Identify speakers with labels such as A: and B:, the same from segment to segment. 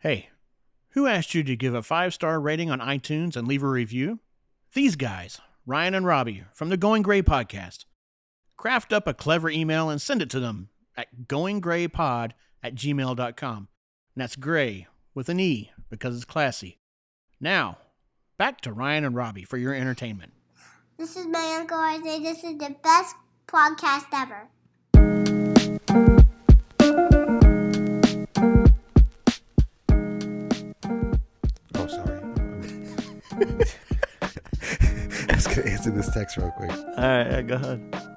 A: Hey, who asked you to give a five star rating on iTunes and leave a review? These guys, Ryan and Robbie from the Going Gray podcast. Craft up a clever email and send it to them at goinggraypod at gmail.com. And that's gray with an E because it's classy. Now, back to Ryan and Robbie for your entertainment.
B: This is my Uncle Isaiah. This is the best podcast ever.
C: Oh, sorry. I was gonna answer this text real quick.
D: All right, go ahead.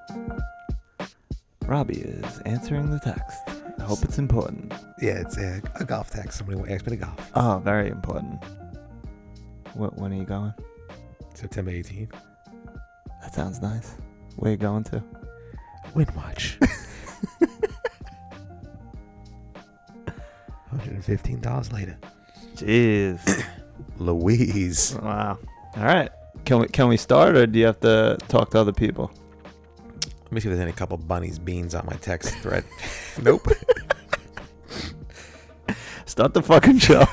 D: Robbie is answering the text. I hope it's important.
C: Yeah, it's a, a golf text. Somebody asked me to golf.
D: Oh, very important. What? When are you going?
C: September 18th.
D: That sounds nice. Where you going to?
C: Win watch. $115 later.
D: Jeez.
C: Louise.
D: wow. All right. Can we can we start, or do you have to talk to other people?
C: Let me see if there's any couple bunnies beans on my text thread. nope.
D: Start the fucking show.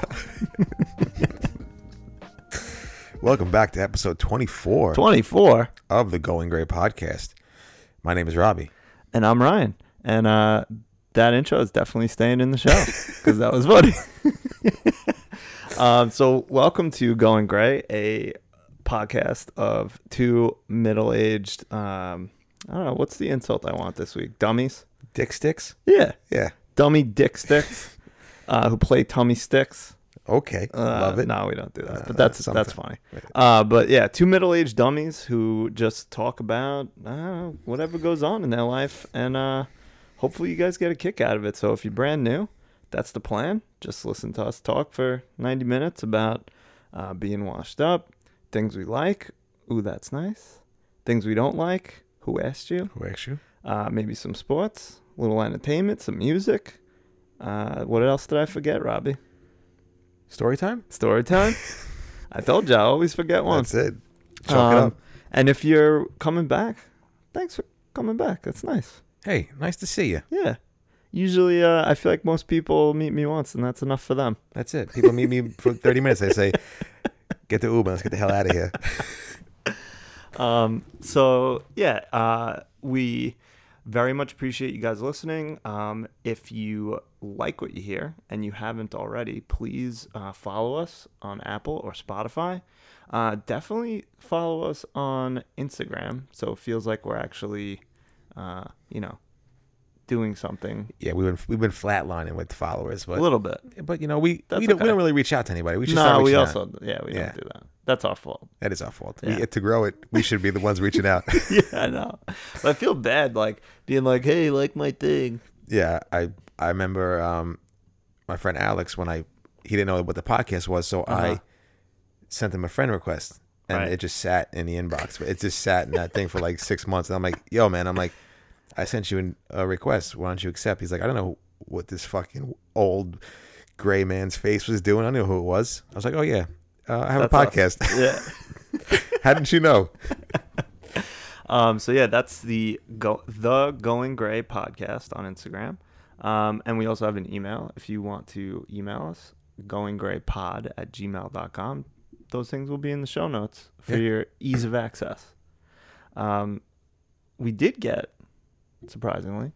C: Welcome back to episode 24
D: Twenty four,
C: of the Going Gray podcast. My name is Robbie.
D: and I'm Ryan, and uh, that intro is definitely staying in the show because that was funny. um, so welcome to Going Gray, a podcast of two middle-aged. Um, I don't know what's the insult I want this week. Dummies.
C: Dick Sticks?
D: Yeah,
C: Yeah.
D: dummy dick sticks, uh, who play tummy sticks.
C: Okay.
D: Uh,
C: Love it.
D: No, we don't do that.
C: Uh,
D: but that's
C: something.
D: that's funny. Uh, but yeah, two middle-aged dummies who just talk about uh, whatever goes on in their life, and uh, hopefully you guys get a kick out of it. So if you're brand new, that's the plan. Just listen to us talk for 90 minutes about uh, being washed up, things we like. Ooh, that's nice. Things we don't like. Who asked you?
C: Who asked you?
D: uh, maybe some sports, a little entertainment, some music. Uh, what else did I forget, Robbie?
C: Story time?
D: Story time. I told you I always forget one.
C: That's it. Chalk it
D: Um,
C: up.
D: And if you're coming back, thanks for coming back. That's nice.
C: Hey, nice to see you.
D: Yeah. Usually, uh, I feel like most people meet me once, and that's enough for them.
C: That's it. People meet me for 30 minutes. They say, get the Uber. Let's get the hell out of here.
D: Um, so yeah, uh, we very much appreciate you guys listening. Um, if you like what you hear and you haven't already, please uh, follow us on Apple or Spotify. Uh, definitely follow us on Instagram. So it feels like we're actually, uh, you know, doing something
C: Yeah, we've been, we've been flatlining with followers. But,
D: a little bit.
C: but you know, we,
D: That's
C: we, don't,
D: okay.
C: we don't really reach out to anybody. We should
D: No,
C: start
D: we
C: reaching
D: also
C: out.
D: yeah we
C: Yeah.
D: don't do that. That's our fault.
C: That is our fault.
D: Yeah.
C: We, to grow it, we should be the ones reaching out.
D: yeah, I know. But I feel bad like being like, hey, like my thing.
C: yeah, I, I remember um, my friend Alex when I he didn't know what the podcast was, so
D: Uh-huh.
C: I sent him a friend request. And
D: Right.
C: it just sat in the inbox. It just sat in that thing for like six months. And I'm like, yo, man, I'm like, I sent you an- a request. Why don't you accept? He's like, I don't know what this fucking old gray man's face was doing. I knew who it was. I was like, oh yeah, uh, I have a
D: That's
C: podcast.
D: Yeah.
C: How didn't you know?
D: Um, so yeah, that's the go the Going Gray podcast on Instagram, um, and we also have an email if you want to email us goinggraypod at gmail.com. Those things will be in the show notes for
C: Yeah.
D: your ease of access. Um, we did get surprisingly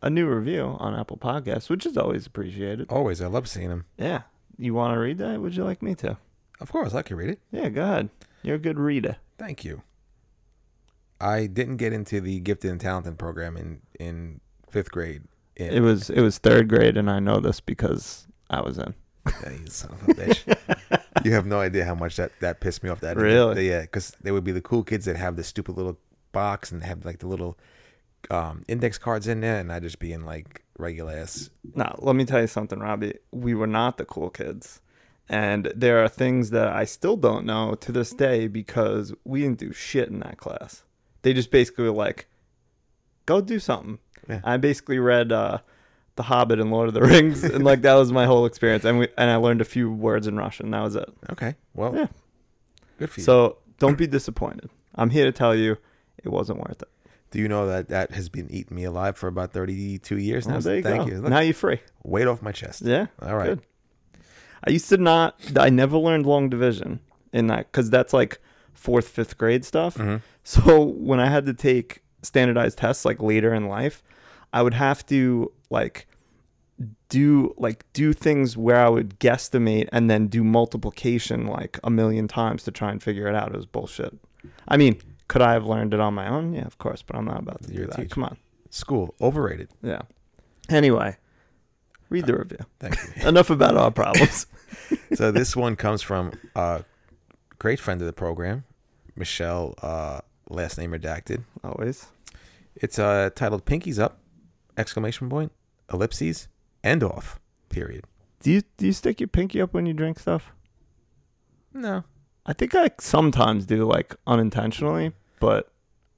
D: a new review on Apple Podcasts, which is always appreciated.
C: Always, I love seeing him.
D: Yeah, you want to read that? Would you like me to?
C: Of course, I can read it.
D: Yeah, go ahead. You're a good reader.
C: Thank you. I didn't get into the gifted and talented program in in fifth grade.
D: It
C: In,
D: was it was third grade, and I know this because I was in.
C: Yeah, you son of a bitch. you have no idea how much that that pissed me off. That
D: Really?
C: yeah, because they would be the cool kids that have the stupid little box and have like the little um, index cards in there, and I just be in like regular ass.
D: No, let me tell you something, Robbie. We were not the cool kids. And there are things that I still don't know to this day because we didn't do shit in that class. They just basically were like, go do something.
C: Yeah.
D: I basically read uh, The Hobbit and Lord of the Rings, and like that was my whole experience. And we and I learned a few words in Russian. That was it.
C: Okay, well,
D: Yeah.
C: good for you.
D: So don't be disappointed. I'm here to tell you, it wasn't worth it.
C: Do you know that that has been eating me alive for about thirty two years now?
D: Well, there you
C: Thank
D: go.
C: you. Look,
D: Now you're free.
C: weight off my chest.
D: Yeah.
C: All right.
D: Good. I used to not. I never learned long division in that because that's like fourth, fifth grade stuff.
C: Mm-hmm.
D: So when I had to take standardized tests like later in life, I would have to like do like do things where I would guesstimate and then do multiplication like a million times to try and figure it out. It was bullshit. I mean, could I have learned it on my own? Yeah, of course, but I'm not about to
C: You're
D: do
C: a
D: that.
C: teacher.
D: Come on.
C: School overrated.
D: Yeah. Anyway, read
C: Uh,
D: the review.
C: Thank you.
D: Enough about our problems.
C: so this one comes from a great friend of the program, Michelle, uh, last name redacted.
D: Always.
C: It's uh, titled "Pinkies Up!" Exclamation point, ellipses, end off, period.
D: Do you do you stick your pinky up when you drink stuff?
C: No,
D: I think I sometimes do, like unintentionally, but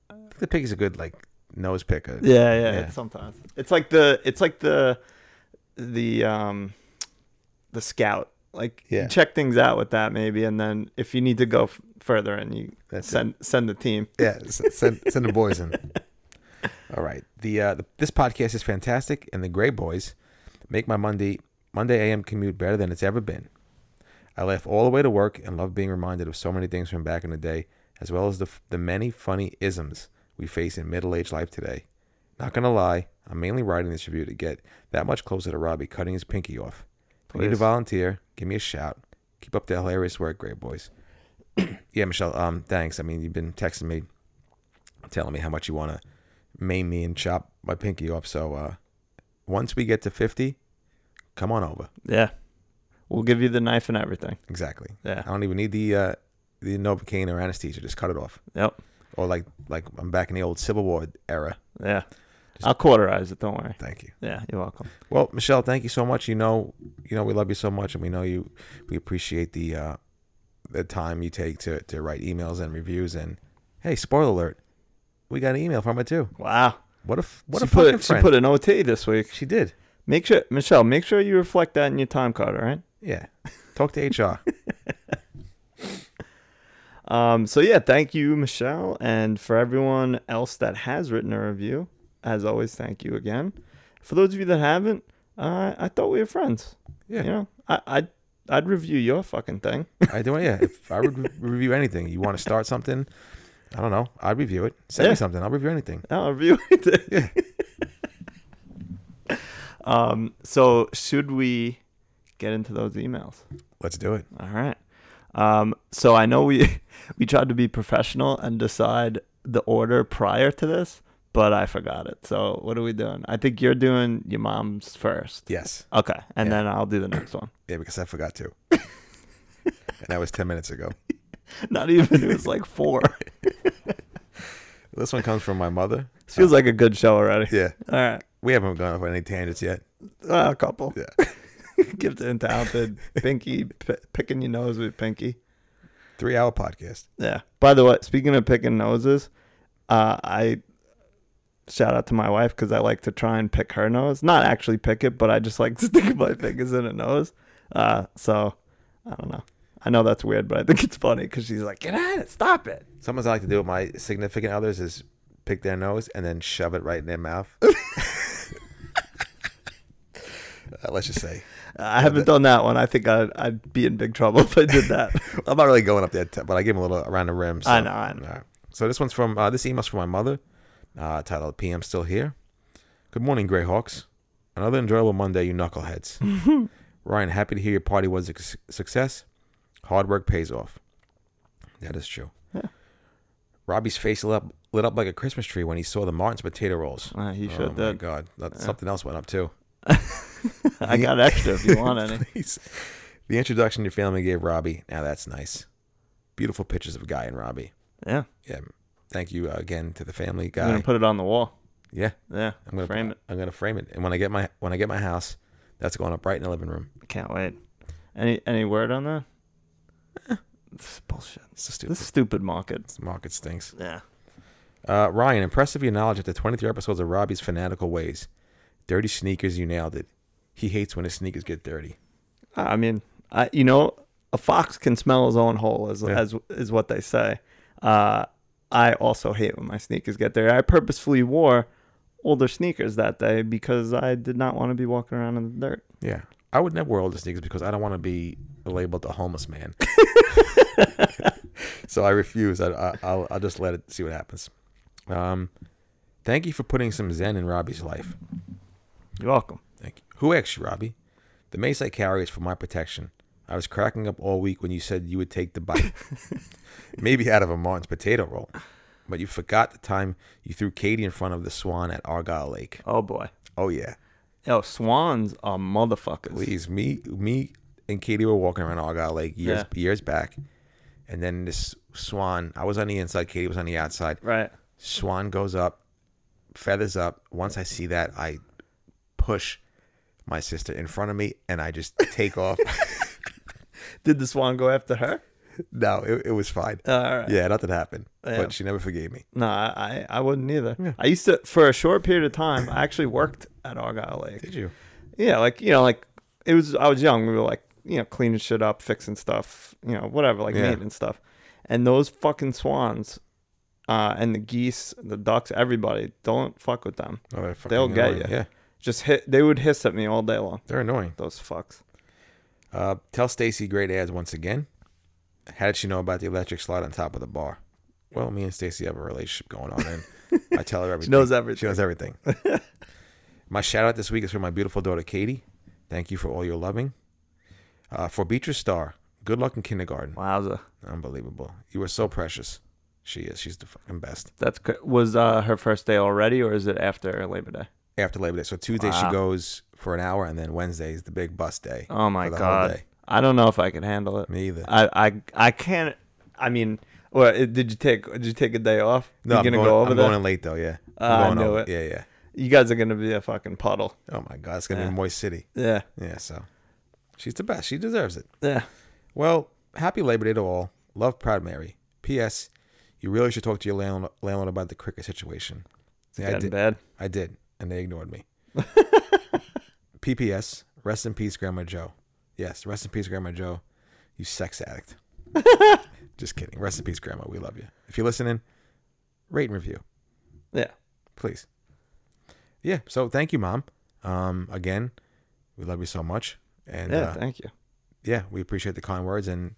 C: I think the pinky's a good like nose picker.
D: yeah, yeah,
C: Yeah.
D: It's sometimes it's like the it's like the the um the scout. Like
C: Yeah.
D: you check things out with that maybe, and then if you need to go f- further, and you
C: That's it.
D: send send the team.
C: yeah. s- Send send the boys in. All right. The, uh, the this podcast is fantastic, and the Gray Boys make my Monday Monday AM commute better than it's ever been. I laugh all the way to work and love being reminded of so many things from back in the day, as well as the f- the many funny isms we face in middle aged life today. Not gonna lie, I'm mainly writing this review to get that much closer to Robbie cutting his pinky off. If you need a
D: Please.
C: volunteer, give me a shout. Keep up the hilarious work, Gray Boys. yeah, Michelle. Um, thanks. I mean, you've been texting me telling me how much you want to maim me and chop my pinky off. So uh, once we get to 50, come on over.
D: Yeah, we'll give you the knife and everything.
C: Exactly.
D: Yeah.
C: I don't even need the uh, the novocaine or anesthesia. Just cut it off.
D: Yep.
C: Or like like I'm back in the old Civil War era.
D: Yeah. I'll cauterize it. Don't worry.
C: Thank you.
D: Yeah, you're welcome.
C: Well, Michelle, thank you so much. You know, you know we love you so much, and we know you. We appreciate the uh, the time you take to to write emails and reviews. And hey, spoiler alert, we got an email from her too.
D: Wow.
C: What if what
D: she
C: a
D: put
C: fucking
D: she
C: friend.
D: put an OT this week.
C: she did.
D: Make sure Michelle, make sure you reflect that in your time card, all right?
C: Yeah. Talk to HR.
D: Um, so yeah, thank you, Michelle, and for everyone else that has written a review. As always, thank you again. For those of you that haven't, uh, I thought we were friends.
C: Yeah.
D: You know, I, I'd I'd review your fucking thing.
C: I do. Yeah, if I would re- review anything, you want to start something, I don't know. I'd review it. Send
D: Yeah.
C: me something. I'll review anything.
D: I'll review it. um, so should we get into those emails?
C: Let's do it.
D: All right. Um, so I know we we tried to be professional and decide the order prior to this, but I forgot it. So what are we doing? I think you're doing your mom's first.
C: Yes.
D: Okay, and then I'll do the next one.
C: Yeah, because I forgot to. and that was ten minutes ago.
D: Not even it was like four.
C: This one comes from my mother.
D: This feels like a good show already.
C: Yeah,
D: All right,
C: we haven't gone off on any tangents yet.
D: uh, a couple.
C: Yeah.
D: Gifted and talented. Pinky p- picking your nose with Pinky.
C: Three hour podcast.
D: Yeah. By the way, speaking of picking noses, uh, I shout out to my wife because I like to try and pick her nose. Not actually pick it, but I just like to stick my fingers in her nose. Uh, so I don't know. I know that's weird, but I think it's funny because she's like, "Get at it! Stop it!"
C: Something I like to do with my significant others is pick their nose and then shove it right in their mouth. Uh, let's just say
D: I haven't done that one. I think I'd, I'd be in big trouble if I did that.
C: I'm not really going up there, t- but I give him a little around the rim. So.
D: I know, I know.
C: All right. So this one's from uh, this email's from my mother, uh, titled "PM Still Here." Good morning, Greyhawks. Another enjoyable Monday, you knuckleheads. Ryan, happy to hear your party was a su- success. Hard work pays off. That is true. Robbie's face lit up, lit up like a Christmas tree when he saw the Martin's potato rolls.
D: Uh, he
C: oh
D: sure
C: my
D: did.
C: God, That- something else went up too.
D: I got extra if you want any.
C: Please. The introduction your family gave Robbie. Now that's nice. Beautiful pictures of Guy and Robbie.
D: Yeah,
C: Yeah. Thank you uh, again to the family
D: I'm
C: guy.
D: gonna put it on the wall.
C: yeah.
D: Yeah,
C: I'm gonna
D: frame it.
C: I'm gonna frame it. And when I get my when I get my house, that's going up right in the living room.
D: Can't wait. Any any word on that? This is bullshit.
C: It's so stupid.
D: This stupid market.
C: The market stinks.
D: Yeah.
C: Uh, Ryan, impressive your knowledge after 23 episodes of Robbie's fanatical ways. Dirty sneakers, you nailed it. He hates when his sneakers get dirty.
D: I mean, I you know, a fox can smell his own hole, as as is what they say. Uh, I also hate when my sneakers get there. I purposefully wore older sneakers that day because I did not want to be walking around in the dirt.
C: Yeah. I would never wear older sneakers because I don't want to be labeled a homeless man. so I refuse. I, I, I'll, I'll just let it see what happens. Um, thank you for putting some zen in Robbie's life.
D: You're welcome.
C: Thank you. Who asked you, Robbie? The mace I carry is for my protection. I was cracking up all week when you said you would take the bite, maybe out of a Martin's potato roll, but you forgot the time you threw Katie in front of the swan at Argyle Lake.
D: Oh boy.
C: Oh yeah,
D: Yo, swans are motherfuckers.
C: please. Me, me, and Katie were walking around Argyle Lake years
D: Yeah.
C: years back, and then this swan. I was on the inside, Katie was on the outside.
D: Right.
C: Swan goes up, feathers up. Once I see that, I push my sister in front of me and I just take off.
D: Did the swan go after her?
C: No, it, it was fine.
D: All right.
C: Yeah, nothing happened.
D: Uh, Yeah.
C: But she never forgave me.
D: No, I, I I wouldn't either. I used to for a short period of time. I actually worked at Argyle Lake.
C: you?
D: Yeah, like you know, like it was. I was young. We were like you know cleaning shit up, fixing stuff, you know, whatever, like
C: Yeah.
D: maintenance stuff. And those fucking swans, uh, and the geese, the ducks, everybody, don't fuck with them.
C: Oh, they're fucking
D: They'll get
C: annoying.
D: you.
C: Yeah,
D: Just hit. They would hiss at me all day long.
C: they're annoying.
D: Those fucks.
C: Uh, tell Stacy great ads once again. How did she know about the electric slide on top of the bar? Well, me and Stacy have a relationship going on, and I tell her everything.
D: knows everything.
C: She knows everything. my shout out this week is for my beautiful daughter, Katie. Thank you for all your loving. Uh, for Beatrice Starr, good luck in kindergarten.
D: Wowza.
C: Unbelievable. You are so precious. She is. She's the fucking best.
D: That's cra- was uh, her first day already, or is it after Labor Day?
C: After Labor Day. So Tuesday, she
D: Wow.
C: goes for an hour, and then Wednesday is the big bus day.
D: Oh my
C: for the whole
D: god. Uh,
C: day.
D: I don't know if I can handle it.
C: Me either.
D: I I I can't. I mean, well, it- did you take did you take a day off?
C: No,
D: you
C: I'm
D: gonna
C: going,
D: go over
C: I'm
D: there.
C: going in late though. Yeah,
D: Ah, I
C: I'm going
D: knew
C: over.
D: it.
C: Yeah, yeah.
D: You guys are gonna be a fucking puddle.
C: Oh my God, it's gonna be a moist city.
D: Yeah,
C: Yeah, so she's the best. She deserves it.
D: yeah.
C: Well, happy Labor Day to all. Love, proud Mary. P.S. You really should talk to your landlord, landlord about the cricket situation. See, I
D: Getting
C: did.
D: bad.
C: I did, and they ignored me. P.P.S. Rest in peace, Grandma Joe. Yes, rest in peace, Grandma Joe. You sex addict. Just kidding. Rest in peace, Grandma. We love you. If you're listening, rate and review
D: Yeah.
C: please. Yeah. So thank you, mom. Um, again, we love you so much, and
D: yeah.
C: uh,
D: thank you.
C: yeah, we appreciate the kind words and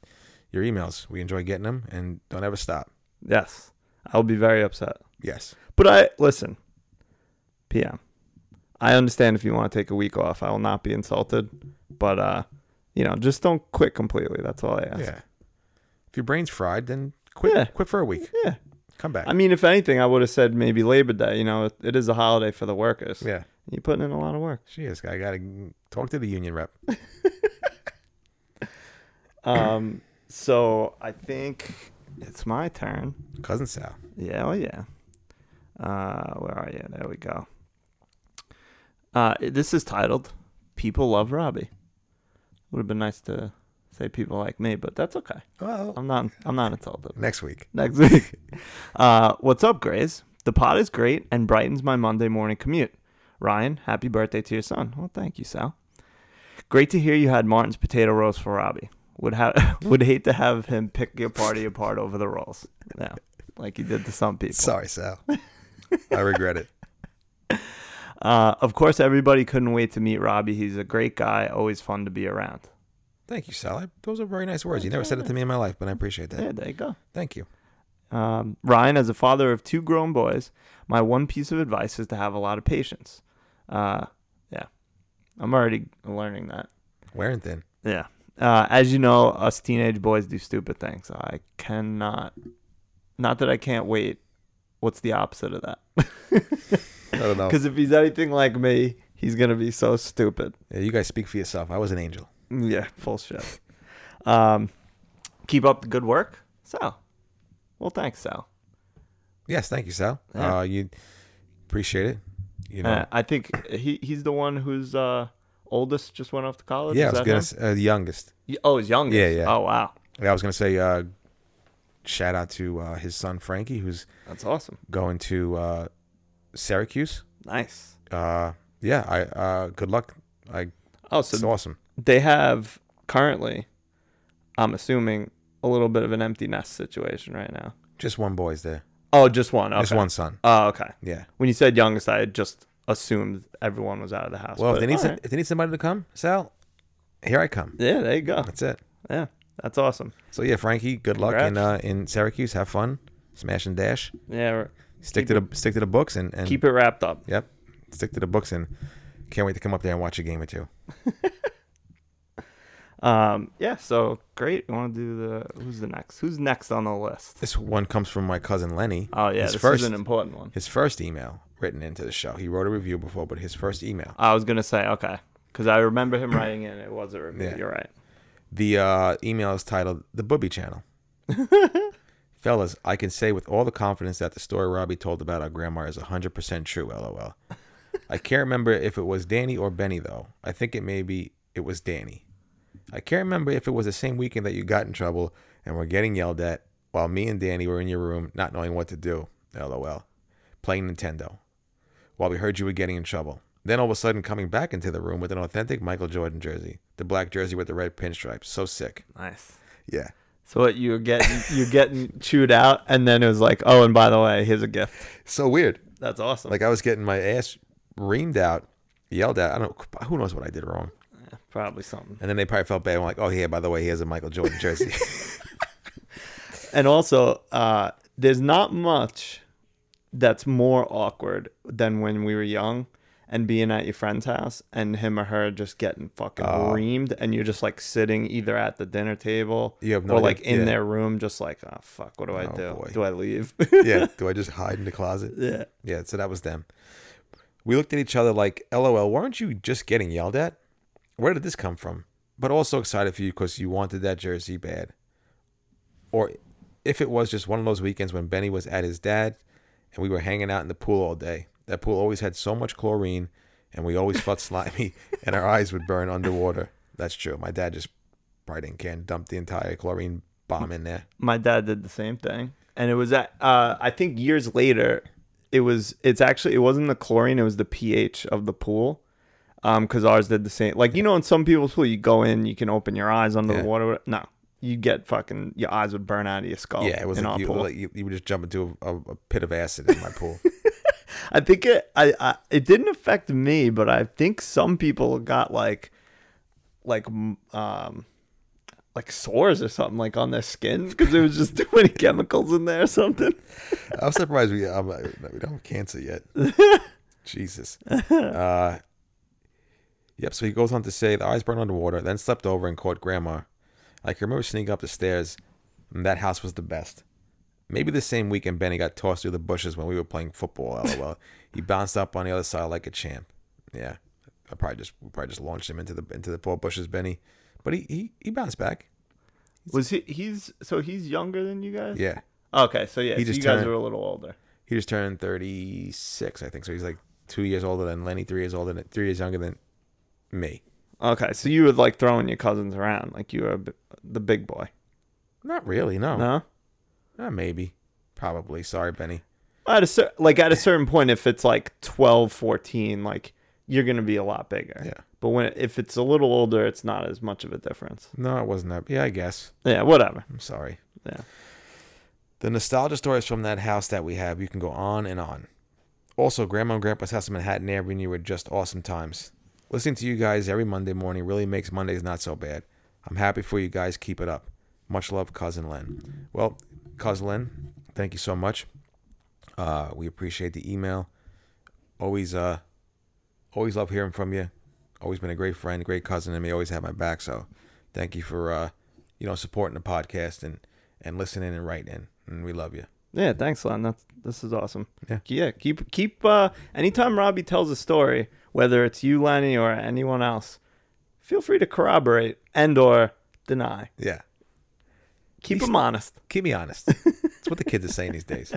C: your emails. We enjoy getting them, and don't ever stop.
D: Yes, I'll be very upset.
C: Yes.
D: But I listen. PM. I understand if you want to take a week off. I will not be insulted. But uh, you know, just don't quit completely. That's all I ask.
C: Yeah. If your brain's fried, then quit.
D: Yeah.
C: Quit for a week.
D: Yeah.
C: Come back.
D: I mean, if anything, I would have said maybe Labor Day. You know, it, it is a holiday for the workers.
C: yeah.
D: You're putting in a lot of work.
C: She is. I gotta talk to the union rep.
D: Um, so I think it's my turn.
C: Cousin Sal.
D: Yeah, oh yeah. Uh, where are you? There we go. Uh, this is titled "People Love Robbie." Would have been nice to say people like me, but that's okay.
C: Well,
D: I'm not. I'm not insulted.
C: next week.
D: Next week. Uh, what's up, Grays? The pod is great and brightens my Monday morning commute. Ryan, happy birthday to your son. Well, thank you, Sal. Great to hear you had Martin's potato roast for Robbie. Would have would hate to have him pick your party apart over the rolls. Yeah, like he did to some people.
C: Sorry, Sal. I regret it.
D: Uh, of course, everybody couldn't wait to meet Robbie. He's a great guy, always fun to be around.
C: Thank you, Sal. I, those are very nice words. You never said it to me in my life, but I appreciate that.
D: Yeah, there you go.
C: Thank you.
D: Um, Ryan, as a father of two grown boys, my one piece of advice is to have a lot of patience. Uh, yeah, I'm already learning that.
C: Wearing thin.
D: Yeah. Uh, as you know, us teenage boys do stupid things. I cannot, not that I can't wait. What's the opposite of that?
C: I don't know.
D: Because if he's anything like me, he's going to be so stupid.
C: Yeah, you guys speak for yourself. I was an angel.
D: Yeah, full shit. Um, keep up the good work, Sal. Well, thanks, Sal.
C: Yes, thank you, Sal.
D: Yeah.
C: Uh, you appreciate it. You know,
D: Uh, I think he he's the one who's uh, oldest just went off to college.
C: yeah, I
D: Is
C: was
D: that
C: gonna
D: him?
C: s- uh, the youngest.
D: Y- Oh, his youngest.
C: Yeah, yeah.
D: Oh, wow,
C: Yeah, I was gonna say, uh, shout out to uh, his son Frankie, who's
D: that's awesome.
C: going to uh, Syracuse.
D: Nice.
C: Uh, yeah, I uh, good luck. I
D: Oh,
C: it's
D: so
C: awesome.
D: they have currently, I'm assuming, a little bit of an empty nest situation right now.
C: Just one boy's there.
D: Oh, just one. Okay.
C: Just one son.
D: Oh, okay.
C: Yeah.
D: When you said youngest, I had just assumed everyone was out of the house.
C: Well,
D: but
C: if they need
D: all
C: some,
D: right.
C: if they need somebody to come, Sal, here I come.
D: Yeah, there you go.
C: That's it.
D: Yeah, that's awesome.
C: So yeah, Frankie, good luck in uh,
D: Congrats.
C: in Syracuse. Have fun. Smash and dash.
D: Yeah, r-
C: Stick
D: Keep
C: to the stick to the books and, and
D: keep it wrapped up.
C: Yep. Stick to the books and can't wait to come up there and watch a game or two.
D: Um, yeah, so great. You want to do the who's the next? Who's next on the list?
C: This one comes from my cousin Lenny.
D: Oh yeah,
C: his
D: this
C: first
D: is an important one.
C: his first email written into the show. He wrote a review before, but his first email.
D: I was gonna say okay, because I remember him writing in. It was a review.
C: Yeah.
D: You're right.
C: The uh, email is titled "The Booby Channel." Fellas, I can say with all the confidence that the story Robbie told about our grandma is 100% true. LOL. I can't remember if it was Danny or Benny though. I think it may be it was Danny. I can't remember if it was the same weekend that you got in trouble and were getting yelled at while me and Danny were in your room not knowing what to do. LOL. Playing Nintendo. While we heard you were getting in trouble. Then all of a sudden coming back into the room with an authentic Michael Jordan jersey. The black jersey with the red pinstripes. So sick.
D: Nice.
C: Yeah.
D: So what you were getting you were getting chewed out, and then it was like, oh, and by the way, here's a gift.
C: So weird.
D: That's awesome.
C: Like I was getting my ass reamed out, yelled at. I don't who knows what I did wrong.
D: Probably something.
C: And then they probably felt bad. I'm like, oh yeah, by the way, he has a Michael Jordan jersey.
D: And also, uh, there's not much that's more awkward than when we were young and being at your friend's house and him or her just getting fucking reamed and you're just like sitting either at the dinner table
C: You have no
D: or
C: idea-
D: like in
C: yeah.
D: their room just like oh fuck what do i
C: Oh,
D: do
C: boy.
D: do i leave
C: yeah. Do I just hide in the closet?
D: yeah
C: Yeah. So that was them. We looked at each other like, LOL, weren't you just getting yelled at? Where did this come from? But also excited for you because you wanted that jersey bad. Or if it was just one of those weekends when Benny was at his dad and we were hanging out in the pool all day. That pool always had so much chlorine and we always felt slimy and our eyes would burn underwater. That's true. My dad just probably didn't care and dumped the entire chlorine bomb in there.
D: my dad did the same thing and it was at uh, i think years later it was it's actually it wasn't the chlorine it was the ph of the pool um because ours did the same like you know in some people's pool you go in you can open your eyes under
C: Yeah.
D: the water no you get fucking your eyes would burn out of your skull
C: Yeah, it was
D: Oh, in
C: like
D: our
C: you,
D: pool.
C: like you, you would just jump into a, a pit of acid in my pool.
D: i think it I, I it didn't affect me but i think some people got like like m- um like sores or something like on their skin because there was just too many chemicals in there or something
C: I'm surprised we I'm, uh, we don't have cancer yet. Jesus. Uh, yep. So he goes on to say the eyes burned underwater, then slept over and caught grandma. I can remember sneaking up the stairs, and that house was the best. Maybe the same weekend Benny got tossed through the bushes when we were playing football. LOL. he bounced up on the other side like a champ. Yeah, I probably just we probably just launched him into the into the poor bushes, Benny. But he he, he bounced back.
D: Was he? He's so he's younger than you guys.
C: Yeah,
D: Okay, so yeah,
C: He
D: so
C: just
D: you guys
C: turned-
D: are a little older.
C: he just turned 36 i think so he's like two years older than lenny three years older than three years younger than me
D: Okay, so you were like throwing your cousins around, like you were a b- the big boy.
C: not really no,
D: No,
C: Uh, maybe probably sorry benny
D: at a cer- like at a certain point, if it's like 12, 14, like you're gonna be a lot bigger.
C: Yeah.
D: But when if it's a little older, it's not as much of a difference.
C: no it wasn't that yeah i guess
D: Yeah, whatever.
C: i'm sorry
D: Yeah.
C: the nostalgia stories from that house that we have you can go on and on also grandma and grandpa's house in manhattan avenue were just awesome times listening to you guys every monday morning really makes mondays not so bad i'm happy for you guys keep it up much love cousin len well cousin len thank you so much Uh, we appreciate the email. Always, uh, always love hearing from you. Always been a great friend, great cousin, and me. Always had my back. So, thank you for, uh, you know, supporting the podcast and and listening and writing. And we love you.
D: Yeah, thanks, Len. That's this is awesome.
C: Yeah.
D: yeah. Keep keep. Uh, anytime Robbie tells a story, whether it's you, Lenny, or anyone else, feel free to corroborate and or deny.
C: Yeah,
D: Keep them honest.
C: keep me honest. That's what the kids are saying these days.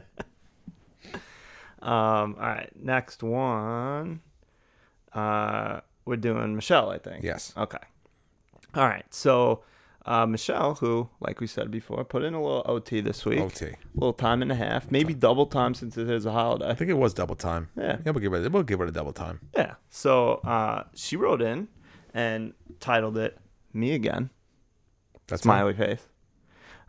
D: Um, all right, next one. Uh, we're doing Michelle, I think.
C: Yes.
D: Okay. All right, so uh, Michelle, who, like we said before, put in a little OT this week.
C: OT.
D: A little time and a half, maybe double time since it is a holiday.
C: I think it was double time.
D: Yeah.
C: yeah we'll give it. We'll give it a double time.
D: Yeah. So uh, she wrote in and titled it "Me Again."
C: That's
D: Smiley face.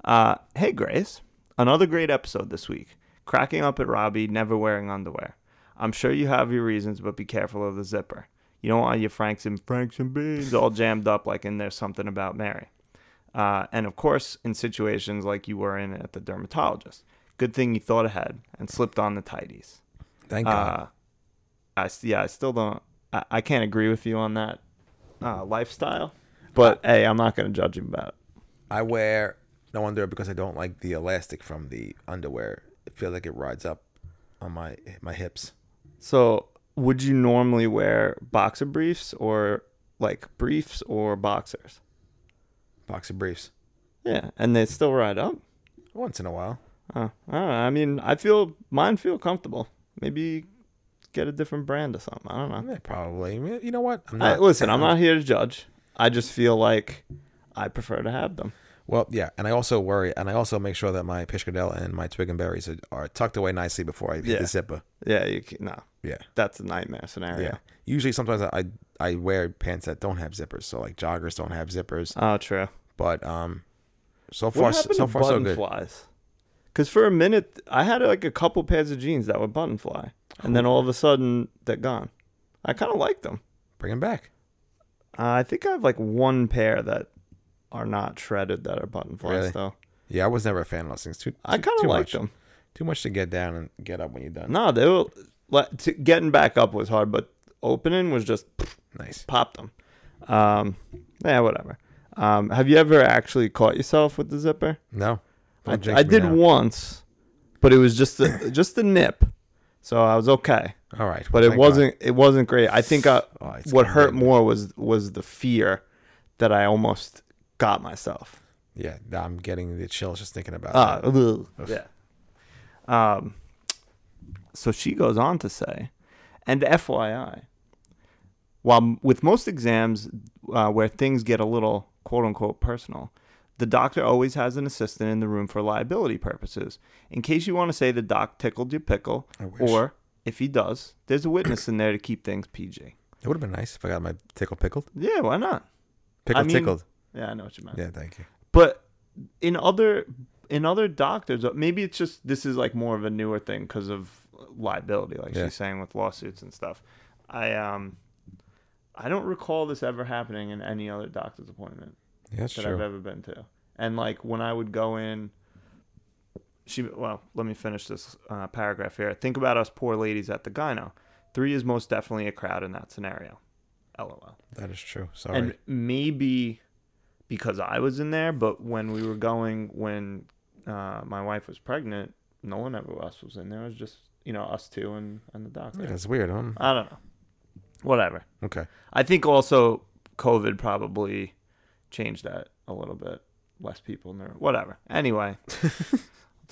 D: Uh, hey, Grace. Another great episode this week. Cracking up at Robbie never wearing underwear. I'm sure you have your reasons, but be careful of the zipper. You don't want your Franks and Franks and beans all jammed up like in there's something about Mary. Uh, and of course, in situations like you were in at the dermatologist, good thing you thought ahead and slipped on the tidies.
C: Thank God.
D: Uh, I s- yeah, I still don't. I, I can't agree with you on that uh, lifestyle. But hey, I'm not going to judge him about it.
C: I wear no underwear because I don't like the elastic from the underwear. It feels like it rides up on my my hips.
D: So, would you normally wear boxer briefs or like briefs or boxers?
C: Boxer briefs.
D: Yeah, and they still ride up.
C: Once in a while.
D: Uh, I don't know. I mean, I feel mine feel comfortable. Maybe get a different brand or something. I don't know.
C: Yeah, probably. I mean, You know what? I'm
D: I, listen, I'm not here to judge. I just feel like I prefer to have them.
C: Well, yeah, and I also worry, and I also make sure that my piscadell and my twig and berries are, are tucked away nicely before I hit
D: Yeah.
C: the zipper.
D: Yeah, you can, no,
C: Yeah,
D: that's a nightmare scenario.
C: yeah. Usually, sometimes I I wear pants that don't have zippers, so like joggers don't have zippers.
D: Oh, true.
C: But um, so
D: What
C: far,
D: happened
C: so
D: to
C: far, so
D: button
C: good.
D: flies? Because for a minute, I had like a couple pairs of jeans that were button fly, and then all of a sudden, they're gone. I kind of like them.
C: Bring them back.
D: Uh, I think I have like one pair that are not shredded that are button flies
C: Really?
D: though.
C: Yeah, I was never a fan of those things. Too,
D: I
C: too-
D: kind
C: too
D: of like
C: much.
D: them.
C: Too much to get down and get up when you're done.
D: No, they were like to, getting back up was hard, but opening was just
C: Nice.
D: popped them. Um, yeah, whatever. Um, have you ever actually caught yourself with the zipper?
C: No,
D: I,
C: Don't jinx
D: I
C: me
D: did
C: now.
D: once, but it was just the just the nip, so I was okay.
C: All right,
D: But it
C: thank God.
D: wasn't it wasn't great. I think I,
C: Oh, it's
D: what
C: gonna
D: hurt
C: be-
D: more was was the fear that I almost got myself.
C: Yeah, I'm getting the chills just thinking about
D: Ah,
C: that.
D: ugh. yeah. Um, so she goes on to say, and FYI, while with most exams uh, where things get a little quote unquote personal, the doctor always has an assistant in the room for liability purposes, in case you want to say the doc tickled your pickle,
C: wish.
D: or if he does, there's a witness in there to keep things PG.
C: It would have been nice if I got my tickle pickled.
D: Yeah, why not?
C: Pickle
D: mean-
C: tickled.
D: Yeah, I know what you meant.
C: Yeah, thank you.
D: But in other in other doctors, uh, maybe it's just this is like more of a newer thing because of liability, like
C: Yeah.
D: she's saying with lawsuits and stuff. I um I don't recall this ever happening in any other doctor's appointment
C: Yeah, that's
D: that
C: true.
D: I've ever been to. And like when I would go in, she well, let me finish this uh, paragraph here. Think about us poor ladies at the gyno. Three is most definitely a crowd in that scenario. LOL
C: That is true. Sorry.
D: and maybe because I was in there, but when we were going, when uh, my wife was pregnant, no one ever else was in there. It was just you know us two and and the doctor.
C: Yeah, that's weird, huh?
D: I don't know. Whatever.
C: Okay.
D: I think also COVID probably changed that a little bit. Less people in there. Whatever. Anyway, let's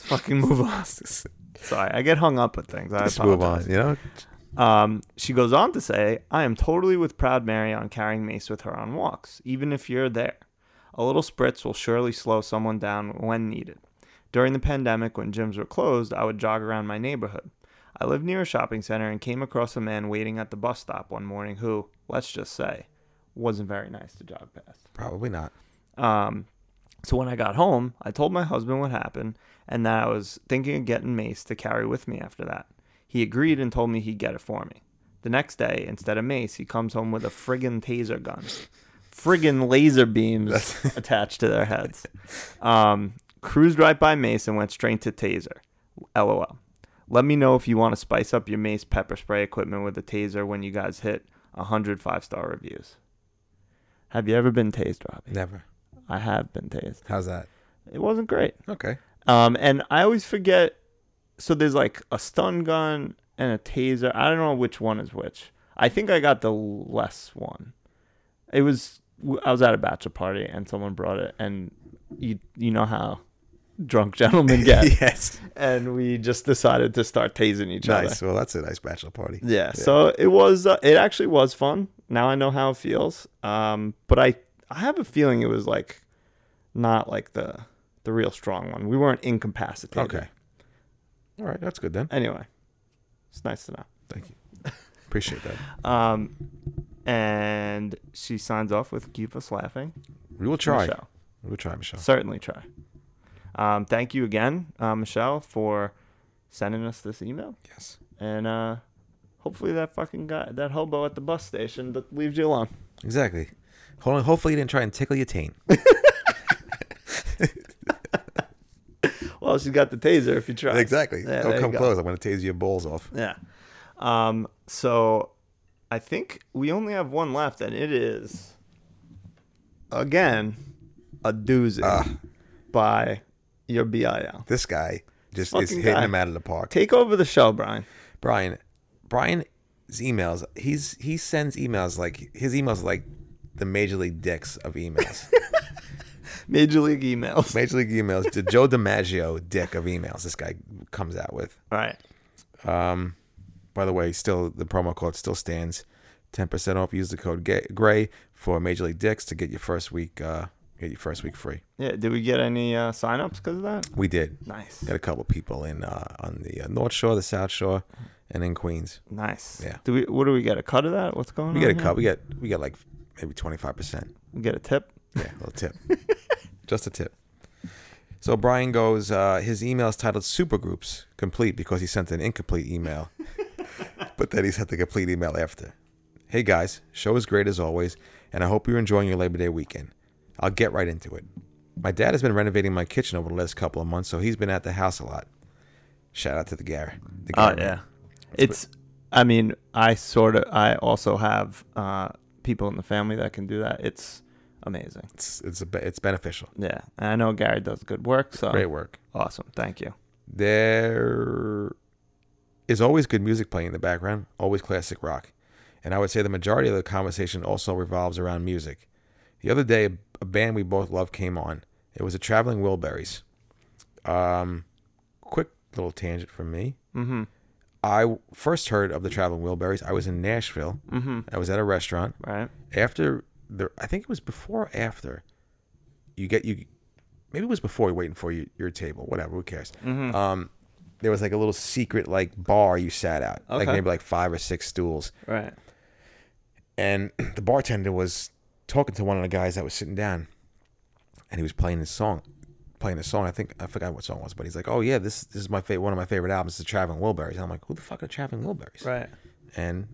D: fucking move on. Sorry, I get hung up with things. I
C: Let's
D: apologize.
C: move on. You know,
D: Um, she goes on to say, I am totally with Proud Mary on carrying Mace with her on walks, even if you're there. A little spritz will surely slow someone down when needed. During the pandemic, when gyms were closed, I would jog around my neighborhood. I lived near a shopping center and came across a man waiting at the bus stop one morning who, let's just say, wasn't very nice to jog past.
C: probably not.
D: Um, so when I got home, I told my husband what happened and that I was thinking of getting mace to carry with me after that. He agreed and told me he'd get it for me. The next day, instead of mace, he comes home with a friggin' taser gun, friggin' laser beams attached to their heads. Um, cruised right by mace and went straight to taser. LOL. Let me know if you want to spice up your mace pepper spray equipment with a taser when you guys hit 100 five star reviews. Have you ever been tased, Robbie?
C: Never.
D: I have been tased.
C: How's that?
D: It wasn't great.
C: Okay.
D: Um, and I always forget. So there's like a stun gun and a taser. I don't know which one is which. I think I got the less one. It was I was at a bachelor party and someone brought it, and you you know how drunk gentlemen get,
C: yes.
D: and we just decided to start tasing each other.
C: Nice. Well, that's a nice bachelor party.
D: Yeah, So it was. Uh, it actually was fun. Now I know how it feels. Um, but I I have a feeling it was like not like the the real strong one. We weren't incapacitated.
C: Okay. All right. That's good then.
D: Anyway, it's nice to know.
C: Thank you. Appreciate that.
D: Um, and she signs off with "Keep us laughing."
C: We will try.
D: Michelle.
C: We will try, Michelle.
D: Certainly try. Um, thank you again, uh, Michelle, for sending us this email,
C: Yes.
D: and uh, Hopefully that fucking guy, that hobo at the bus station, that leaves you alone.
C: Exactly. Hold on, hopefully you didn't try and tickle your taint.
D: Well, she's got the taser if you try.
C: exactly.
D: Yeah, there
C: Don't
D: you
C: come
D: go.
C: close. I'm going to tase your balls off.
D: Yeah. Um, so I think we only have one left, and it is again a doozy
C: Ah.
D: by your BIL.
C: This guy just
D: Fucking
C: is hitting
D: guy.
C: him out of the park.
D: Take over the show, Brian.
C: Brian, Brian's emails. He's he sends emails like his emails are like the major league dicks of emails.
D: Major League emails.
C: major league emails. The Joe DiMaggio dick of emails. This guy comes out with.
D: All right.
C: By the way, still the promo code still stands. Ten percent off. Use the code ga- Gray for Major League Dicks to get your first week. Uh, get your first week free.
D: Yeah. Did we get any uh, signups because of that?
C: We did.
D: Nice.
C: Got a couple people in uh, on the uh, North Shore, the South Shore, and in Queens.
D: Nice.
C: Yeah.
D: Do we? What do we get? A cut of that? What's going
C: We
D: on?
C: got a
D: here?
C: cut. We got we got like maybe twenty five percent.
D: We get a tip.
C: Yeah, a little tip. Just a tip. So Brian goes, uh, his email is titled Supergroups Complete because he sent an incomplete email, but then he sent the complete email after. Hey guys, show is great as always, and I hope you're enjoying your Labor Day weekend. I'll get right into it. My dad has been renovating my kitchen over the last couple of months, so he's been at the house a lot. Shout out to the Gary. The
D: Oh
C: Gary.
D: yeah. It's. I mean, I sort of. I also have uh, people in the family that can do that. It's amazing.
C: It's, it's, a, be- it's beneficial.
D: Yeah, and I know Gary does good work. So
C: Great work.
D: Awesome. Thank you.
C: there is always good music playing in the background, always classic rock. And I would say the majority of the conversation also revolves around music. The other day, a band we both love came on. It was the Traveling Wilburys. Um, quick little tangent from me.
D: Mm-hmm.
C: I first heard of the Traveling Wilburys. I was in Nashville.
D: Mm-hmm.
C: I was at a restaurant
D: Right.
C: after the I think it was before or after you get you maybe it was before waiting for you, your table whatever who cares
D: Mm-hmm.
C: um there was like a little secret like bar you sat at like
D: Okay.
C: maybe like five or six stools
D: Right.
C: and the bartender was talking to one of the guys that was sitting down and he was playing his song playing his song I think I forgot what song it was but he's like oh yeah this this is my favorite one of my favorite albums the Traveling Wilburys and I'm like who the fuck are Traveling Wilburys
D: Right.
C: and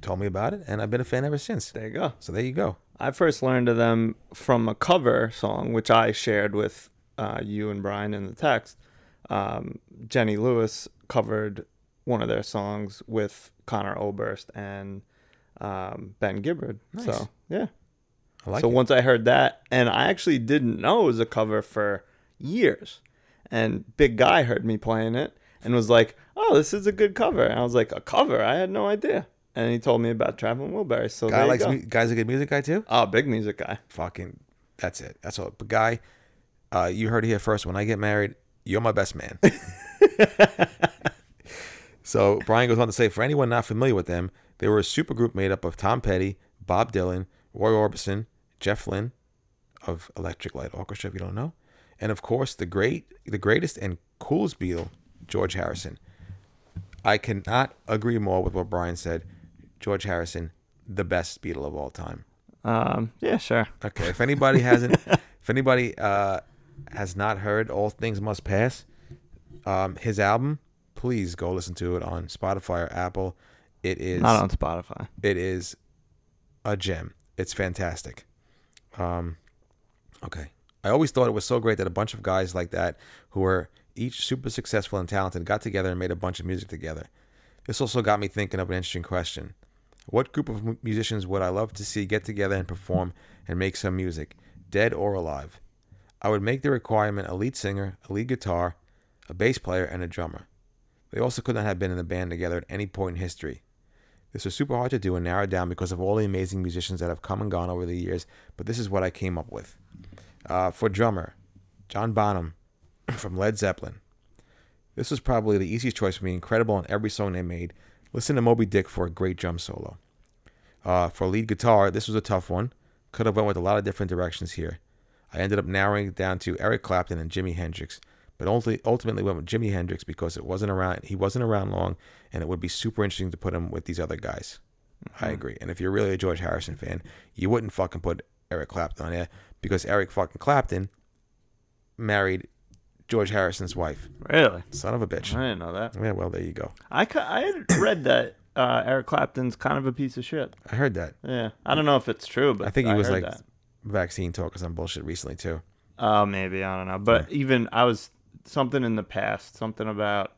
C: told me about it and I've been a fan ever since
D: There you go.
C: so there you go
D: I first learned of them from a cover song, which I shared with uh, you and Brian in the text. Um, Jenny Lewis covered one of their songs with Connor Oberst and um, Ben Gibbard. So, yeah.
C: I like
D: so
C: it.
D: once I heard that, and I actually didn't know it was a cover for years. And Big Guy heard me playing it and was like, "Oh, this is a good cover." And I was like, "A cover? I had no idea." And he told me about Traveling Wilburys. So
C: guy
D: there
C: likes
D: you go.
C: mu- guys a good music guy too.
D: oh, big music guy.
C: Fucking, that's it. That's all. But guy, uh, you heard it here first. When I get married, you're my best man. so Brian goes on to say, for anyone not familiar with them, they were a supergroup made up of Tom Petty, Bob Dylan, Roy Orbison, Jeff Lynne of Electric Light Orchestra, if you don't know, and of course the great, the greatest and coolest Beatle, George Harrison. I cannot agree more with what Brian said. George Harrison, the best Beatle of all time.
D: Um, yeah, sure.
C: Okay. If anybody hasn't, if anybody uh, has not heard "All Things Must Pass," um, his album, please go listen to it on Spotify or Apple. It is
D: Not on Spotify.
C: it is a gem. It's fantastic. Um, okay. I always thought it was so great that a bunch of guys like that, who were each super successful and talented, got together and made a bunch of music together. This also got me thinking of an interesting question. What group of mu- musicians would I love to see get together and perform and make some music, dead or alive? I would make the requirement a lead singer, a lead guitar, a bass player, and a drummer. They also could not have been in the band together at any point in history. This was super hard to do and narrow down because of all the amazing musicians that have come and gone over the years, but this is what I came up with. Uh, for drummer, John Bonham from Led Zeppelin. This was probably the easiest choice for me, incredible on every song they made. Listen to Moby Dick for a great drum solo. Uh, for lead guitar, this was a tough one. Could have went with a lot of different directions here. I ended up narrowing it down to Eric Clapton and Jimi Hendrix, but ulti- ultimately went with Jimi Hendrix because it wasn't around. He wasn't around long, and it would be super interesting to put him with these other guys.
D: Hmm.
C: I agree. And if you're really a George Harrison fan, you wouldn't fucking put Eric Clapton on there because Eric fucking Clapton married George Harrison's wife.
D: Really?
C: Son of a
D: I
C: bitch.
D: didn't know that.
C: Yeah, well, there you go.
D: I, ca- I had read that uh, Eric Clapton's kind of a piece of shit.
C: I heard that.
D: Yeah, I don't know if it's true, but
C: I think he was
D: heard
C: like
D: that.
C: vaccine talk or some bullshit recently too.
D: Oh, maybe I don't know. But even I was something in the past, something about.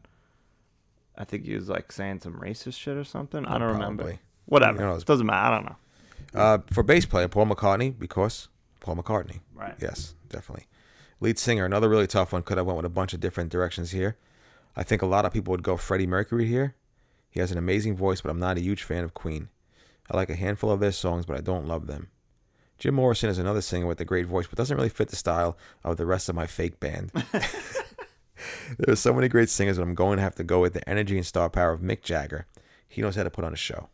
D: I think he was like saying some racist shit or something. I don't remember.
C: probably.
D: Whatever.
C: You know, it's-
D: Doesn't matter. I don't Oh, know.
C: Uh, for bass player Paul McCartney, because Paul McCartney.
D: Right.
C: Yes, definitely. Lead singer, another really tough one. Could have went with a bunch of different directions here. I think a lot of people would go Freddie Mercury here. He has an amazing voice, but I'm not a huge fan of Queen. I like a handful of their songs, but I don't love them. Jim Morrison is another singer with a great voice, but doesn't really fit the style of the rest of my fake band. there are so many great singers, but I'm going to have to go with the energy and star power of Mick Jagger. He knows how to put on a show.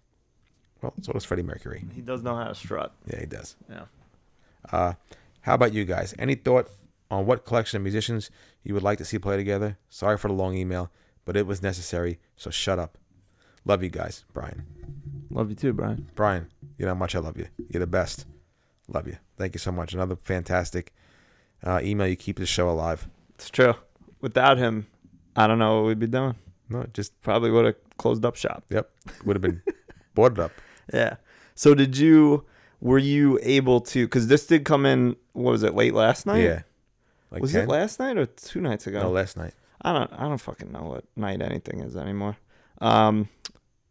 C: Well, so does Freddie Mercury.
D: He does know how to strut.
C: Yeah, he does.
D: Yeah.
C: How about you guys? Any thought on what collection of musicians you would like to see play together? Sorry for the long email, but it was necessary, so shut up. Love you guys, Brian.
D: Love you too, Brian.
C: Brian, you know how much I love you. You're the best. Love you. Thank you so much. Another fantastic uh, email. You keep the show alive.
D: It's true. Without him, I don't know what we'd be doing.
C: No, just
D: Probably would have closed up shop.
C: yep. Would have been boarded up.
D: Yeah. So did you? Were you able to? Because this did come in. What was it? Late last night.
C: Yeah. Like
D: was it last night or two nights ago?
C: No, last night.
D: I don't I don't fucking know what night anything is anymore. Um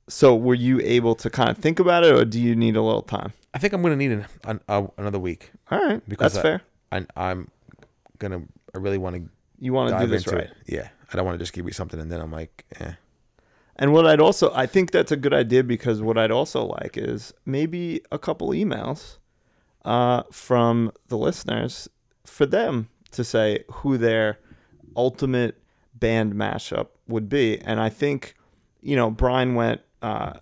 D: so were you able to kind of think about it or do you need a little time?
C: I think I'm gonna need an, an, uh, another week.
D: All right.
C: Because
D: that's
C: I-
D: fair.
C: I, I'm gonna. I really want to
D: You want to do
C: dive
D: this
C: into
D: right.
C: it. Yeah. I don't want to just give you something and then I'm like, eh.
D: And what I'd also I think that's a good idea because what I'd also like is maybe a couple emails uh from the listeners for them to say who their ultimate band mashup would be. And I think, you know, Brian went uh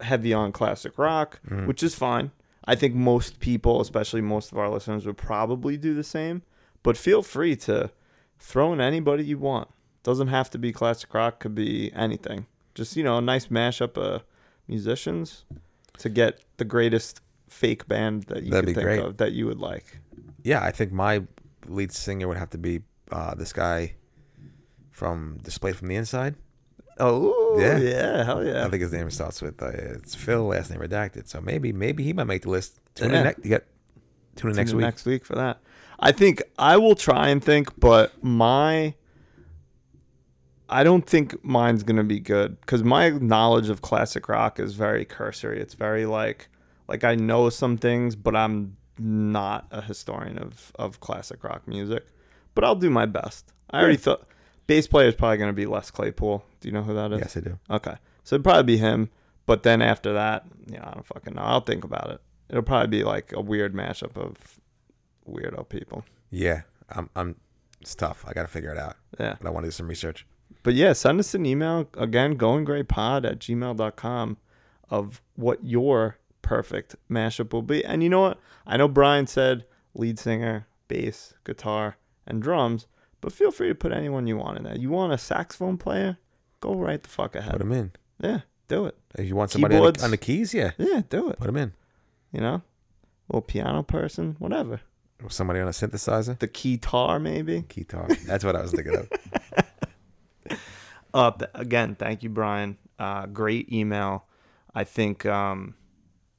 D: heavy on classic rock,
C: Mm.
D: which is fine. I think most people, especially most of our listeners, would probably do the same. But feel free to throw in anybody you want. Doesn't have to be classic rock; could be anything. Just you know, a nice mashup of musicians to get the greatest fake band that you
C: That'd be
D: could think
C: great.
D: of that you would like.
C: yeah, I think my lead singer would have to be uh, this guy from Displayed from the Inside.
D: Oh
C: Yeah.
D: yeah, hell yeah!
C: I think his name starts with uh, it's Phil, last name redacted. So maybe maybe he might make the list. Tune
D: Yeah.
C: in next. You got tune in next
D: to
C: week.
D: next week for that. I think I will try and think, but my I don't think mine's gonna be good because my knowledge of classic rock is very cursory. It's very like like I know some things, but I'm not a historian of of classic rock music. But I'll do my best. I already thought bass player is probably gonna be Les Claypool. Do you know who that is?
C: Yes, I do.
D: Okay. So it'd probably be him. But then after that, you know, I don't fucking know. I'll think about it. It'll probably be like a weird mashup of weirdo people.
C: Yeah, I'm. I'm. It's tough. I got to figure it out.
D: Yeah.
C: But I want to do some research.
D: But yeah, send us an email again, goinggraypod at gmail.com of what your perfect mashup will be. And you know what? I know Brian said lead singer, bass, guitar, and drums, but feel free to put anyone you want in there. You want a saxophone player? Go right the fuck
C: Put
D: ahead.
C: him in.
D: Yeah, do it.
C: If you want somebody on
D: Keyboards.
C: the, on the keys, yeah,
D: Yeah, do it.
C: put him in.
D: you know, little piano person, whatever.
C: Or Somebody on a synthesizer,
D: The guitar, maybe.
C: guitar. That's what I was thinking of.
D: Uh, th- again, thank you, Brian. Uh, great email. I think um,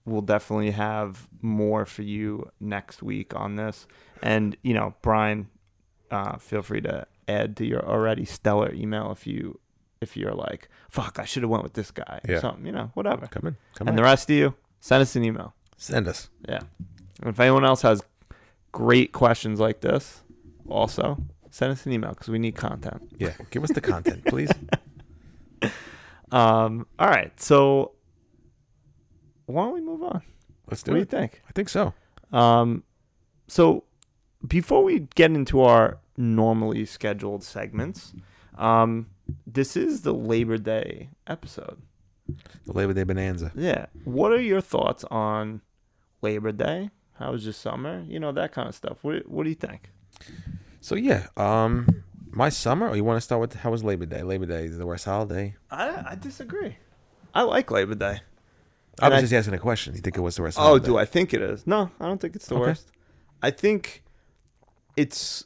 D: we'll definitely have more for you next week on this. And you know, Brian, uh, feel free to add to your already stellar email if you if you're like, fuck, I should have went with this guy or
C: Yeah.
D: something. You know, whatever.
C: Come in. Come
D: And
C: in.
D: the rest of you, send us an email.
C: Send us.
D: Yeah. And if anyone else has great questions like this, also send us an email because we need content.
C: Yeah, give us the content, please.
D: Um, all right. So why don't we move on?
C: Let's do
D: What do you
C: it.
D: think?
C: I think so.
D: Um, so before we get into our normally scheduled segments, um, this is the Labor Day episode.
C: The Labor Day Bonanza.
D: Yeah. What are your thoughts on Labor Day? How was your summer? You know, that kind of stuff. What, what do you think?
C: So yeah, um, my summer. Or you want to start with how was Labor Day? Labor Day is the worst holiday.
D: I, I disagree. I like Labor Day.
C: I was
D: I-
C: just asking a question. You think it was the worst?
D: Oh, do I think it is? No, I don't think it's the
C: Okay.
D: worst. I think it's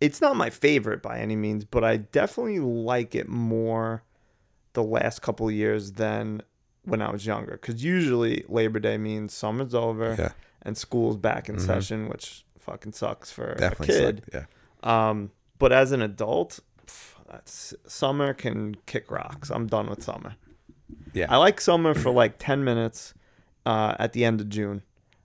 D: it's not my favorite by any means, but I definitely like it more the last couple of years than when I was younger. Because usually Labor Day means summer's over
C: Yeah. Mm-hmm.
D: and school's back in session, which fucking sucks for
C: Definitely.
D: a kid.
C: sucked. Yeah.
D: Um, but as an adult, pff, that's, summer can kick rocks. I'm done with summer.
C: Yeah.
D: I like summer for like 10 minutes uh, at the end of June.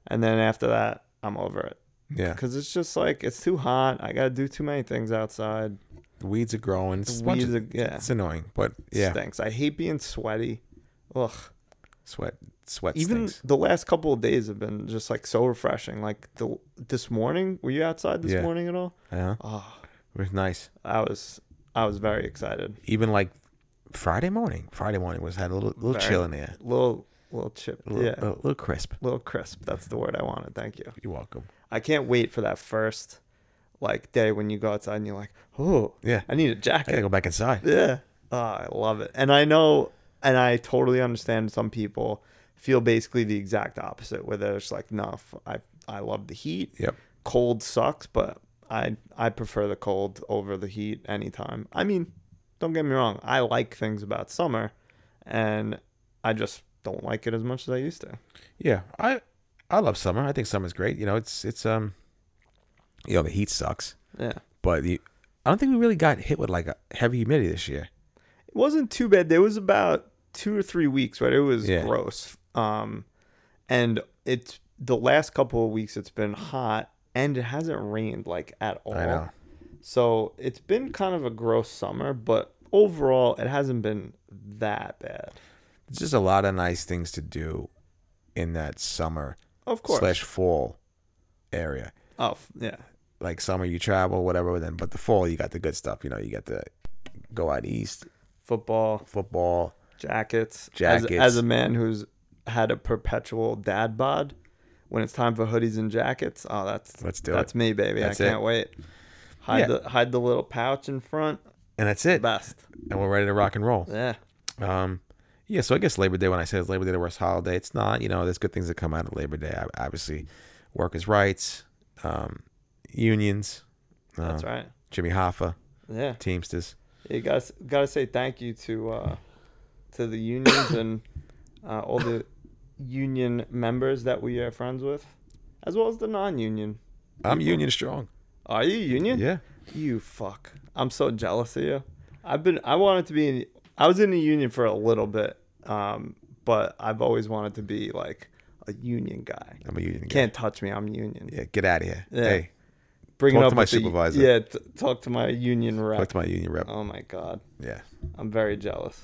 D: And then after that, I'm over it.
C: Yeah.
D: Because it's just like, it's too hot. I got to do too many things outside.
C: The weeds are growing. It's, a bunch
D: Weeds
C: of-
D: are- yeah.
C: it's annoying, but yeah,
D: Stinks. I hate being sweaty. Ugh.
C: sweat, sweat
D: Even
C: stinks.
D: the last couple of days have been just like so refreshing. Like the this morning, were you outside this
C: Yeah.
D: morning at all?
C: Yeah.
D: Oh,
C: Uh-huh. It was nice.
D: I was I was very excited.
C: Even like Friday morning. Friday morning was had a little, little
D: Very-
C: chill in the air.
D: Little little chip.
C: A little, uh,
D: yeah.
C: a little crisp.
D: little crisp. That's the word I wanted. Thank you.
C: You're welcome.
D: I can't wait for that first like day when you go outside and you're like, oh,
C: Yeah.
D: I need a
C: I gotta
D: jacket.
C: go back inside.
D: Yeah, oh, I love it. And I know, and I totally understand some people feel basically the exact opposite, where they're just like, no, f- I I love the heat.
C: Yep.
D: Cold sucks, but I I prefer the cold over the heat anytime. I mean, don't get me wrong, I like things about summer, and I just don't like it as much as I used to.
C: Yeah, I I love summer. I think summer's great. You know, it's it's um, you know, the heat sucks,
D: Yeah.
C: but the I don't think we really got hit with like a heavy humidity this year.
D: it wasn't too bad. There was about two or three weeks, right? It was
C: Yeah.
D: gross. Um, and it's the last couple of weeks it's been hot and it hasn't rained like at all.
C: I know.
D: So it's been kind of a gross summer, but overall it hasn't been that bad.
C: There's just a lot of nice things to do in that summer
D: Of course.
C: slash fall area.
D: oh f- yeah.
C: Like summer, you travel, whatever. Then, but the fall, you got the good stuff. You know, you got to go out east,
D: Football,
C: football.
D: jackets. As,
C: Jackets.
D: as a man who's had a perpetual dad bod, when it's time for hoodies and jackets, oh that's
C: Let's do
D: that's
C: it.
D: me, baby.
C: That's
D: I
C: it.
D: can't wait. Hide
C: Yeah.
D: the hide the little pouch in front.
C: And that's it.
D: Best.
C: And we're ready to rock and roll.
D: Yeah.
C: Um, yeah, so I guess Labor Day, when I say it's Labor Day the worst holiday, it's not. You know, there's good things that come out of Labor Day. Ob- Obviously, workers' rights, um, unions, uh,
D: That's right.
C: Jimmy Hoffa,
D: Yeah.
C: Teamsters.
D: You gotta gotta say thank you to uh to the unions and uh, all the union members that we are friends with, as well as the non-union.
C: I'm union strong.
D: Are you union?
C: Yeah.
D: You fuck. I'm so jealous of you. I've been. I wanted to be. In, I was in the union for a little bit, um, but I've always wanted to be like a union guy.
C: I'm a union guy.
D: Can't touch me. I'm union.
C: Yeah, get out of here.
D: Yeah.
C: Hey,
D: Bring it
C: Talk
D: up
C: to my
D: with the-
C: supervisor.
D: yeah. T- talk to my union rep.
C: talk to my union rep.
D: oh my god.
C: Yeah.
D: I'm very jealous.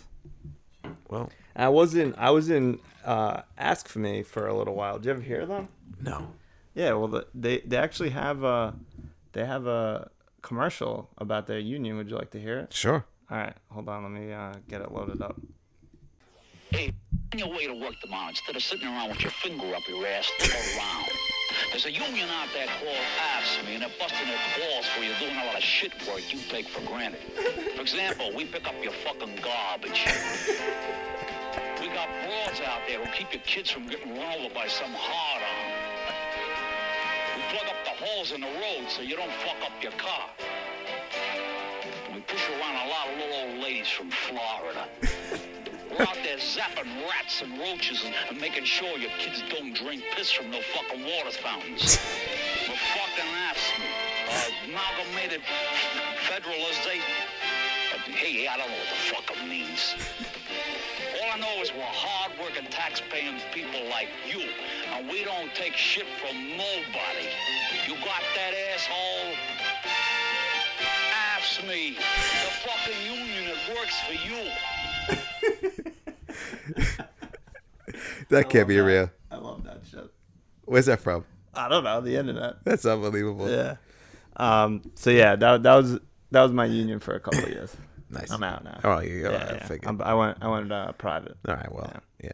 C: Well,
D: And I was in I was in uh, Ask for Me for a little while. Did you ever hear them?
C: no.
D: Yeah, well, the, they they actually have a they have a commercial about their union. Would you like to hear it?
C: Sure.
D: All right, hold on. Let me uh, get it loaded up.
E: Hey, find your way to work tomorrow instead of sitting around with your finger up your ass around. There's a union out there called AFSCME, and they're busting their balls for you doing a lot of shit work you take for granted. For example, we pick up your fucking garbage. We got broads out there who keep your kids from getting run over by some hard-on. We plug up the holes in the road so you don't fuck up your car. We push around a lot of little old ladies from Florida. We're out there zapping rats and roaches and, and making sure your kids don't drink piss from no fucking water fountains. We're fucking asthma. Uh, amalgamated federalization. Uh, hey, I don't know what the fuck it means. All I know is we're hard-working, tax-paying people like you, and we don't take shit from nobody. You got that asshole? Ask me. The fucking union that works for you.
C: That can't be real.
D: I love that shit.
C: Where's that from?
D: I don't know the internet.
C: That's unbelievable.
D: Yeah. Um. So yeah, that that was that was my union for a couple of years.
C: Nice.
D: I'm out now.
C: Oh, you
D: yeah,
C: all right, I
D: yeah.
C: figured.
D: I'm- I went I went uh, private.
C: All right. Well, yeah.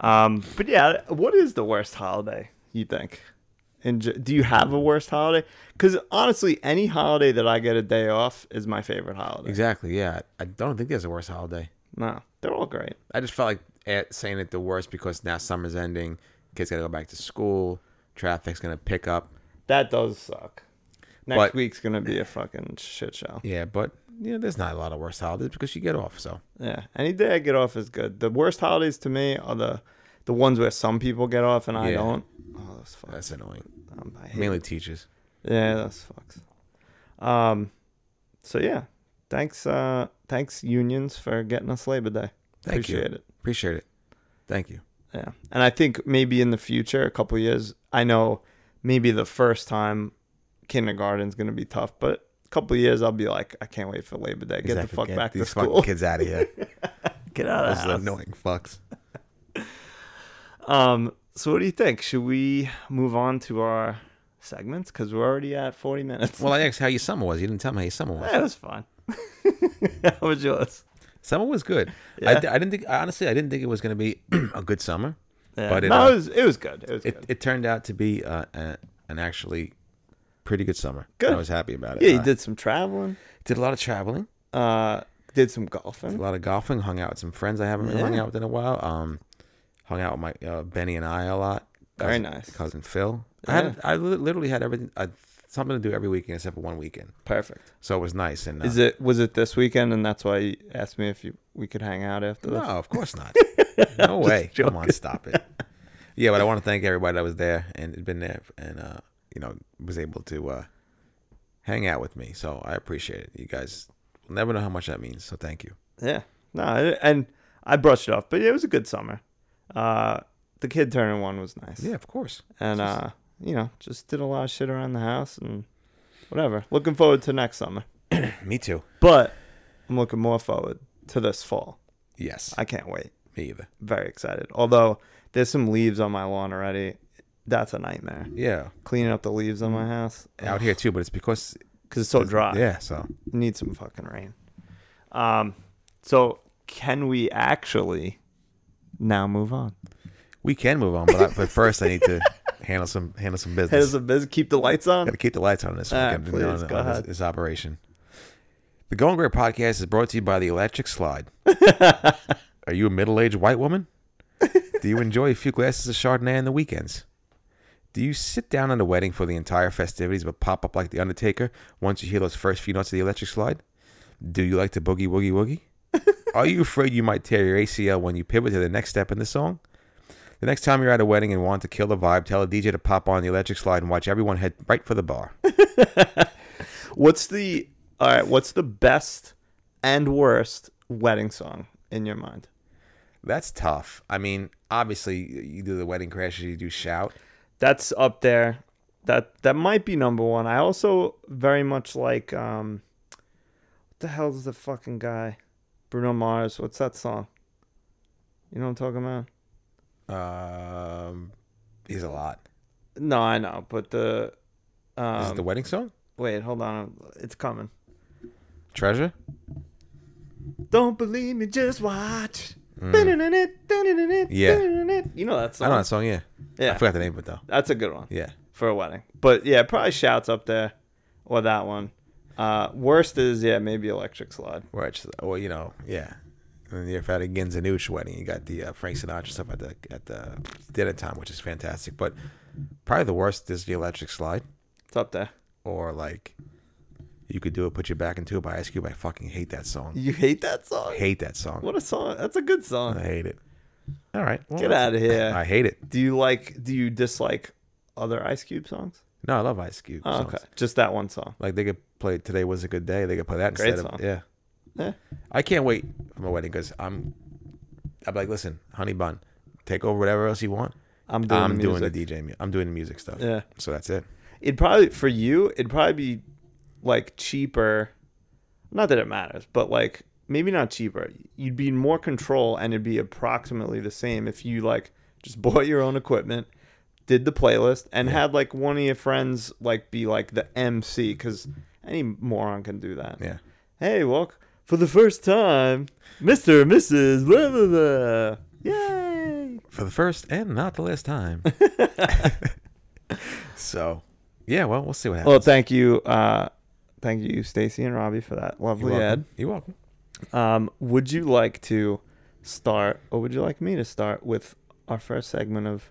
D: Um, but yeah, what is the worst holiday you think? And j- do you have a worst holiday? Because honestly, any holiday that I get a day off is my favorite holiday.
C: Exactly. Yeah. I don't think there's a worse holiday.
D: No, they're all great.
C: I just felt like at saying it the worst because now summer's ending, kids gotta go back to school, traffic's gonna pick up.
D: That does suck. Next
C: But-
D: week's gonna be a fucking shit show.
C: Yeah, but you know, there's not a lot of worse holidays because you get off. So
D: Yeah, any day I get off is good. The worst holidays to me are the the ones where some people get off and I
C: Yeah.
D: don't. Oh, that's fucks.
C: that's annoying.
D: Um, I hate-
C: Mainly teachers.
D: yeah, that's fucks. Um, so yeah, thanks, uh, thanks unions for getting us Labor Day.
C: Thank
D: Appreciate
C: you.
D: it.
C: Appreciate it. Thank you.
D: Yeah, and I think maybe in the future, a couple years, I know maybe the first time kindergarten's gonna be tough, but a couple years I'll be like, I can't wait for Labor Day. Get the
C: Exactly.
D: fuck back to
C: these
D: school.
C: fucking kids out of here.
D: Get out
C: Those annoying fucks.
D: Um, so what do you think? Should we move on to our segments? Because we're already at 40 minutes.
C: Well, I asked how your summer was. You didn't tell me how your summer was.
D: that was fun. How was yours?
C: Summer was good. I,
D: Yeah.
C: I didn't think. Honestly, I didn't think it was going to be a good summer.
D: Yeah.
C: But it,
D: no,
C: uh,
D: it was it was good. It was
C: It,
D: good.
C: it turned out to be uh, a, an actually pretty good summer.
D: Good.
C: I was happy about it.
D: yeah, you
C: Uh,
D: did some traveling.
C: Did a lot of traveling,
D: Uh, did some
C: a
D: golfing.
C: lot of golfing. Hung out with some friends I haven't really hung
D: Yeah.
C: out with in a while. Um, hung out with my uh, Benny and I a lot.
D: Very
C: Cousin-
D: nice.
C: cousin Phil. I had I li- literally had everything uh, something to do every weekend except for one weekend,
D: Perfect.
C: so it was nice. And uh,
D: Is it was it this weekend? And that's why you asked me if you we could hang out after
C: No,
D: this.
C: of course not. No way. Come on, stop it. Yeah, but I want to thank everybody that was there and had been there and uh, you know, was able to uh hang out with me. So I appreciate it. You guys will never know how much that means. So thank you.
D: Yeah. No, I- and I brushed it off, but it was a good summer. Uh, the kid turning one was nice.
C: Yeah, of course.
D: and uh, you know, just did a lot of shit around the house and whatever. Looking forward to next summer,
C: Me too.
D: but I'm looking more forward to this fall.
C: Yes.
D: I can't wait.
C: me either.
D: Very excited. Although there's some leaves on my lawn already. That's a nightmare.
C: Yeah.
D: Cleaning up the leaves on my house
C: Out here too, but it's because
D: because it's so dry.
C: yeah, so
D: need some fucking rain. Um, so can we actually now move on?
C: we can move on, but, I, but first I need to handle some handle some Uh, business.
D: Has the biz keep the lights on?
C: Got to keep the lights on this
D: Ah,
C: weekend
D: please,
C: on,
D: go
C: on this,
D: ahead.
C: this operation. The Going Great podcast is brought to you by the Electric Slide. Are you a middle-aged white woman? Do you enjoy a few glasses of Chardonnay on the weekends? Do you sit down at a wedding for the entire festivities but pop up like the Undertaker once you hear those first few notes of the Electric Slide? Do you like to boogie woogie woogie? Are you afraid you might tear your ACL when you pivot to the next step in the song? The next time you're at a wedding and want to kill the vibe, tell the DJ to pop on the electric slide and watch everyone head right for the bar.
D: What's the all right? What's the best and worst wedding song in your mind?
C: That's tough. I mean, obviously, you do the wedding crashes, you do shout.
D: That's up there. That that might be number one. I also very much like um, what the hell's the fucking guy, Bruno Mars. What's that song? You know what I'm talking about?
C: Um, is a lot.
D: No, I know, but
C: Is
D: the um,
C: it the wedding song?
D: wait, hold on, it's coming.
C: Treasure?
D: Don't believe me, just watch. Mm. Yeah, you know that song.
C: I know that song, yeah.
D: Yeah,
C: I forgot the name of it, though.
D: that's a good one.
C: Yeah.
D: for a wedding. But yeah, probably shouts up there or that one. Uh, worst is yeah, maybe electric slide.
C: Where it's, well, you know, yeah. And then if at a Ginzanuch wedding, you got the uh, Frank Sinatra stuff at the at the dinner time, which is fantastic. But probably the worst is the electric slide.
D: It's up there.
C: or like you could do it put your back into it by ice cube i fucking hate that song
D: You hate that song?
C: hate that song
D: What a song. That's a good
C: i
D: song.
C: hate it all right well,
D: Get
C: that's-
D: out of here.
C: i hate it
D: Do you like do you dislike other Ice Cube songs?
C: no i love ice cube
D: Oh,
C: songs.
D: okay. Just that one song.
C: like they could play today was a good day they could play that
D: Great
C: instead of
D: song.
C: yeah
D: Yeah.
C: i can't wait for my wedding because i'm i'm like listen honey bun take over whatever else you want
D: I'm doing
C: i'm
D: the
C: doing the
D: music.
C: dj mu- i'm doing the music stuff
D: Yeah.
C: so that's it
D: It'd probably for you, it'd probably be like cheaper. Not that it matters, but like maybe not cheaper. You'd be in more control and it'd be approximately the same if you like just bought your own equipment, did the playlist, and had like one of your friends like be like the MC because any moron can do that.
C: yeah
D: Hey, walk for the first time, Mr. and Mrs. Blah, blah, blah. Yay.
C: for the first and not the last time so yeah well we'll see what happens
D: Well, thank you. Uh, thank you, Stacy and Robbie, for that lovely
C: You're
D: ad.
C: welcome. You're welcome.
D: Um, would you like to start, or would you like me to start with our first segment of?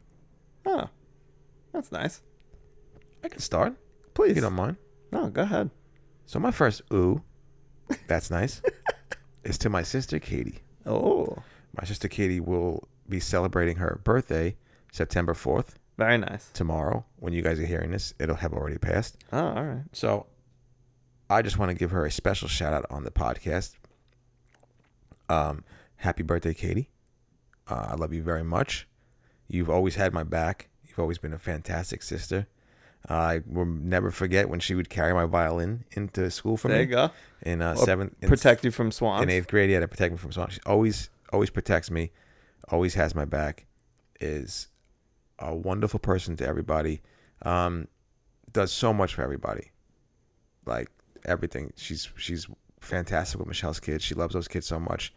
D: Oh, that's nice.
C: I can start.
D: Please,
C: If you don't mind.
D: no, go ahead.
C: So my first ooh That's nice. it's to my sister Katie.
D: Oh,
C: My sister Katie will be celebrating her birthday September 4th
D: very nice.
C: tomorrow. When you guys are hearing this, it'll have already passed.
D: Oh, all right.
C: So I just want to give her a special shout out on the podcast. Um, happy birthday, Katie. Uh, I love you very much. You've always had my back. You've always been a fantastic sister. I will never forget when she would carry my violin into school for
D: There
C: me.
D: you go.
C: In uh,
D: Or
C: seventh, in
D: protect you from swans.
C: in eighth grade, yeah, to protect me from something. She always, always protects me, always has my back, is a wonderful person to everybody, um, does so much for everybody, like everything. She's she's fantastic with Michelle's kids. She loves those kids so much.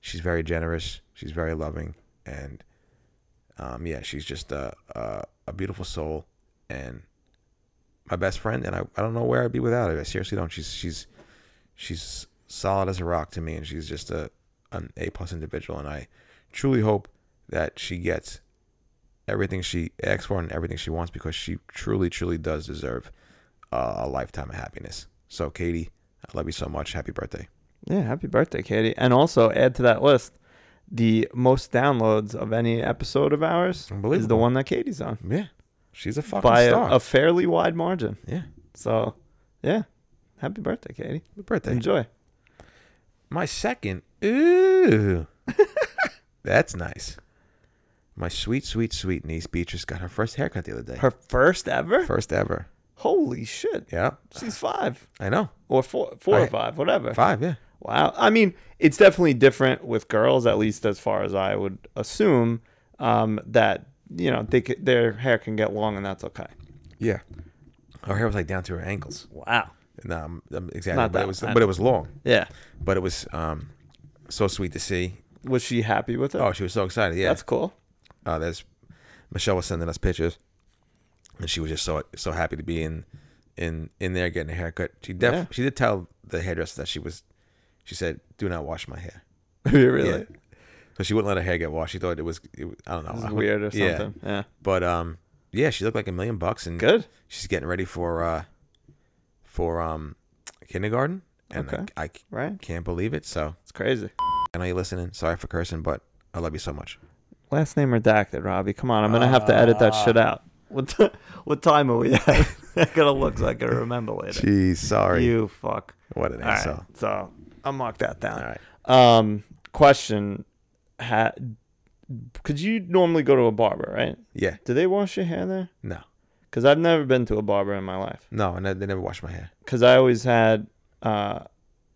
C: She's very generous. She's very loving, and um, yeah, she's just a, a a beautiful soul and my best friend. And I, I don't know where I'd be without her. I seriously don't. She's she's she's solid as a rock to me, and she's just a an A plus individual. And I truly hope that she gets everything she asks for and everything she wants because she truly, truly does deserve uh, a lifetime of happiness. So, Katie, I love you so much. Happy birthday!
D: Yeah, happy birthday, Katie. And also add to that list the most downloads of any episode of ours is the
C: Unbelievable.
D: one that Katie's on
C: Yeah, she's a fucking
D: by a,
C: star.
D: a fairly wide margin.
C: yeah,
D: So, yeah, happy birthday, Katie.
C: happy birthday.
D: Enjoy.
C: My second, ooh, that's nice. My sweet, sweet, sweet niece Beatrice got her first haircut the other day.
D: Her first ever?
C: first ever.
D: Holy shit.
C: Yeah,
D: She's five
C: I know.
D: or four, four or
C: Right.
D: five, whatever.
C: Five, yeah.
D: Wow. I mean, it's definitely different with girls, at least as far as I would assume um, that, you know, they c- their hair can get long and that's okay.
C: Yeah. Her hair was like down to her ankles.
D: Wow.
C: No, I'm, I'm exactly.
D: Not
C: but
D: that-
C: it was,
D: I-
C: but it was long.
D: Yeah.
C: But it was um, so sweet to see.
D: Was she happy with it?
C: Oh, she was so excited. Yeah,
D: That's cool.
C: uh, there's Michelle was sending us pictures, and she was just so so happy to be in in in there getting a haircut. She def
D: Yeah.
C: she did tell the hairdresser that she was. She said, "Do not wash my hair."
D: really?
C: Yeah. So she wouldn't let her hair get washed. She thought it was, it, was- I don't know,
D: It's weird or something. Yeah.
C: But um, yeah, she looked like a million bucks, and
D: Good.
C: She's getting ready for uh, for um, kindergarten, and
D: Okay.
C: I, I
D: Right?
C: can't believe it. So
D: It's crazy.
C: I know you're listening. Sorry for cursing, but I love you so much.
D: Last name redacted, Robbie. Come on, I'm gonna have to edit that shit
C: Uh,
D: out. What t- what time are we at? that gonna look like I remember later.
C: Jeez, sorry.
D: You fuck.
C: What an
D: All right,
C: insult.
D: so I'll mark that down.
C: All right.
D: Um, question: ha- Could you normally go to a barber, right?
C: Yeah.
D: Do they wash your hair there?
C: No.
D: Because I've never been to a barber in my life.
C: No, and I- they never wash my hair.
D: Because I always had, uh,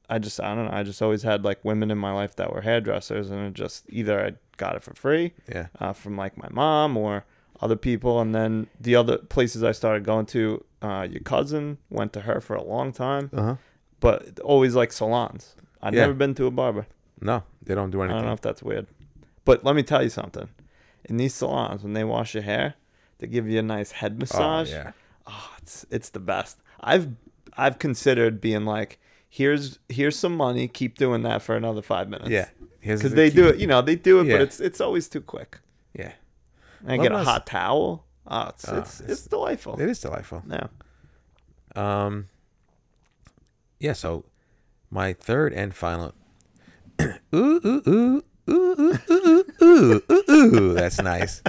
D: I just I don't know. I just always had like women in my life that were hairdressers, and it just either I got it for free,
C: Yeah.
D: uh, from like my mom or other people. And then the other places I started going to, uh, your cousin went to her for a long time,
C: Uh huh.
D: but always like salons. I've
C: Yeah.
D: never been to a barber.
C: No, they don't do
D: I don't
C: anything.
D: know if that's weird, but let me tell you something. In these salons, when they wash your hair, they give you a nice head massage.
C: yeah.
D: Oh, it's it's the best. I've I've considered being like, here's here's some money. Keep doing that for another five minutes.
C: Yeah. Here's
D: because
C: the
D: they
C: key.
D: do it. You know, they do it,
C: Yeah.
D: but it's it's always too quick.
C: Yeah.
D: And I
C: Well,
D: get a
C: that's-
D: hot towel. Oh, it's, it's,
C: Ah, it's-
D: it's delightful.
C: It is delightful.
D: No.
C: Um. Yeah. So, my third and final. ooh ooh ooh ooh ooh ooh ooh ooh ooh. That's nice.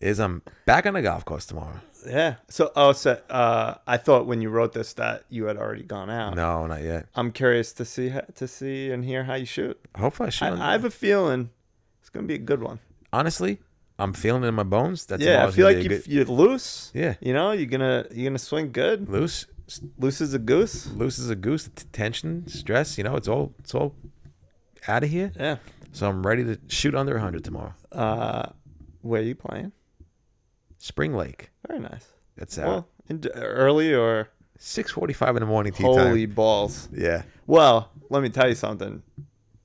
C: Is I'm back on the golf course tomorrow.
D: Yeah. So, oh, so uh, I thought when you wrote this that you had already gone out.
C: No, not yet.
D: I'm curious to see ho- to see and hear how you shoot.
C: Hopefully, I shoot. on-
D: I, I have a feeling it's gonna be a good one.
C: honestly, I'm feeling it in my bones. That's
D: yeah, I feel like you,
C: good,
D: you're loose.
C: Yeah.
D: You know, you're gonna you're gonna swing good.
C: loose. s-
D: Loose as a goose.
C: Loose as a goose. T- tension, stress. You know, it's all it's all out of here.
D: Yeah.
C: So I'm ready to shoot under 100 tomorrow.
D: Uh, where are you playing?
C: Spring Lake.
D: Very nice.
C: That's out.
D: Well, in, early or
C: 6:45 in the morning tea
D: holy
C: time.
D: balls.
C: Yeah.
D: Well, let me tell you something.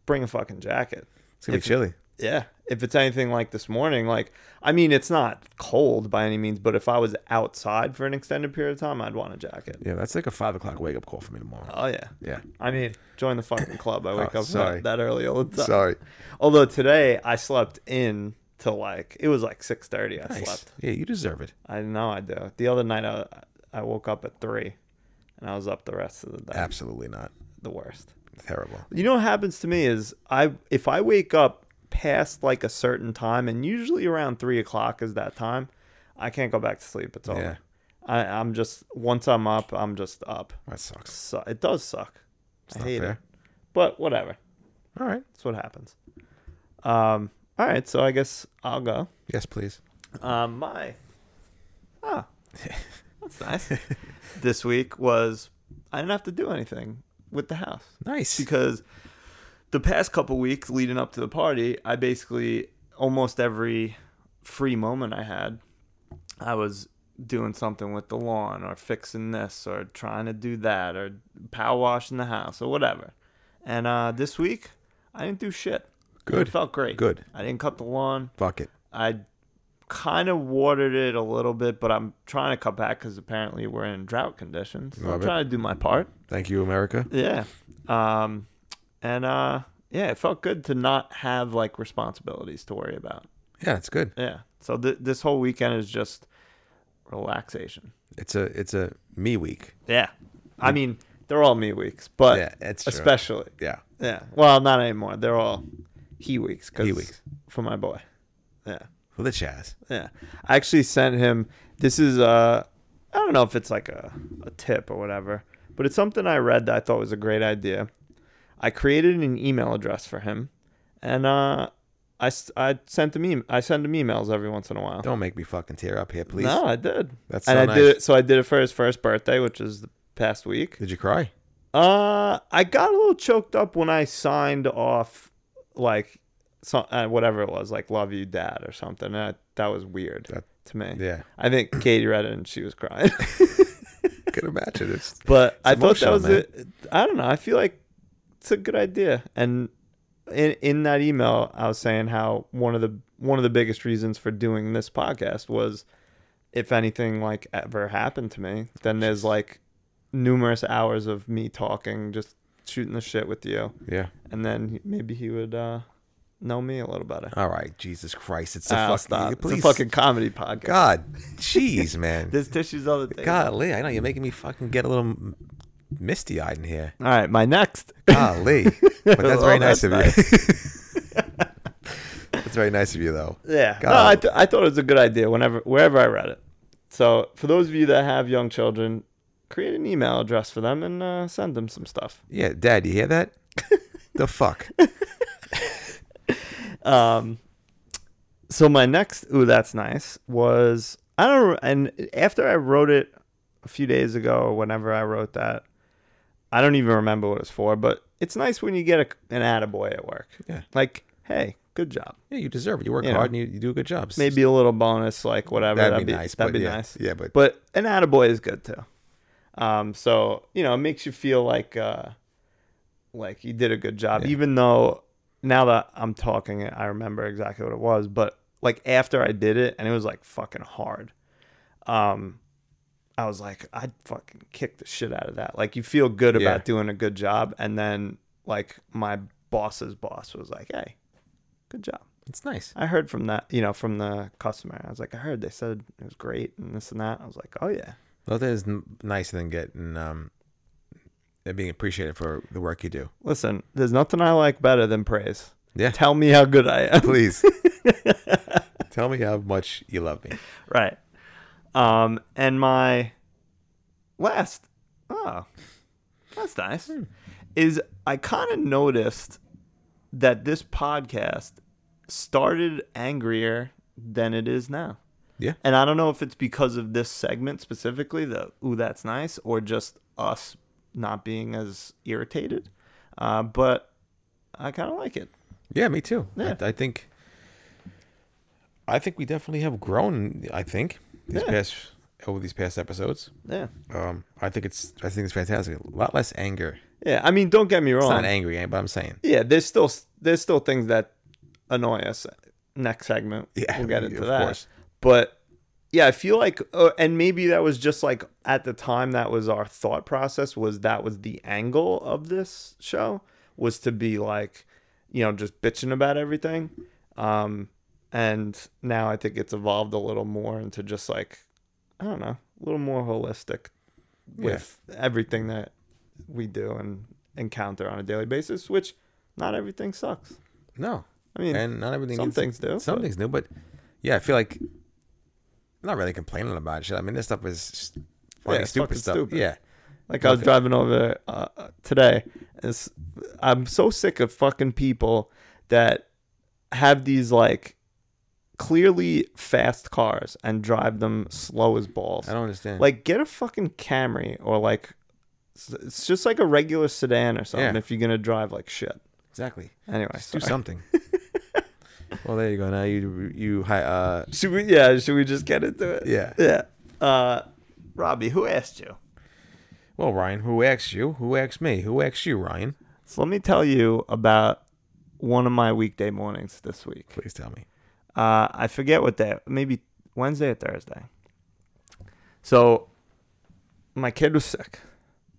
D: Bring a fucking jacket.
C: It's gonna
D: If-
C: be chilly.
D: Yeah. If it's anything like this morning, like I mean, it's not cold by any means, but if I was outside for an extended period of time, I'd want a jacket.
C: Yeah, that's like a five o'clock wake up call for me tomorrow.
D: Oh yeah.
C: Yeah. Oh,
D: I mean, join the fucking club. I wake up
C: sorry.
D: that, that early all the time. Although today I slept in till like it was like six thirty. I
C: Nice.
D: slept.
C: Yeah, you deserve it.
D: I know I do. The other night I I woke up at three, and I was up the rest of the day.
C: Absolutely not.
D: The worst.
C: Terrible.
D: You know what happens to me is I if I wake up past like a certain time, and usually around three o'clock is that time, I can't go back to sleep. It's over.
C: Yeah.
D: I, I'm just once I'm up, I'm just up.
C: Oh, That sucks.
D: So, it does suck.
C: It's
D: I
C: not
D: hate
C: fair.
D: it, but whatever.
C: All right.
D: That's what happens. Um. All right. So I guess I'll go.
C: Yes, please.
D: Um. My. Ah. That's nice. this week was I didn't have to do anything with the house.
C: Nice.
D: because the past couple weeks leading up to the party, I basically almost every free moment I had, I was doing something with the lawn or fixing this or trying to do that or power washing the house or whatever. And uh, this week, I didn't do shit.
C: Good.
D: It felt great.
C: Good.
D: I didn't cut the lawn.
C: Fuck it.
D: I kind of watered it a little bit, but I'm trying to cut back because apparently we're in drought conditions. So I'm
C: Love it.
D: trying to do my part.
C: Thank you, America.
D: Yeah. Um, and uh, yeah, it felt good to not have like responsibilities to worry about.
C: Yeah, it's good.
D: Yeah. So th- this whole weekend is just relaxation.
C: It's a it's a me week.
D: Yeah. I mean, they're all me weeks, but
C: Yeah, it's true.
D: especially.
C: Yeah.
D: Yeah. Well, not anymore. They're all he weeks. 'cause-
C: He weeks.
D: For my boy. Yeah.
C: For the Chaz.
D: Yeah. I actually sent him this is uh I don't know if it's like a, a tip or whatever, but it's something I read that I thought was a great idea. I created an email address for him and uh I, s- I sent him em- I send him emails every once in a while.
C: Don't make me fucking tear up here, please.
D: No, I did.
C: That's
D: and
C: so
D: I
C: nice.
D: did it so I did it for his first birthday, which was the past week.
C: Did you cry?
D: Uh, I got a little choked up when I signed off, like, so, uh, whatever it was, like "Love You, Dad" or something. And I, that was weird
C: That-
D: to me.
C: yeah.
D: I think Katie read it and she was crying.
C: Could imagine it's
D: but I thought that
C: emotional,
D: was it. I don't know. I feel like it's a good idea. And in in that email, I was saying how one of the one of the biggest reasons for doing this podcast was if anything like ever happened to me, then there's like numerous hours of me talking, just shooting the shit with you,
C: Yeah.
D: and then maybe he would uh, know me a little better.
C: All right. Jesus Christ. It's a
D: Ah,
C: fucking
D: stop.
C: please.
D: It's a fucking comedy podcast.
C: God. Jeez, man.
D: There's tissues on the table.
C: Golly, I know you're making me fucking get a little misty eyed in here.
D: All right, my next.
C: Golly. But that's
D: Well,
C: very nice of
D: Oh, that's
C: you. that's very nice of you though.
D: Yeah. No,
C: God.
D: I, th- I thought it was a good idea whenever wherever I read it. So for those of you that have young children, create an email address for them and uh, send them some stuff.
C: Yeah, Dad, you hear that? the fuck?
D: Um, so my next, ooh, that's nice. Was I don't and after I wrote it a few days ago, whenever I wrote that, I don't even remember what it's for. But it's nice when you get a, an attaboy at work.
C: Yeah.
D: Like, hey, good job.
C: Yeah, you deserve it. You work
D: You know.
C: hard and you, you do a good job.
D: Maybe a little bonus, like whatever.
C: That'd be nice,
D: That'd
C: but
D: be
C: yeah.
D: nice.
C: Yeah, but-
D: but an attaboy is good too. Um, so you know, it makes you feel like uh, like you did a good job, even though now that I'm talking, it, I remember exactly what it was. But like after I did it, and it was like fucking hard. Um, I was like, I fucking kicked the shit out of that. Like you feel good
C: Yeah.
D: about doing a good job, and then like my boss's boss was like, hey, good job.
C: It's nice.
D: I heard from that, you know, from the customer. I was like, I heard they said it was great and this and that. I was like, oh yeah,
C: Nothing is n- nicer than getting um and being appreciated for the work you do.
D: listen, there's nothing I like better than praise.
C: Yeah.
D: Tell me how good I am.
C: Please. Tell me how much you love me.
D: right. Um, and my last, oh, that's nice.
C: Hmm.
D: Is I kind of noticed that this podcast started angrier than it is now.
C: Yeah.
D: And I don't know if it's because of this segment specifically, the ooh, that's nice, or just us not being as irritated. Uh, but I kind of like it.
C: Yeah, me too.
D: Yeah.
C: I, I think I think we definitely have grown, I think, these
D: Yeah.
C: past over these past episodes.
D: Yeah.
C: Um I think it's I think it's fantastic. A lot less anger.
D: Yeah. I mean, don't get me
C: It's
D: wrong.
C: not angry, eh, but I'm saying.
D: yeah. There's still there's still things that annoy us. Next segment,
C: Yeah,
D: we'll get
C: of
D: into that.
C: course.
D: But yeah, I feel like, uh, and maybe that was just like at the time that was our thought process was that was the angle of this show was to be like, you know, just bitching about everything. Um, and now I think it's evolved a little more into just like, I don't know, a little more holistic with everything that we do and encounter on a daily basis, which not everything sucks.
C: No,
D: I mean,
C: and not everything.
D: some
C: is-
D: things do,
C: Some
D: but-
C: things do, but yeah, I feel like I'm not really complaining about shit. I mean, this stuff is just funny,
D: Yeah, it's
C: stupid
D: fucking
C: stuff.
D: stupid.
C: Yeah,
D: Like I was driving over uh, today. It's, I'm so sick of fucking people that have these like clearly fast cars and drive them slow as balls.
C: I don't understand.
D: Like get a fucking Camry or like s- it's just like a regular sedan or something
C: Yeah.
D: if you're gonna drive like shit.
C: exactly.
D: Anyway,
C: Just do
D: sorry.
C: something. well, there you go. Now you you hi uh
D: Should we? Yeah, should we just get into it?
C: Yeah.
D: yeah. Uh, Robbie, who asked you?
C: well Ryan, who asked you? Who asked me? Who asked you, Ryan?
D: So let me tell you about one of my weekday mornings this week.
C: Please tell me.
D: Uh, I forget what day, maybe Wednesday or Thursday. So my kid was sick.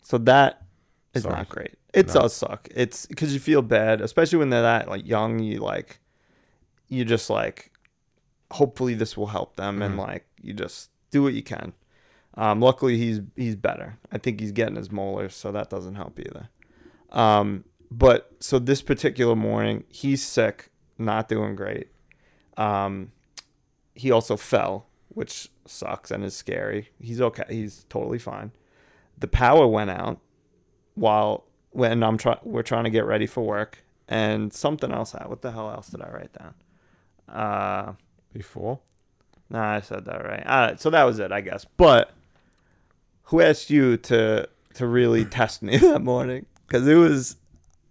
D: So that is
C: Sorry.
D: not great. It does suck. It's because you feel bad, especially when they're that like young. You like, you just like, hopefully this will help them, and like you just do what you can. Um, luckily he's he's better. I think he's getting his molars, so that doesn't help either. Um, but so this particular morning, he's sick, not doing great. Um, he also fell, which sucks and is scary. He's okay. He's totally fine. The power went out while when I'm try we're trying to get ready for work and something else. Out. What the hell else did I write down? Uh,
C: Before
D: no, I said that right. All right, so that was it, I guess. But who asked you to to really test me that morning? Because it was,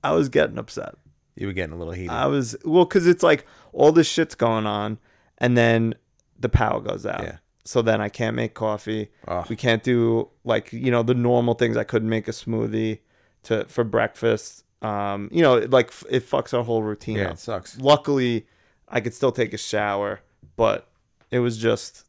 D: I was getting upset.
C: you were getting a little heated.
D: I was well, because it's like all this shit's going on, and then the power goes out.
C: Yeah.
D: So then I can't make coffee.
C: Ugh.
D: We can't do like you know the normal things. I couldn't make a smoothie to for breakfast. Um, you know, it, like f- it fucks our whole routine.
C: yeah,
D: up
C: it sucks.
D: luckily I could still take a shower, but it was just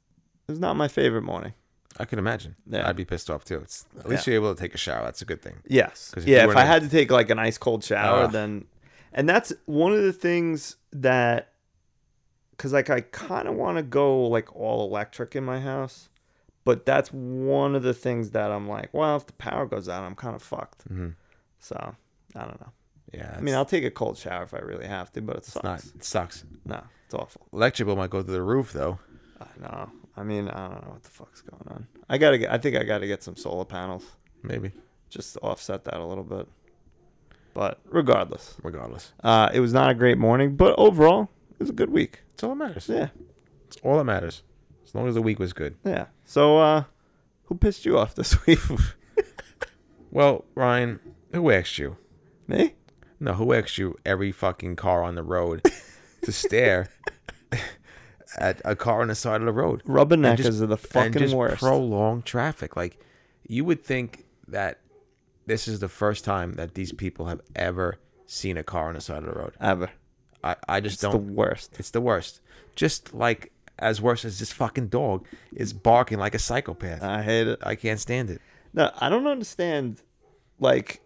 D: it was not my favorite morning.
C: I can imagine.
D: Yeah.
C: I'd be pissed off too. It's at least you're able to take a shower. That's a good thing.
D: Yes.
C: 'Cause if
D: yeah,
C: you Ah.
D: if
C: were
D: I
C: to-
D: had to take like an ice cold shower,
C: Ugh.
D: then and that's one of the things that cuz like I kind of want to go like all electric in my house, but that's one of the things that I'm like, well, if the power goes out, I'm kind of fucked.
C: Mhm.
D: So, I don't know.
C: Yeah,
D: I mean, I'll take a cold shower if I really have to, but it
C: it's
D: sucks.
C: not. It sucks.
D: No, it's awful.
C: Electric bill might go through the roof though.
D: I know. I mean, I don't know what the fuck's going on. I gotta get. I think I gotta get some solar panels
C: Maybe.
D: just to offset that a little bit. But regardless,
C: Regardless,
D: uh, it was not a great morning, but overall, it was a good week.
C: it's all that matters.
D: Yeah,
C: It's all that matters. As long as the week was good.
D: yeah. So, uh, who pissed you off this week?
C: Well, Ryan, who asked you?
D: Me?
C: No, who asked you every fucking car on the road to stare at a car on the side of the road?
D: Rubberneckers
C: just-
D: are the
C: and
D: fucking
C: just
D: worst.
C: prolong traffic. Like you would think that this is the first time that these people have ever seen a car on the side of the road.
D: Ever.
C: I, I just
D: It's
C: don't.
D: the worst.
C: It's the worst. Just like as worse as this fucking dog is barking like a psychopath.
D: I hate it.
C: I can't stand it.
D: No, I don't understand. Like,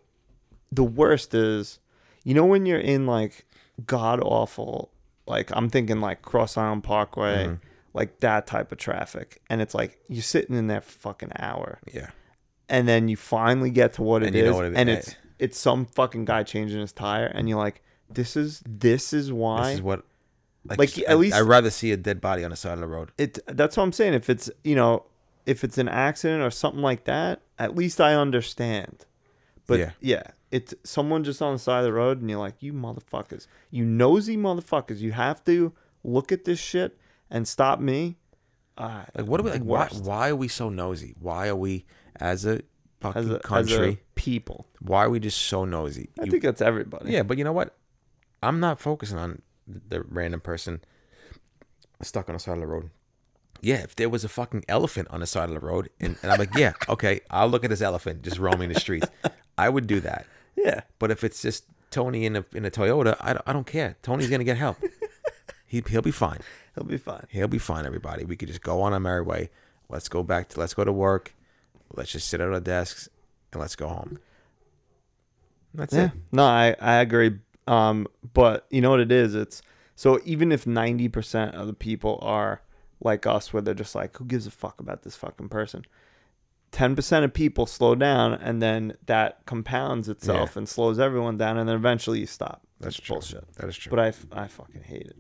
D: the worst is, you know, when you're in like god awful, like I'm thinking like Cross Island Parkway, like that type of traffic, and it's like you're sitting in there for fucking hour,
C: Yeah.
D: and then you finally get to what it is,
C: And you know what it-
D: and
C: eh.
D: it's it's some fucking guy changing his tire, and you're like, this is this is why
C: This is what.
D: Like, at
C: I-
D: least-
C: I'd rather see a dead body on the side of the road.
D: it that's what I'm saying. If it's you know, if it's an accident or something like that, at least I understand. But yeah.
C: Yeah.
D: it's someone just on the side of the road, and you're like, you motherfuckers, you nosy motherfuckers, you have to look at this shit and stop me. Uh,
C: Like what are we like? Why,
D: worst.
C: why are we so nosy? Why are we as a fucking
D: as a
C: country?
D: as a people,
C: why are we just so nosy?
D: I
C: You-
D: think that's everybody.
C: yeah, but you know what? I'm not focusing on the random person stuck on the side of the road. Yeah, if there was a fucking elephant on the side of the road, and, and I'm like, yeah, okay, I'll look at this elephant just roaming the streets. I would do that.
D: yeah,
C: But if it's just Tony in a in a Toyota, I don't, I don't care. Tony's gonna get help. he he'll be fine.
D: he'll be fine.
C: He'll be fine, everybody. We could just go on our merry way. Let's go back to let's go to work. Let's just sit at our desks and let's go home. That's
D: Yeah.
C: it.
D: No, I, I agree. Um, but you know what it is? It's so even if 90% of the people are like us, where they're just like, who gives a fuck about this fucking person? 10% of people slow down and then that compounds itself
C: Yeah.
D: and slows everyone down and then eventually you stop.
C: That's
D: It's
C: true.
D: bullshit.
C: That is true.
D: But I, f- I fucking hate it.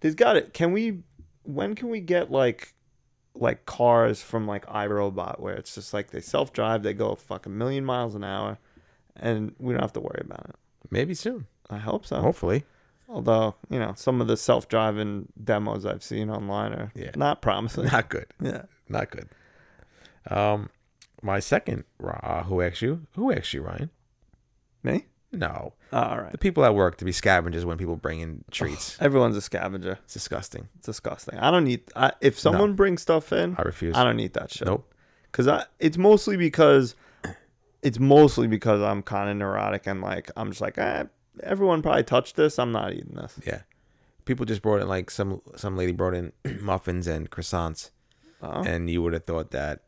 D: They've got it. Can we, when can we get like, like cars from like iRobot where it's just like they self drive, they go a fucking million miles an hour and we don't have to worry about it?
C: Maybe soon.
D: I Oh. hope so.
C: Hopefully.
D: Although, you know, some of the self driving demos I've seen online are
C: Yeah.
D: not promising.
C: Not good.
D: yeah.
C: Not good. Um, my second uh, who asked you? Who asked you, Ryan?
D: Me?
C: No,
D: All right.
C: the people at work to be scavengers when people bring in treats.
D: Everyone's a scavenger.
C: It's disgusting.
D: It's disgusting. I don't need. I, if someone brings stuff in,
C: I refuse.
D: I don't need that shit.
C: Nope.
D: Because I, it's mostly because, it's mostly because I'm kind of neurotic and like I'm just like, eh, everyone probably touched this. I'm not eating this.
C: Yeah, people just brought in like some some lady brought in muffins and croissants,
D: Oh.
C: and you would have thought that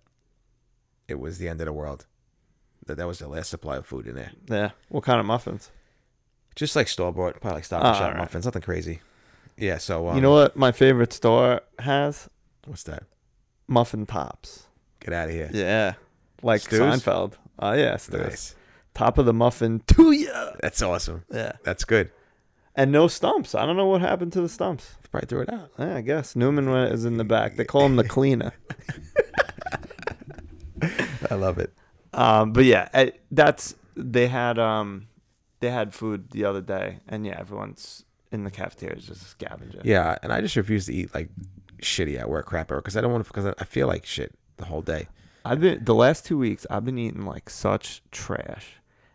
C: it was the end of the world. That that was the last supply of food in there.
D: Yeah. What kind of muffins?
C: Just like store bought, probably like Stop and
D: Ah,
C: Shop
D: alright.
C: muffins, nothing crazy. Yeah. So um,
D: you know what my favorite store has?
C: what's that?
D: Muffin tops.
C: Get out of here.
D: Yeah. Like
C: Stu's?
D: Seinfeld. Oh yeah, Stu's.
C: Nice.
D: Top of the muffin to ya.
C: That's awesome.
D: Yeah.
C: That's good.
D: And no stumps. I don't know what happened to the stumps.
C: Probably threw it out.
D: Yeah, I guess Newman went- is in the back. They call him the cleaner.
C: I love it.
D: Um, but yeah, I, that's they had um, they had food the other day, and yeah, everyone's in the cafeteria is just a scavenger.
C: Yeah, and I just refuse to eat like shitty at work crap at work because I don't want to because I feel like shit the whole day.
D: I've been the last two weeks. I've been eating like such trash.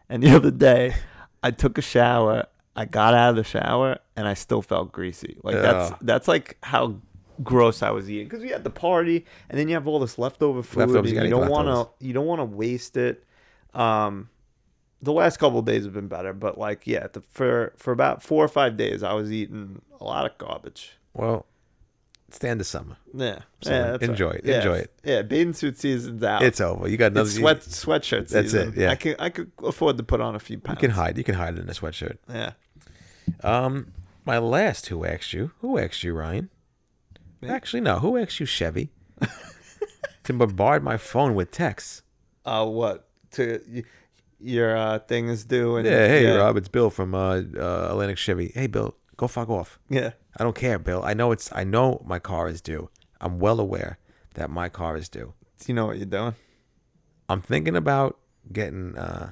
D: And the other day, I took a shower. I got out of the shower, and I still felt greasy. Like that's
C: Ugh.
D: that's like how gross I was eating because we had the party, and then you have all this leftover food.
C: Leftovers, you gotta
D: and you
C: eat
D: don't want
C: leftovers.
D: to you don't want to waste it. Um, the last couple of days have been better, but like yeah, the, for for about four or five days, I was eating a lot of garbage.
C: Well, it's the end of summer.
D: Yeah,
C: So
D: yeah that's
C: enjoy
D: all
C: it,
D: Yeah,
C: enjoy it.
D: Yeah, bathing suit season's out.
C: It's over. You got another
D: It's sweat sweatshirt
C: That's
D: season.
C: it, yeah.
D: I can I could afford to put on a few
C: You
D: pounds.
C: can hide. You can hide it in a sweatshirt.
D: Yeah.
C: Um, my last who asked you? Who asked you, Ryan? Actually, no. Who asked you, Chevy? to bombard my phone with texts.
D: Uh, what to y- your uh thing is due and
C: Yeah, hey
D: yeah,
C: Rob, it's Bill from uh, uh, Atlantic Chevy. Hey Bill, go fuck off.
D: Yeah.
C: I don't care, Bill. I know it's. I know my car is due. I'm well aware that my car is due.
D: Do you know what you're doing?
C: I'm thinking about getting uh,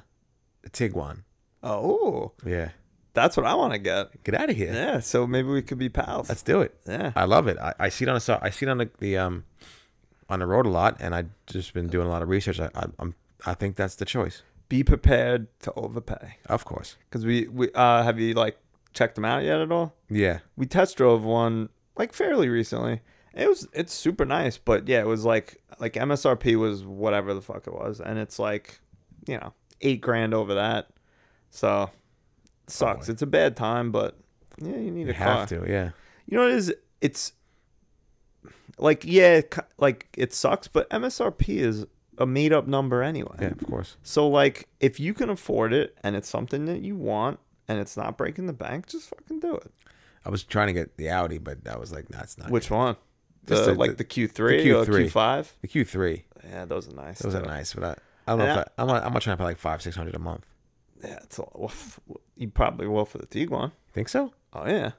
C: a Tiguan.
D: Oh,
C: Yeah,
D: that's what I want to get.
C: get out of here.
D: Yeah. So maybe we could be pals.
C: Let's do it.
D: yeah.
C: I love it. I, I see it on the so- I see it on the, the um on the road a lot, and I've just been doing a lot of research. I, I I'm I think that's the choice.
D: be prepared to overpay
C: Of course.
D: because we we uh have you like checked them out yet at all?
C: Yeah.
D: we test drove one like fairly recently. It was it's super nice, but yeah, it was like like MSRP was whatever the fuck it was, and it's like you know eight grand over that,
C: Oh,
D: so sucks. it's a bad time, but yeah, you need
C: You
D: a car.
C: have to. Yeah.
D: You know what it is? It's like yeah, it ki- like it sucks, but MSRP is a made up number anyway.
C: Yeah. Of course.
D: So like if you can afford it and it's something that you want and it's not breaking the bank, just fucking do it.
C: I was trying to get the Audi, but I was like, that's not
D: Which one?
C: Just
D: The-
C: the-
D: like
C: the-
D: the Q three,
C: the
D: or the
C: Q3.
D: Q five.
C: the Q3.
D: Yeah, those are nice.
C: Those are
D: too.
C: nice, but I. I don't know
D: And
C: if I, I'm, not- I'm not trying to pay like five, six hundred a month.
D: Yeah, it's a, oof. you probably will for the Tiguan.
C: Think so?
D: Oh yeah,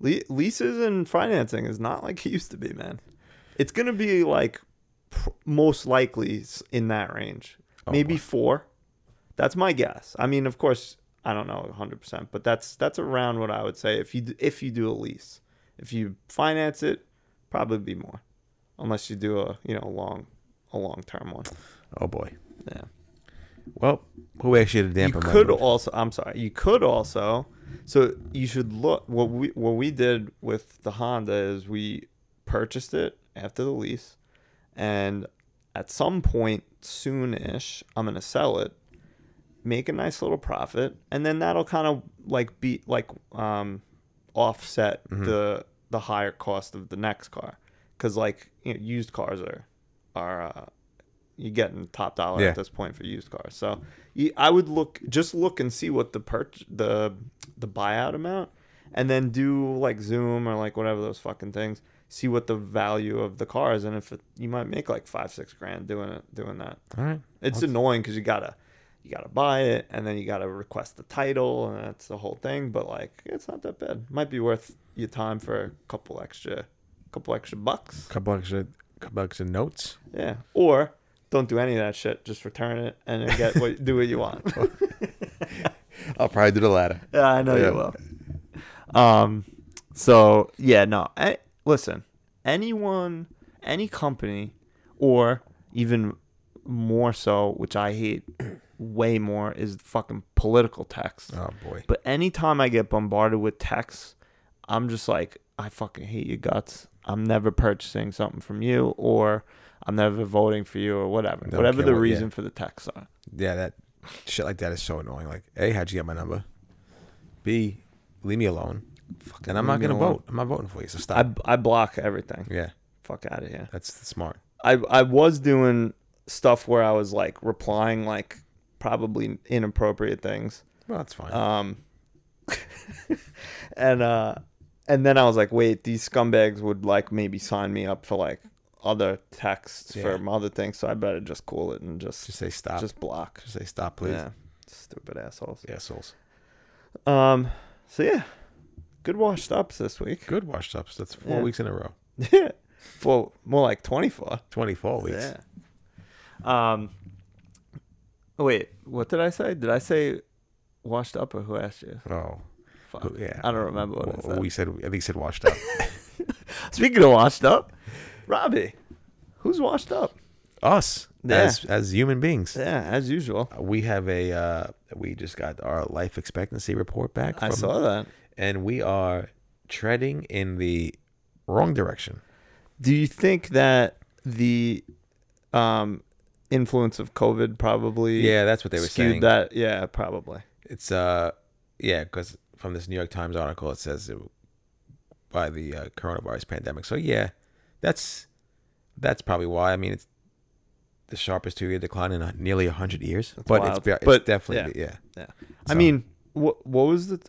D: Le- leases and financing is not like it used to be, man. It's gonna be like pr- most likely s- in that range, maybe four. That's my guess. I mean, of course, I don't know 100, percent but that's that's around what I would say if you d- if you do a lease. If you finance it, probably be more, unless you do a you know a long a long term one.
C: Oh boy.
D: Yeah.
C: Well, who asked you to
D: you
C: dampen my
D: could
C: mood?
D: also i'm sorry you could also so you should look what we what we did with the honda is we purchased it after the lease and at some point soonish i'm gonna sell it make a nice little profit and then that'll kind of like be like um offset the the higher cost of the next car because like you know, used cars are are uh, you're getting top dollar
C: Yeah.
D: at this point for used cars so you, i would look just look and see what the perch the the buyout amount and then do like zoom or like whatever those fucking things see what the value of the car is, and if it, you might make like five six grand doing it doing that.
C: All right.
D: It's annoying because you gotta you gotta buy it and then you gotta request the title and that's the whole thing. But like, it's not that bad. Might be worth your time for a couple extra couple extra bucks.
C: Couple extra, couple extra notes.
D: Yeah. Or don't do any of that shit. Just return it and then get what do what you want.
C: I'll probably do the latter.
D: Yeah, I know you will. Um, so yeah, no. I, listen, anyone, any company, or even more so, which I hate way more, is fucking political text.
C: Oh boy.
D: But anytime I get bombarded with texts, I'm just like, I fucking hate your guts. I'm never purchasing something from you, or I'm never voting for you, or whatever.
C: Don't
D: whatever
C: care
D: the
C: what- yeah.
D: reason for the texts are.
C: Yeah, that shit like that is so annoying. Like, A, how'd you get my number? B, leave me alone. Fucking and I'm not
D: leave me
C: gonna
D: alone.
C: vote. I'm not voting for you. So stop.
D: I, I block everything.
C: yeah,
D: Fuck out of here.
C: that's smart.
D: I I was doing stuff where I was like replying like probably inappropriate things.
C: Well, that's fine.
D: Um and uh and then I was like, wait, these scumbags would like maybe sign me up for like other texts for
C: Yeah.
D: other things, so I better just cool it and just
C: just say stop. Just,
D: just block.
C: say stop, please.
D: Yeah. Stupid assholes.
C: Assholes.
D: Um so yeah. Good washed ups this week.
C: Good washed ups. That's four
D: Yeah.
C: weeks in a row.
D: Yeah. well, more like twenty four.
C: Twenty four weeks.
D: Yeah. Um. Wait, what did I say? Did I say washed up or who asked you?
C: Oh.
D: Fuck.
C: Yeah.
D: I don't remember what I
C: Well,
D: said.
C: we said I think said washed up.
D: Speaking of washed up, Robbie, who's washed up?
C: Us
D: Yeah.
C: as as human beings.
D: Yeah, as usual.
C: We have a uh, we just got our life expectancy report back.
D: I
C: from-
D: saw that.
C: and we are treading in the wrong direction.
D: Do you think that the um influence of COVID probably
C: Yeah, that's what they were
D: skewed
C: saying.
D: that? Yeah, probably.
C: It's uh, yeah, because from this New York Times article, it says it, by the uh, coronavirus pandemic. So yeah, that's that's probably why. I mean, it's the sharpest two-year decline in uh, nearly hundred years. but it's,
D: wild.
C: be- it's
D: But,
C: definitely yeah.
D: Yeah. I mean, what what was the?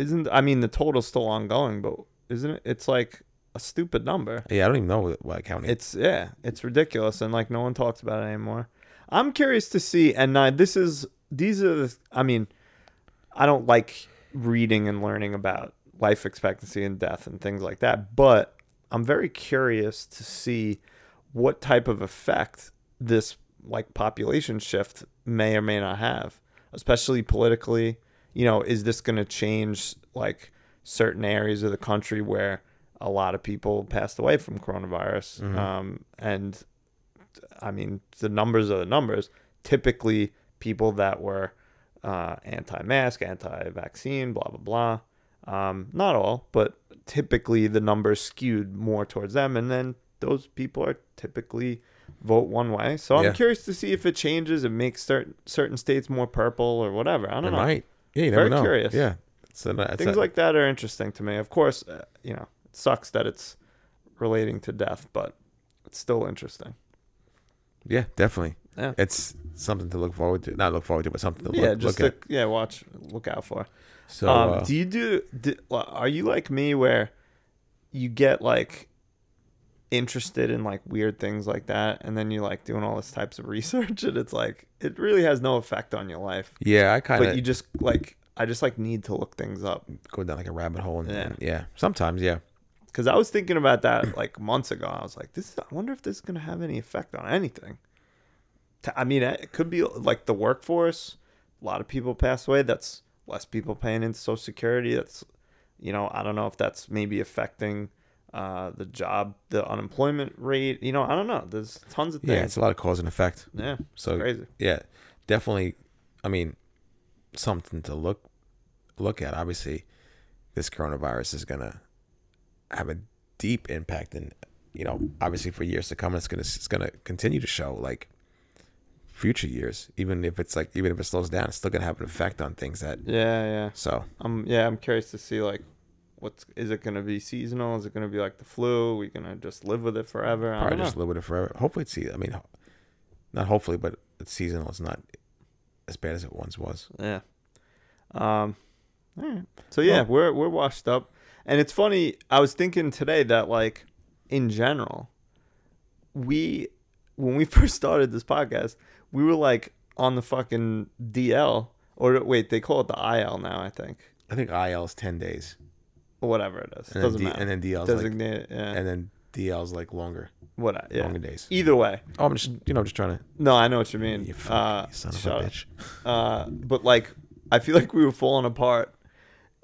D: Isn't I mean the total's still ongoing, but isn't it? It's like a stupid number.
C: yeah, I don't even know what county.
D: It's yeah, it's ridiculous, and like no one talks about it anymore. I'm curious to see, and now this is these are the. I mean, I don't like reading and learning about life expectancy and death and things like that, but I'm very curious to see what type of effect this like population shift may or may not have, especially politically. You know, is this going to change like certain areas of the country where a lot of people passed away from coronavirus? Um, and I mean, the numbers are the numbers. Typically, people that were uh, anti-mask, anti-vaccine, blah blah blah. Um, not all, but typically the numbers skewed more towards them, and then those people are typically vote one way. So
C: Yeah.
D: I'm curious to see if it changes and makes certain certain states more purple or whatever. I don't
C: it
D: know.
C: might. Yeah, you
D: Very
C: never know.
D: curious.
C: Yeah, so that-
D: Things
C: that-
D: like that are interesting to me. Of course, uh, you know, it sucks that it's relating to death, but it's still interesting.
C: yeah, definitely.
D: Yeah.
C: It's something to look forward to. Not look forward to, but something to
D: yeah,
C: look,
D: just
C: look
D: to, yeah, watch, look out for.
C: at. So
D: um,
C: uh,
D: do you do, do? Are you like me where you get like interested in like weird things like that, and then you're like doing all this types of research, and it's like it really has no effect on your life,
C: yeah, I kind
D: but
C: of
D: you just like I just like need to look things up
C: go down like a rabbit hole and
D: Yeah.
C: yeah, yeah. sometimes yeah
D: because I was thinking about that like months ago. I was like, this. I wonder if this is gonna have any effect on anything. T- I mean, it could be like the workforce. A lot of people pass away. That's less people paying into Social Security. That's, you know, I don't know if that's maybe affecting uh, the job, the unemployment rate. You know, I don't know. There's tons of
C: yeah
D: things.
C: it's a lot of cause and effect
D: Yeah.
C: so
D: crazy.
C: yeah definitely i mean something to look look at obviously this coronavirus is gonna have a deep impact and you know obviously for years to come it's gonna it's gonna continue to show like future years even if it's like even if it slows down it's still gonna have an effect on things that
D: Yeah, yeah.
C: so
D: Um, yeah, I'm curious to see like, what's is it gonna be seasonal? Is it gonna be like the flu? we gonna just live with it forever? I
C: probably
D: don't know.
C: just live with it forever hopefully it's se- i mean ho- not hopefully but it's seasonal it's not as bad as it once was
D: Yeah. Um. All right. So yeah, we're we're washed up, and it's funny. I was thinking today that like, in general, we when we first started this podcast, we were like on the fucking DL or wait, they call it the IL now, I think,
C: I think IL's ten days,
D: or whatever it is.
C: And then
D: Doesn't
C: D-
D: matter.
C: and then DL 's like-
D: designated, yeah,
C: and then DL's like longer.
D: what? Yeah.
C: longer days.
D: Either way,
C: Oh, I'm just you know I'm just trying to.
D: no, I know what you mean.
C: You fuck,
D: uh,
C: you son of
D: shut
C: a
D: up.
C: bitch.
D: Uh, but like I feel like we were falling apart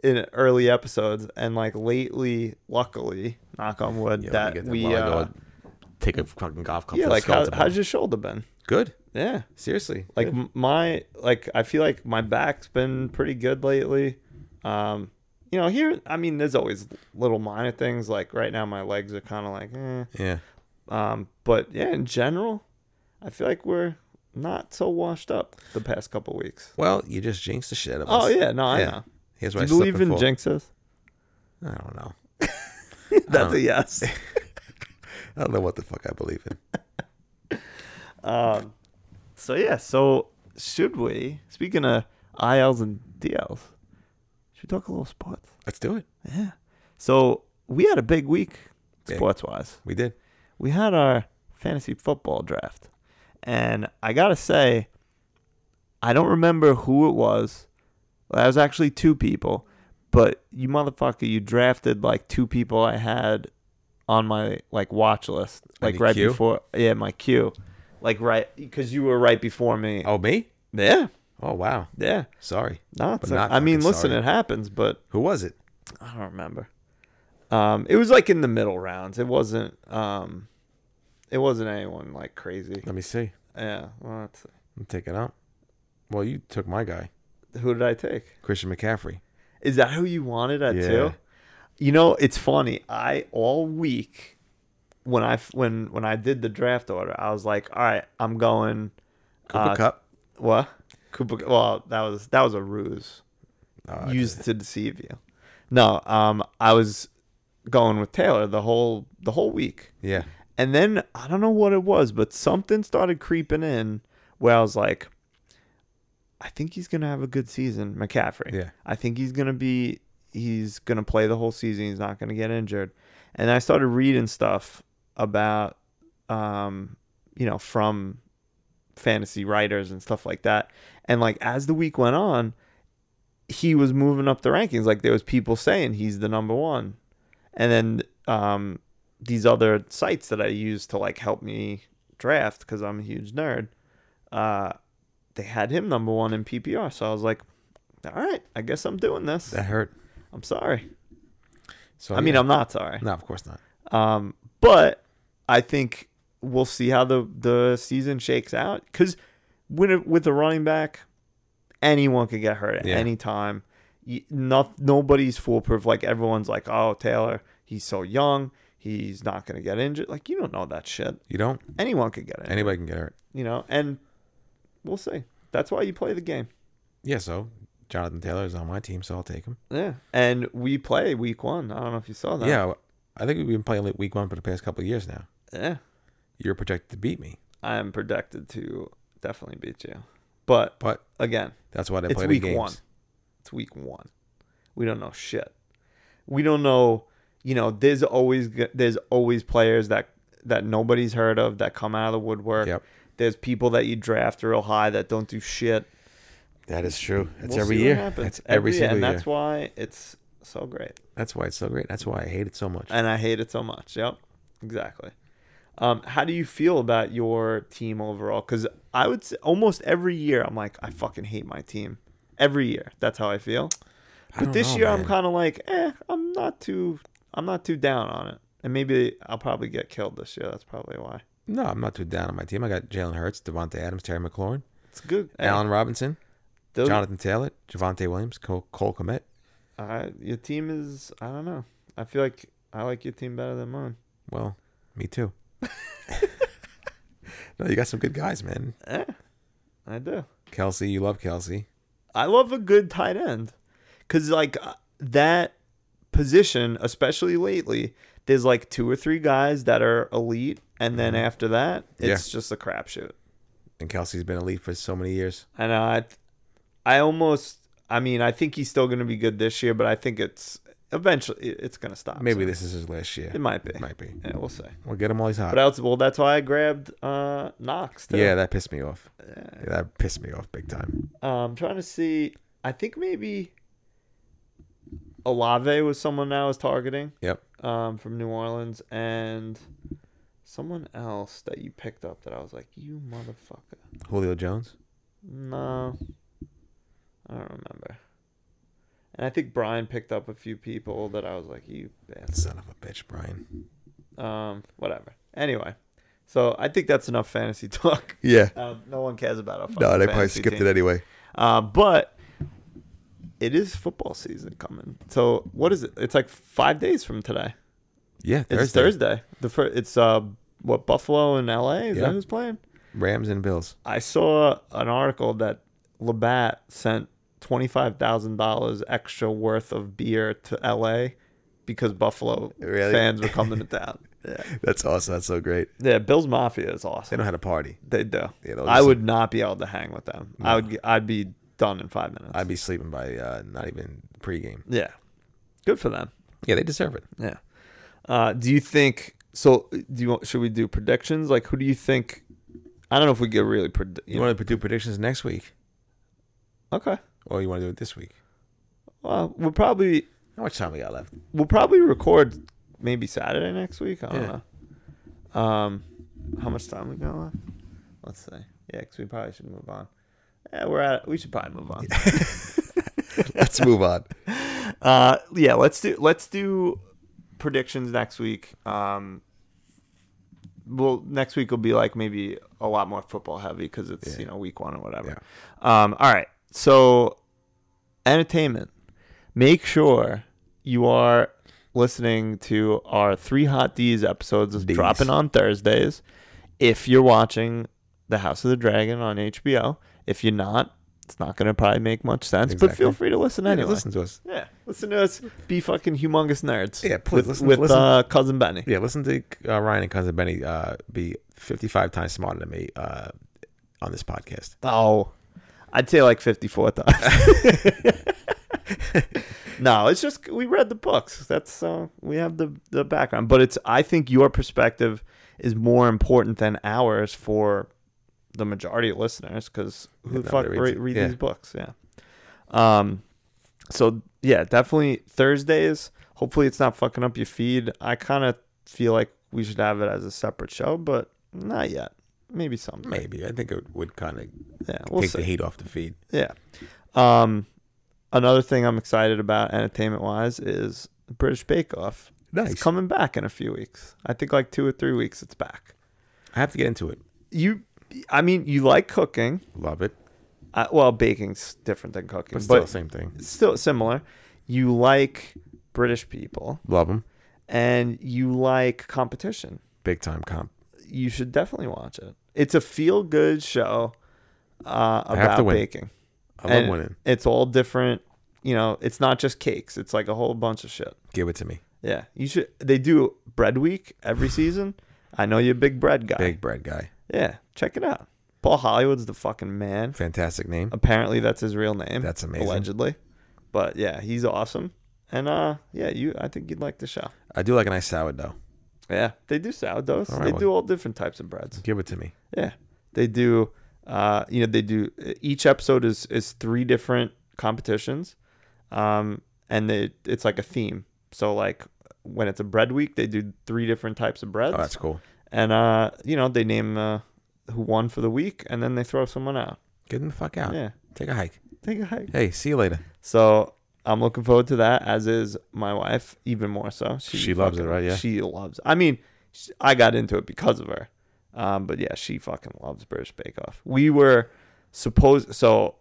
D: in early episodes, and like lately, luckily, knock on wood,
C: Yeah, let me
D: that
C: get
D: we
C: while I go
D: uh,
C: take a fucking golf cup.
D: yeah,
C: full of
D: like how,
C: skeleton
D: how's
C: bone.
D: your shoulder been?
C: good?
D: Yeah,
C: Seriously,
D: like m my like I feel like my back's been pretty good lately. Um, you know, here I mean, there's always little minor things. Like right now, my legs are kind of like, eh.
C: yeah.
D: um, but yeah, in general, I feel like we're not so washed up the past couple weeks.
C: Well, you just jinxed the shit out of
D: Oh
C: us.
D: yeah, no, I know.
C: Here's
D: Do
C: why
D: you
C: I slip
D: believe
C: and
D: in
C: fall.
D: jinxes?
C: I don't know.
D: That's a yes.
C: I don't know what the fuck I believe in.
D: so yeah, so should we? Speaking of ILs and DLs, should we talk a little sports?
C: Let's do it.
D: So we had a big week
C: Big.
D: sports wise.
C: We did.
D: We had our fantasy football draft, and I gotta say, I don't remember who it was. That was actually two people, but you motherfucker, you drafted like two people I had on my like watch list, like
C: your
D: right
C: queue?
D: before. Yeah, my queue, like right because you were right before me.
C: Oh me?
D: Yeah,
C: Oh wow.
D: yeah.
C: Sorry.
D: No,
C: But
D: it's a-
C: not
D: I mean,
C: fucking
D: listen,
C: sorry.
D: it happens, but
C: Who was it?
D: I don't remember. Um, it was like in the middle rounds. It wasn't. Um, it wasn't anyone like crazy.
C: Let me see.
D: Yeah. Well, that's,
C: I'm taking out. Well, you took my guy,
D: who did I take?
C: Christian McCaffrey.
D: Is that who you wanted at
C: Yeah.
D: two? You know, it's funny. I all week when I f- when when I did the draft order, I was like, all right, I'm going.
C: Cooper
D: uh,
C: Cup.
D: What? Cooper. Well, that was that was a ruse.
C: Oh,
D: used to deceive you. No, um, I was going with Taylor the whole the whole week,
C: Yeah.
D: and then I don't know what it was, but something started creeping in where I was like, I think he's gonna have a good season, McCaffrey.
C: Yeah.
D: I think he's gonna be he's gonna play the whole season. He's not gonna get injured, and I started reading stuff about um, you know, from fantasy writers and stuff like that. And like as the week went on, he was moving up the rankings. Like there was people saying he's the number one, and then um, these other sites that I use to like help me draft because I'm a huge nerd. Uh, they had him number one in PPR, so I was like, "All right, I guess I'm doing this."
C: That hurt.
D: I'm sorry.
C: So
D: I mean,
C: yeah.
D: I'm not sorry.
C: no, of course not.
D: Um, but I think we'll see how the, the season shakes out because when it, with a running back, anyone could get hurt at
C: Yeah.
D: any time. You, not nobody's foolproof. Like everyone's like, oh Taylor, he's so young, he's not gonna get injured. Like you don't know that shit.
C: You don't.
D: Anyone could get injured.
C: Anybody can get hurt.
D: You know, and we'll see. That's why you play the game.
C: Yeah. So Jonathan Taylor is on my team, so I'll take him.
D: Yeah, and we play week one. I don't know if you saw that.
C: Yeah. I think we've been playing like week one for the past couple of years now.
D: yeah.
C: You're projected to beat me,
D: I am projected to definitely beat you, but
C: but
D: again,
C: that's why they
D: it's
C: play
D: week
C: the games.
D: one. It's week one. We don't know shit. We don't know. You know, there's always g- there's always players that that nobody's heard of that come out of the woodwork.
C: Yep.
D: There's people that you draft real high that don't do shit.
C: That is true. It's
D: We'll
C: every
D: see what
C: year.
D: happens.
C: It's every,
D: year,
C: single
D: and
C: year.
D: that's why it's so great,
C: That's why it's so great. That's why I hate it so much.
D: and I hate it so much. Yep, exactly. Um, how do you feel about your team overall? Because I would say almost every year I'm like, I fucking hate my team. Every year, that's how I feel.
C: I
D: But
C: don't
D: this
C: know,
D: year, I'm
C: man.
D: kind of like, eh, I'm not too, I'm not too down on it, and maybe I'll probably get killed this year. That's probably why.
C: No, I'm not too down on my team. I got Jalen Hurts, Devontae Adams, Terry McLaurin,
D: It's good. Hey,
C: Allen Robinson,
D: those-
C: Jonathan Taylor, Javante Williams, Cole, Cole Komet.
D: I- your team is, I don't know. I feel like I like your team better than mine.
C: Well, me too. no, you got some good guys, man.
D: I do.
C: Kelsey, you love Kelsey.
D: I love a good tight end because like uh, that position, especially lately, there's like two or three guys that are elite, and then
C: Mm-hmm.
D: after that, it's just a crapshoot.
C: And Kelsey's been elite for so many years.
D: And I, I almost, I mean, I think he's still going to be good this year, but I think it's eventually it- it's gonna stop.
C: Maybe
D: so
C: this is his last year.
D: it might be.
C: Might be.
D: Yeah, we'll see.
C: We'll get him while he's hot.
D: But I was well. That's why I grabbed uh Knox. Too.
C: yeah, that pissed me off. Yeah, that pissed me off big time.
D: Uh, I'm trying to see. I think maybe Olave was someone I was targeting
C: Yep.
D: um, from New Orleans, and someone else that you picked up that I was like, you motherfucker.
C: Julio Jones.
D: No, I don't remember. And I think Brian picked up a few people that I was like, you bastard.
C: Son of a bitch, Brian.
D: Um, whatever. Anyway, so I think that's enough fantasy talk.
C: Yeah.
D: Uh, no one cares about our.
C: No,
D: fucking
C: they probably
D: fantasy
C: skipped
D: team.
C: it anyway.
D: Uh, but it is football season coming. So what is it? It's like five days from today.
C: Yeah, Thursday.
D: It's Thursday. The first, it's uh, what Buffalo and LA is
C: Yeah.
D: that who's playing?
C: Rams and Bills.
D: I saw an article that Labatt sent twenty five thousand dollars extra worth of beer to LA because Buffalo
C: Really?
D: fans were coming to town. Yeah.
C: That's awesome. That's so great.
D: yeah, Bill's Mafia is
C: They
D: awesome.
C: don't have a party.
D: They do.
C: Yeah, they'll
D: I
C: just-
D: would not be able to hang with them. I would. I'd be done in five minutes.
C: I'd be sleeping by uh, not even pregame.
D: yeah, good for them.
C: Yeah, they deserve it.
D: Yeah. Uh, do you think? So, do you want, should we do predictions? Like, who do you think? I don't know if we get really. Pred-
C: You want to do predictions next week,
D: okay.
C: or you want to do it this week?
D: Well, we'll probably
C: How much time we got left?
D: we'll probably record maybe Saturday next week. I don't
C: Yeah.
D: know. Um, how much time we got left? Let's see. Yeah, because we probably should move on. Yeah, we're at. We should probably move on.
C: Let's move on.
D: Uh, yeah, let's do let's do predictions next week. Um, well, next week will be like maybe a lot more football heavy because it's you know week one or whatever. Um, all right, so entertainment. Make sure you are listening to our three hot D's episodes is
C: D's.
D: dropping on Thursdays. If you're watching The House of the Dragon on HBO, if you're not, it's not going to probably make much sense. But
C: Exactly.
D: feel free to listen anyway.
C: Yeah, listen to us.
D: Yeah, listen to us be fucking humongous nerds.
C: Yeah, please,
D: with,
C: listen-
D: with
C: listen.
D: Uh, cousin Benny.
C: Yeah, listen to uh, Ryan and Cousin Benny uh, be 55 times smarter than me uh, on this podcast.
D: Oh, I'd say like fifty-four times. no, it's just we read the books. That's uh, we have the the background, but it's I think your perspective is more important than ours for the majority of listeners because who the
C: nobody
D: fuck
C: reads
D: read,
C: it.
D: read
C: Yeah.
D: these books? Yeah. Um. So yeah, definitely Thursdays. Hopefully, it's not fucking up your feed. I kind of feel like we should have it as a separate show, but not yet. Maybe someday.
C: Maybe I think it would kind of
D: Yeah, we'll
C: take
D: see.
C: the heat off the feed.
D: Yeah. Um, another thing I'm excited about entertainment wise is British Bake Off.
C: Nice.
D: It's coming back in a few weeks. I think like two or three weeks it's back.
C: I have to get into it.
D: You, I mean, you like cooking.
C: Love it,
D: I, well, baking's different than cooking,
C: but
D: but
C: still same thing.
D: still similar. You like British people
C: Love them,
D: and you like competition.
C: big time comp.
D: You should definitely watch it. It's a feel good show uh,
C: I have to
D: about
C: win.
D: baking.
C: I love
D: And
C: winning.
D: It's all different. You know, it's not just cakes. It's like a whole bunch of shit.
C: Give it to me,
D: Yeah, you should. They do bread week every season. I know you're a big bread guy.
C: big bread guy.
D: Yeah, check it out. Paul Hollywood's the fucking man.
C: Fantastic name.
D: Apparently, that's his real name.
C: That's amazing.
D: Allegedly, but yeah, he's awesome. And uh, yeah, you. I think you'd like the show.
C: I do like a nice sourdough.
D: Yeah, they do sourdoughs.
C: All right,
D: they
C: well-
D: do all different types of breads.
C: Give it to me.
D: Yeah, they do. Uh, you know, they do. Each episode is is three different competitions, um, and they it's like a theme. So like when it's a bread week, they do three different types of breads,
C: Oh, that's cool.
D: and uh, you know they name uh, who won for the week, and then they throw someone out.
C: Get them the fuck out.
D: Yeah,
C: Take a hike.
D: take a hike.
C: Hey, see you later.
D: So I'm looking forward to that, as is my wife, even more so.
C: She loves it,
D: fucking-
C: right? Yeah.
D: She loves I mean, sh- I got into it because of her. Um, but yeah, she fucking loves British Bake Off. We were supposed, so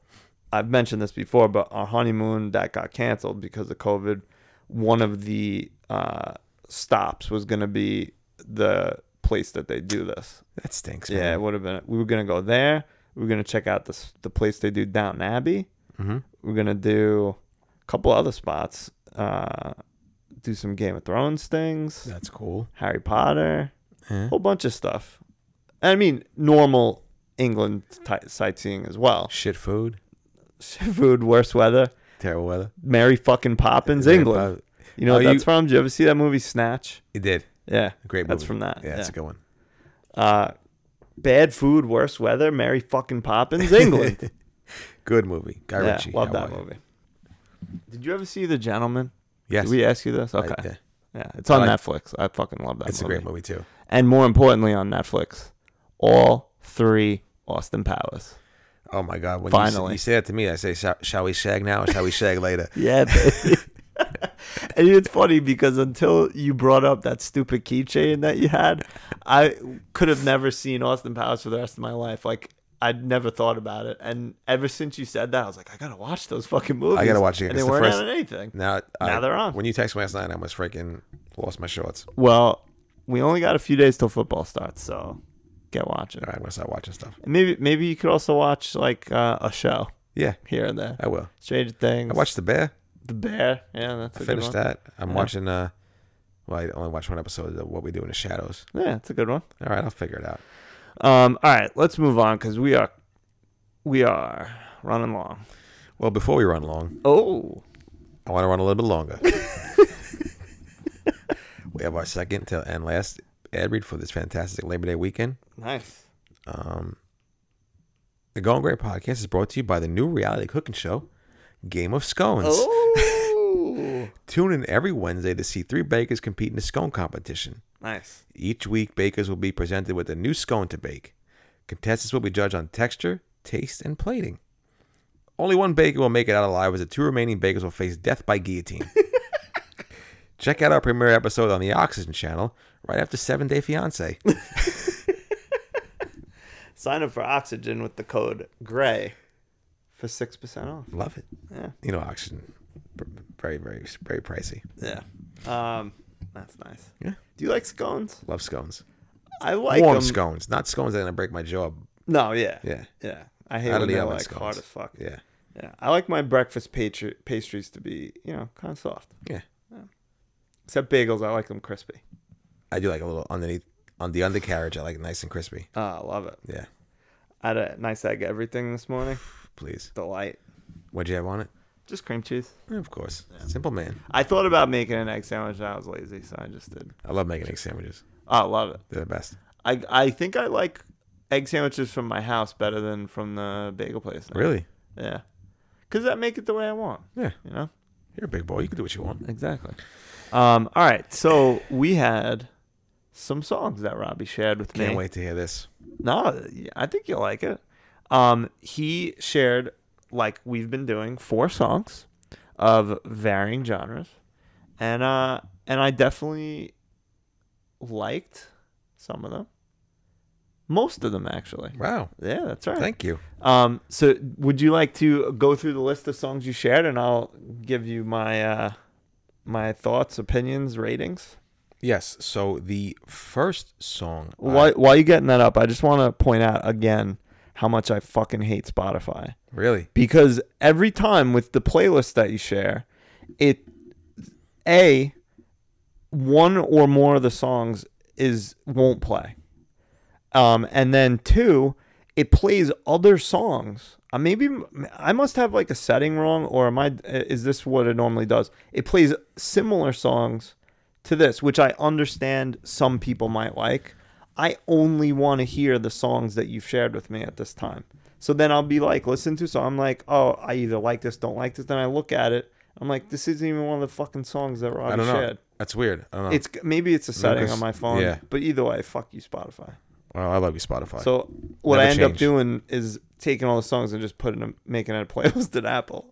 D: I've mentioned this before, but our honeymoon that got canceled because of COVID. One of the uh, stops was going to be the place that they do this.
C: That stinks. Man.
D: Yeah, it would have been. We were gonna go there. We were gonna check out this the place they do Downton Abbey.
C: Mm-hmm.
D: We are gonna do a couple other spots. Uh, do some Game of Thrones things,
C: that's cool.
D: Harry Potter, whole bunch of stuff. I mean, normal England ti- sightseeing as well.
C: Shit food,
D: Food, worse weather,
C: terrible weather.
D: Merry fucking Poppins, England.
C: Uh,
D: You know what
C: Oh, you-
D: that's from? Did you ever see that movie Snatch?
C: It did.
D: Yeah,
C: Great movie.
D: That's from that.
C: Yeah, it's a good one.
D: Uh, bad food, worse weather. Mary fucking Poppins, England.
C: Good movie. Guy
D: yeah,
C: Ritchie.
D: love
C: I
D: that
C: like it.
D: movie. Did you ever see The Gentleman?
C: Yes.
D: Did we ask you this?
C: I-
D: Okay. yeah.
C: yeah.
D: it's on
C: I like-
D: Netflix. I fucking love that.
C: It's a
D: movie.
C: great movie too.
D: And more importantly, on Netflix, all three Austin Powers.
C: Oh my God! When you,
D: Finally.
C: s- you say that to me, I say, "Shall, shall we shag now or shall we shag later?"
D: Yeah. baby. and it's funny because until you brought up that stupid keychain that you had, I could have never seen Austin Powers for the rest of my life. Like I'd never thought about it. And ever since you said that, I was like, I gotta watch those fucking movies.
C: I gotta watch it.
D: And
C: It's
D: they
C: the
D: weren't
C: first-
D: out on anything.
C: Now, I,
D: Now they're on.
C: When you texted me last night, I almost freaking lost my shorts.
D: Well, we only got a few days till football starts, so get watching.
C: All right, I'm gonna start watching stuff.
D: And maybe maybe you could also watch like uh, a show
C: Yeah,
D: here and there.
C: I will.
D: Stranger Things.
C: I watched The Bear.
D: The Bear.
C: I
D: Yeah, that's a good one. Uh-huh.
C: finished that. I'm watching. Uh, well, I only watched one episode of What We Do in the Shadows.
D: Yeah, it's a good one.
C: All right, I'll figure it out.
D: Um, all right, let's move on because we are we are running long.
C: Well, before we run long,
D: Oh,
C: I want to run a little bit longer. we have our second to and last ad read for this fantastic Labor Day weekend.
D: nice.
C: The Going Great podcast is brought to you by the new reality cooking show, Game of Scones.
D: Oh,
C: Tune in every Wednesday to see three bakers compete in a scone competition.
D: nice.
C: Each week, bakers will be presented with a new scone to bake. Contestants will be judged on texture, taste, and plating. Only one baker will make it out alive, as the two remaining bakers will face death by guillotine. Check out our premiere episode on the Oxygen channel right after Seven Day Fiance.
D: Sign up for Oxygen with the code Gray for six percent off.
C: Love it.
D: Yeah,
C: You know, Oxygen, b- very, very, very pricey.
D: yeah. Um, that's nice.
C: Yeah.
D: Do you like scones?
C: Love scones.
D: I like
C: Warm
D: 'em.
C: scones, not scones that are gonna break my jaw.
D: No, yeah,
C: Yeah.
D: yeah. I hate
C: Out of
D: when
C: the
D: they're
C: oven
D: like
C: scones.
D: hard as fuck.
C: Yeah,
D: yeah. I like my breakfast patri- pastries to be you know kind of soft.
C: yeah.
D: Except bagels, I like them crispy.
C: I do like a little underneath on the undercarriage. I like it nice and crispy.
D: Oh, I love it.
C: Yeah,
D: I had a nice egg everything this morning.
C: please.
D: Delight.
C: What'd you have on it?
D: Just cream cheese.
C: Yeah, Of course. Simple man.
D: I thought about making an egg sandwich and I was lazy, so I just did.
C: I love making egg sandwiches.
D: Oh, I love it.
C: They're the best.
D: I I think I like egg sandwiches from my house better than from the bagel place. now.
C: Really?
D: Yeah. Cause that make it the way I want.
C: Yeah.
D: You know?
C: You're a big boy. You can do what you want.
D: Exactly. Um, all right. So we had some songs that Robbie shared with me.
C: Can't wait to hear this.
D: No, I think you'll like it. Um, he shared, like we've been doing, four songs of varying genres, and uh, and I definitely liked some of them, most of them actually.
C: Wow.
D: Yeah, that's right.
C: Thank you.
D: Um, so would you like to go through the list of songs you shared, and I'll give you my uh, my thoughts, opinions, ratings.
C: Yes. So the first song. uh, I-
D: While, while you're getting that up, I just want to point out again how much I fucking hate Spotify
C: really?
D: because every time with the playlist that you share, it a one or more of the songs is won't play, um, and then two, it plays other songs. Uh, maybe I must have like a setting wrong, or am I? uh, Is this what it normally does? It plays similar songs to this, which I understand some people might like. I only want to hear the songs that you've shared with me at this time. So then I'll be like, listen to. So I'm like, oh, I either like this, don't like this. Then I look at it. I'm like, this isn't even one of the fucking songs that Robbie
C: I don't know.
D: shared.
C: That's weird. I don't know.
D: It's maybe it's a setting on
C: Lucas-
D: my phone.
C: yeah.
D: But either way, fuck you, Spotify.
C: well, I love you, Spotify.
D: So what
C: Never
D: I end up
C: change.
D: doing is taking all the songs and just putting them, making it a playlist at Apple.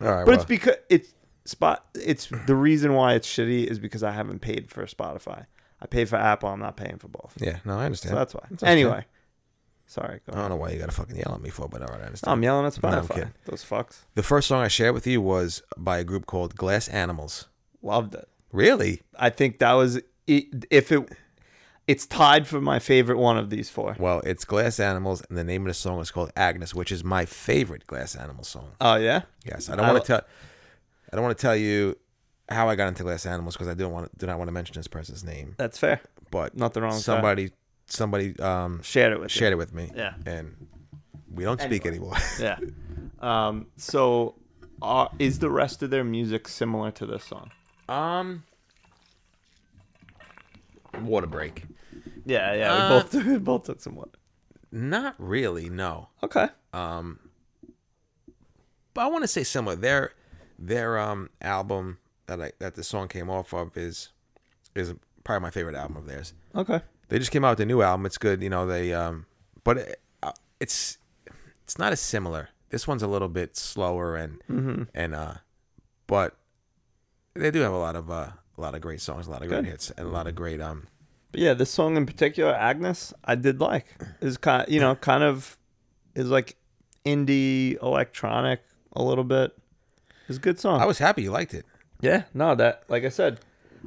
C: all right.
D: But it's
C: well,
D: because it's spot. It's the reason why it's shitty is because I haven't paid for Spotify. I pay for Apple. I'm not paying for both.
C: yeah. No, I understand.
D: So that's why.
C: It's okay.
D: Anyway, sorry.
C: I
D: Go ahead.
C: don't know why you got to fucking yell at me for, but all right, I understand.
D: I'm yelling at
C: Oh. No, I'm
D: Spotify.
C: kidding.
D: Those fucks
C: the first song I shared with you was by a group called Glass Animals.
D: loved it.
C: Really?
D: I think that was i- if it. It's tied for my favorite one of these four.
C: Well, it's Glass Animals, and the name of the song is called Agnes, which is my favorite Glass Animals song.
D: Oh yeah.
C: Yes, I don't
D: I
C: want
D: lo-
C: to tell. I don't want to tell you how I got into glass animals because I don't want do not want to mention this person's name.
D: That's fair.
C: But
D: nothing wrong with that.
C: Somebody, somebody um,
D: Shared it with you.
C: shared it with me.
D: Yeah.
C: and we don't speak anymore.
D: Yeah. uh, Um, so, are, is the rest of their music similar to this song?
C: Um, water break.
D: Yeah, yeah.
C: Uh,
D: we both we both took some water.
C: Not really. No.
D: Okay.
C: but I want to say similar. Their their um album that I, that the song came off of is is probably my favorite album of theirs.
D: Okay.
C: They just came out with a new album. It's good, you know. They um, but it, uh, it's it's not as similar. This one's a little bit slower and and uh, but they do have a lot of uh, a lot of great songs, a lot of great
D: Good.
C: hits, and a lot of great um.
D: But yeah, this song in particular, Agnes, I did like. Is kind, you know, kind of is like indie electronic a little bit. It's a good song.
C: I was happy you liked it.
D: yeah, no, that like I said,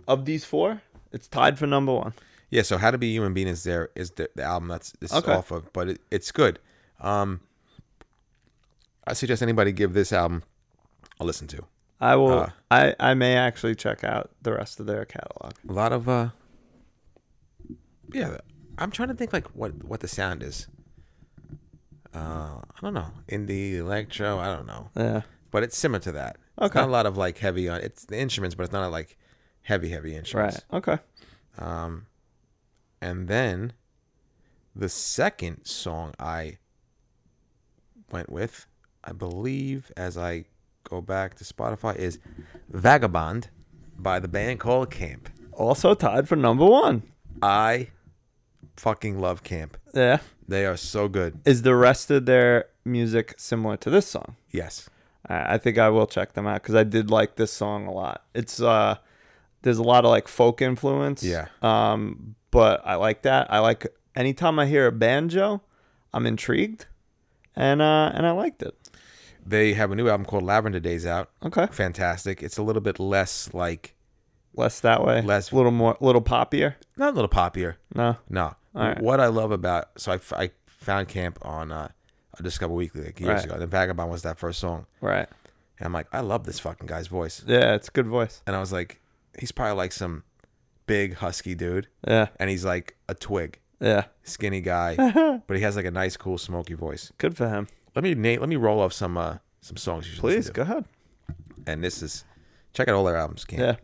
D: of these four, it's tied for number one.
C: Yeah, so How to Be a Human Being is there is the, the album that's this
D: Okay.
C: is off of, but it, it's good. Um, I suggest anybody give this album a listen to.
D: I will.
C: Uh.
D: I I may actually check out the rest of their catalog.
C: A lot of uh, yeah, I'm trying to think like what what the sound is. Uh, I don't know indie electro. I don't know,
D: Yeah.
C: but it's similar to that. it's
D: Okay.
C: not a lot of like heavy on it's the instruments, but it's not like heavy heavy instruments.
D: Right. Okay.
C: And then the second song I went with, I believe, as I go back to Spotify, is Vagabond by the band called Camp.
D: Also tied for number one.
C: I fucking love Camp.
D: Yeah.
C: They are so good.
D: Is the rest of their music similar to this song?
C: Yes.
D: I I think I will check them out because I did like this song a lot. It's uh, there's a lot of like folk influence.
C: Yeah.
D: Um, but I like that. I like anytime I hear a banjo, I'm intrigued, and uh, and I liked it.
C: They have a new album called Lavender Days out.
D: Okay.
C: Fantastic. It's a little bit less like,
D: Less that way.
C: Less-
D: a little more, little poppier.
C: not a little poppier.
D: No.
C: No.
D: Alright.
C: What I love about so I, f- I found Camp on uh, Discover Weekly like years
D: Right.
C: ago. And Vagabond was that first song.
D: Right.
C: And I'm like, I love this fucking guy's voice.
D: Yeah, it's a good voice.
C: And I was like, he's probably like some big husky dude.
D: Yeah.
C: And he's like a twig,
D: Yeah.
C: skinny guy, but he has like a nice, cool, smoky voice.
D: Good for him.
C: Let me Nate, let me roll off some uh some songs you should listen
D: Please
C: to.
D: go ahead.
C: And this is check out all their albums, Camp.
D: Yeah.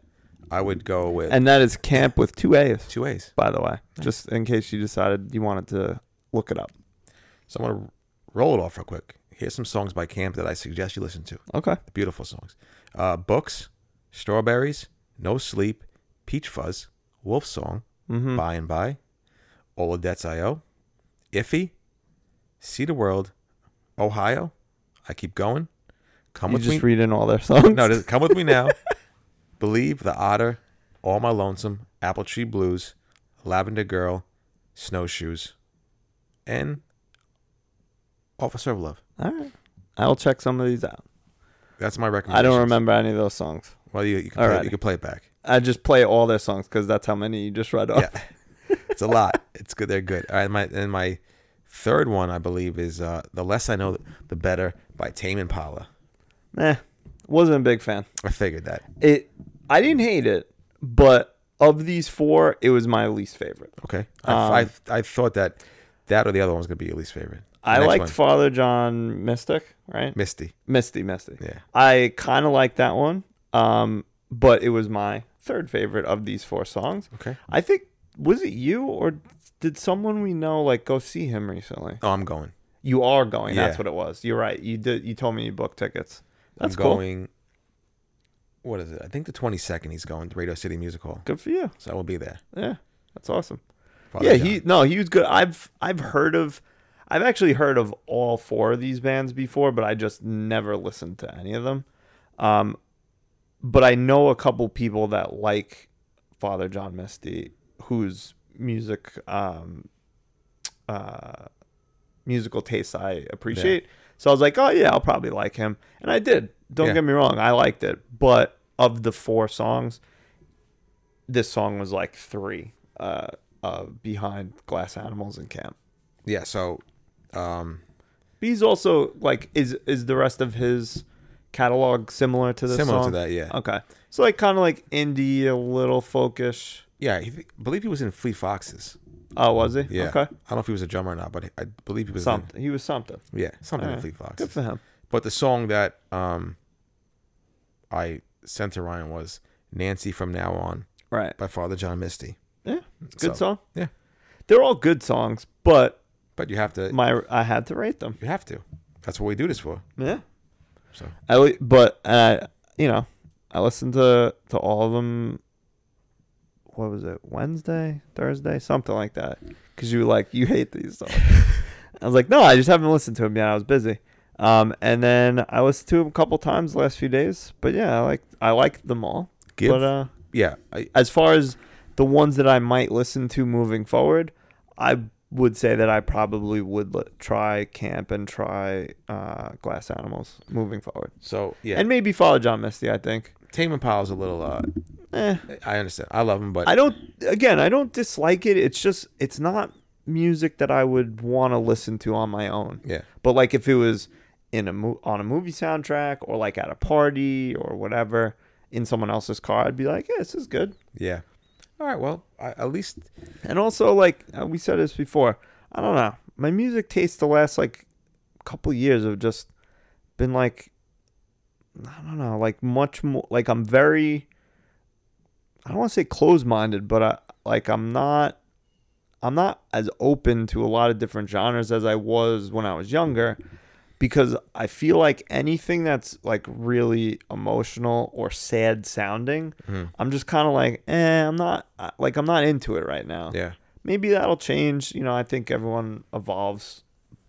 C: I would go with
D: And that is camp with two A's.
C: two ways.
D: By the way, just in case you decided you wanted to look it up.
C: So I'm gonna roll it off real quick. Here's some songs by Camp that I suggest you listen to.
D: Okay.
C: Beautiful songs. Uh, books, Strawberries, No Sleep, Peach Fuzz, Wolf Song,
D: Mm-hmm.
C: By and By, Ola Debts I.O., Iffy, See the World, Ohio, I Keep Going, Come
D: You
C: With Me.
D: just read in all their songs.
C: no, this- Come With Me Now, Believe, The Otter, All My Lonesome, Apple Tree Blues, Lavender Girl, Snowshoes, and Officer of Love.
D: All right. I'll check some of these out.
C: That's my
D: I
C: recommendation.
D: don't remember any of those songs.
C: Well, you, you, can, play,
D: Alrighty.
C: you can play it back.
D: I just play all their songs because that's how many you just read off.
C: Yeah. It's a lot. It's good. They're good. All right. My and my third one, I believe, is uh, "The Less I Know, the Better" by Tame Impala.
D: Eh, wasn't a big fan.
C: I figured that.
D: It, I didn't hate it, but of these four, it was my least favorite.
C: Okay. I,
D: Um,
C: I, I thought that that or the other one was gonna be your least favorite. The
D: I
C: next
D: liked
C: one,
D: Father John Mystic, right?
C: Misty.
D: Misty, Misty.
C: Yeah.
D: I kind of like that one, um, but it was my third favorite of these four songs.
C: Okay.
D: I think was it you or did someone we know like go see him recently?
C: Oh, I'm going.
D: You are going. That's
C: Yeah.
D: what it was. You're right. You did. You told me you booked tickets. That's
C: I'm
D: cool.
C: going. What is it? I think the 22nd he's going to Radio City Music Hall.
D: Good for you.
C: So I will be there.
D: Yeah, that's awesome.
C: Father
D: yeah,
C: John.
D: he no, he was good. I've I've heard of, I've actually heard of all four of these bands before, but I just never listened to any of them. Um, but I know a couple people that like Father John Misty, whose music, um, uh, musical tastes I appreciate. So I was like, oh yeah, I'll probably like him, and I did. Don't
C: Yeah.
D: get me wrong, I liked it, but of the four songs, this song was like three uh, uh, behind Glass Animals and Camp.
C: Yeah. So, um,
D: But he's also like, is is the rest of his catalog similar to this
C: Similar to
D: song?
C: that, yeah.
D: Okay, so like kind of like indie, a little folkish.
C: yeah, he, I believe he was in Fleet Foxes.
D: Oh, was he?
C: Yeah. I
D: Okay.
C: don't know if he was a drummer or not, but I believe he was. in-
D: Something. He was something.
C: yeah, something in
D: Alright.
C: Fleet Foxes.
D: Good for him.
C: But the song that um I sent to Ryan was Nancy from Now On
D: Right.
C: by Father John Misty.
D: Yeah. Good
C: So-
D: song.
C: Yeah.
D: They're all good songs, but
C: But you have to
D: my I had to rate them.
C: you have to. That's what we do this for.
D: Yeah.
C: So
D: I li- but uh, you know, I listened to to all of them. What was it? Wednesday, Thursday, something like that. Because you were like, you hate these songs. I was like, no, I just haven't listened to them yet. I was busy. Um, and then I listened to them a couple times the last few days. But yeah, I like I liked them all.
C: Give-
D: But uh,
C: yeah, I,
D: as far as the ones that I might listen to moving forward, I would say that I probably would li- try Camp and try uh, Glass Animals moving forward.
C: so yeah.
D: And
C: And
D: maybe follow John Misty, I think.
C: Tame Impala's a little. uh
D: Eh,
C: I understand. I love him, but
D: I don't again, I don't dislike it. It's just it's not music that I would want to listen to on my own.
C: Yeah.
D: But like if it was in a mo- on a movie soundtrack or like at a party or whatever in someone else's car, I'd be like, "Yeah, this is good."
C: yeah. All right. Well, I, at least
D: And also like uh, we said this before, I don't know. My music taste the last like couple years have just been like I don't know, like much more like I'm very I don't want to say closed-minded, but I like I'm not I'm not as open to a lot of different genres as I was when I was younger because I feel like anything that's like really emotional or sad sounding, I'm just kind of like, eh, I'm not I- like I'm not into it right now.
C: yeah.
D: Maybe that'll change. You know, I think everyone evolves.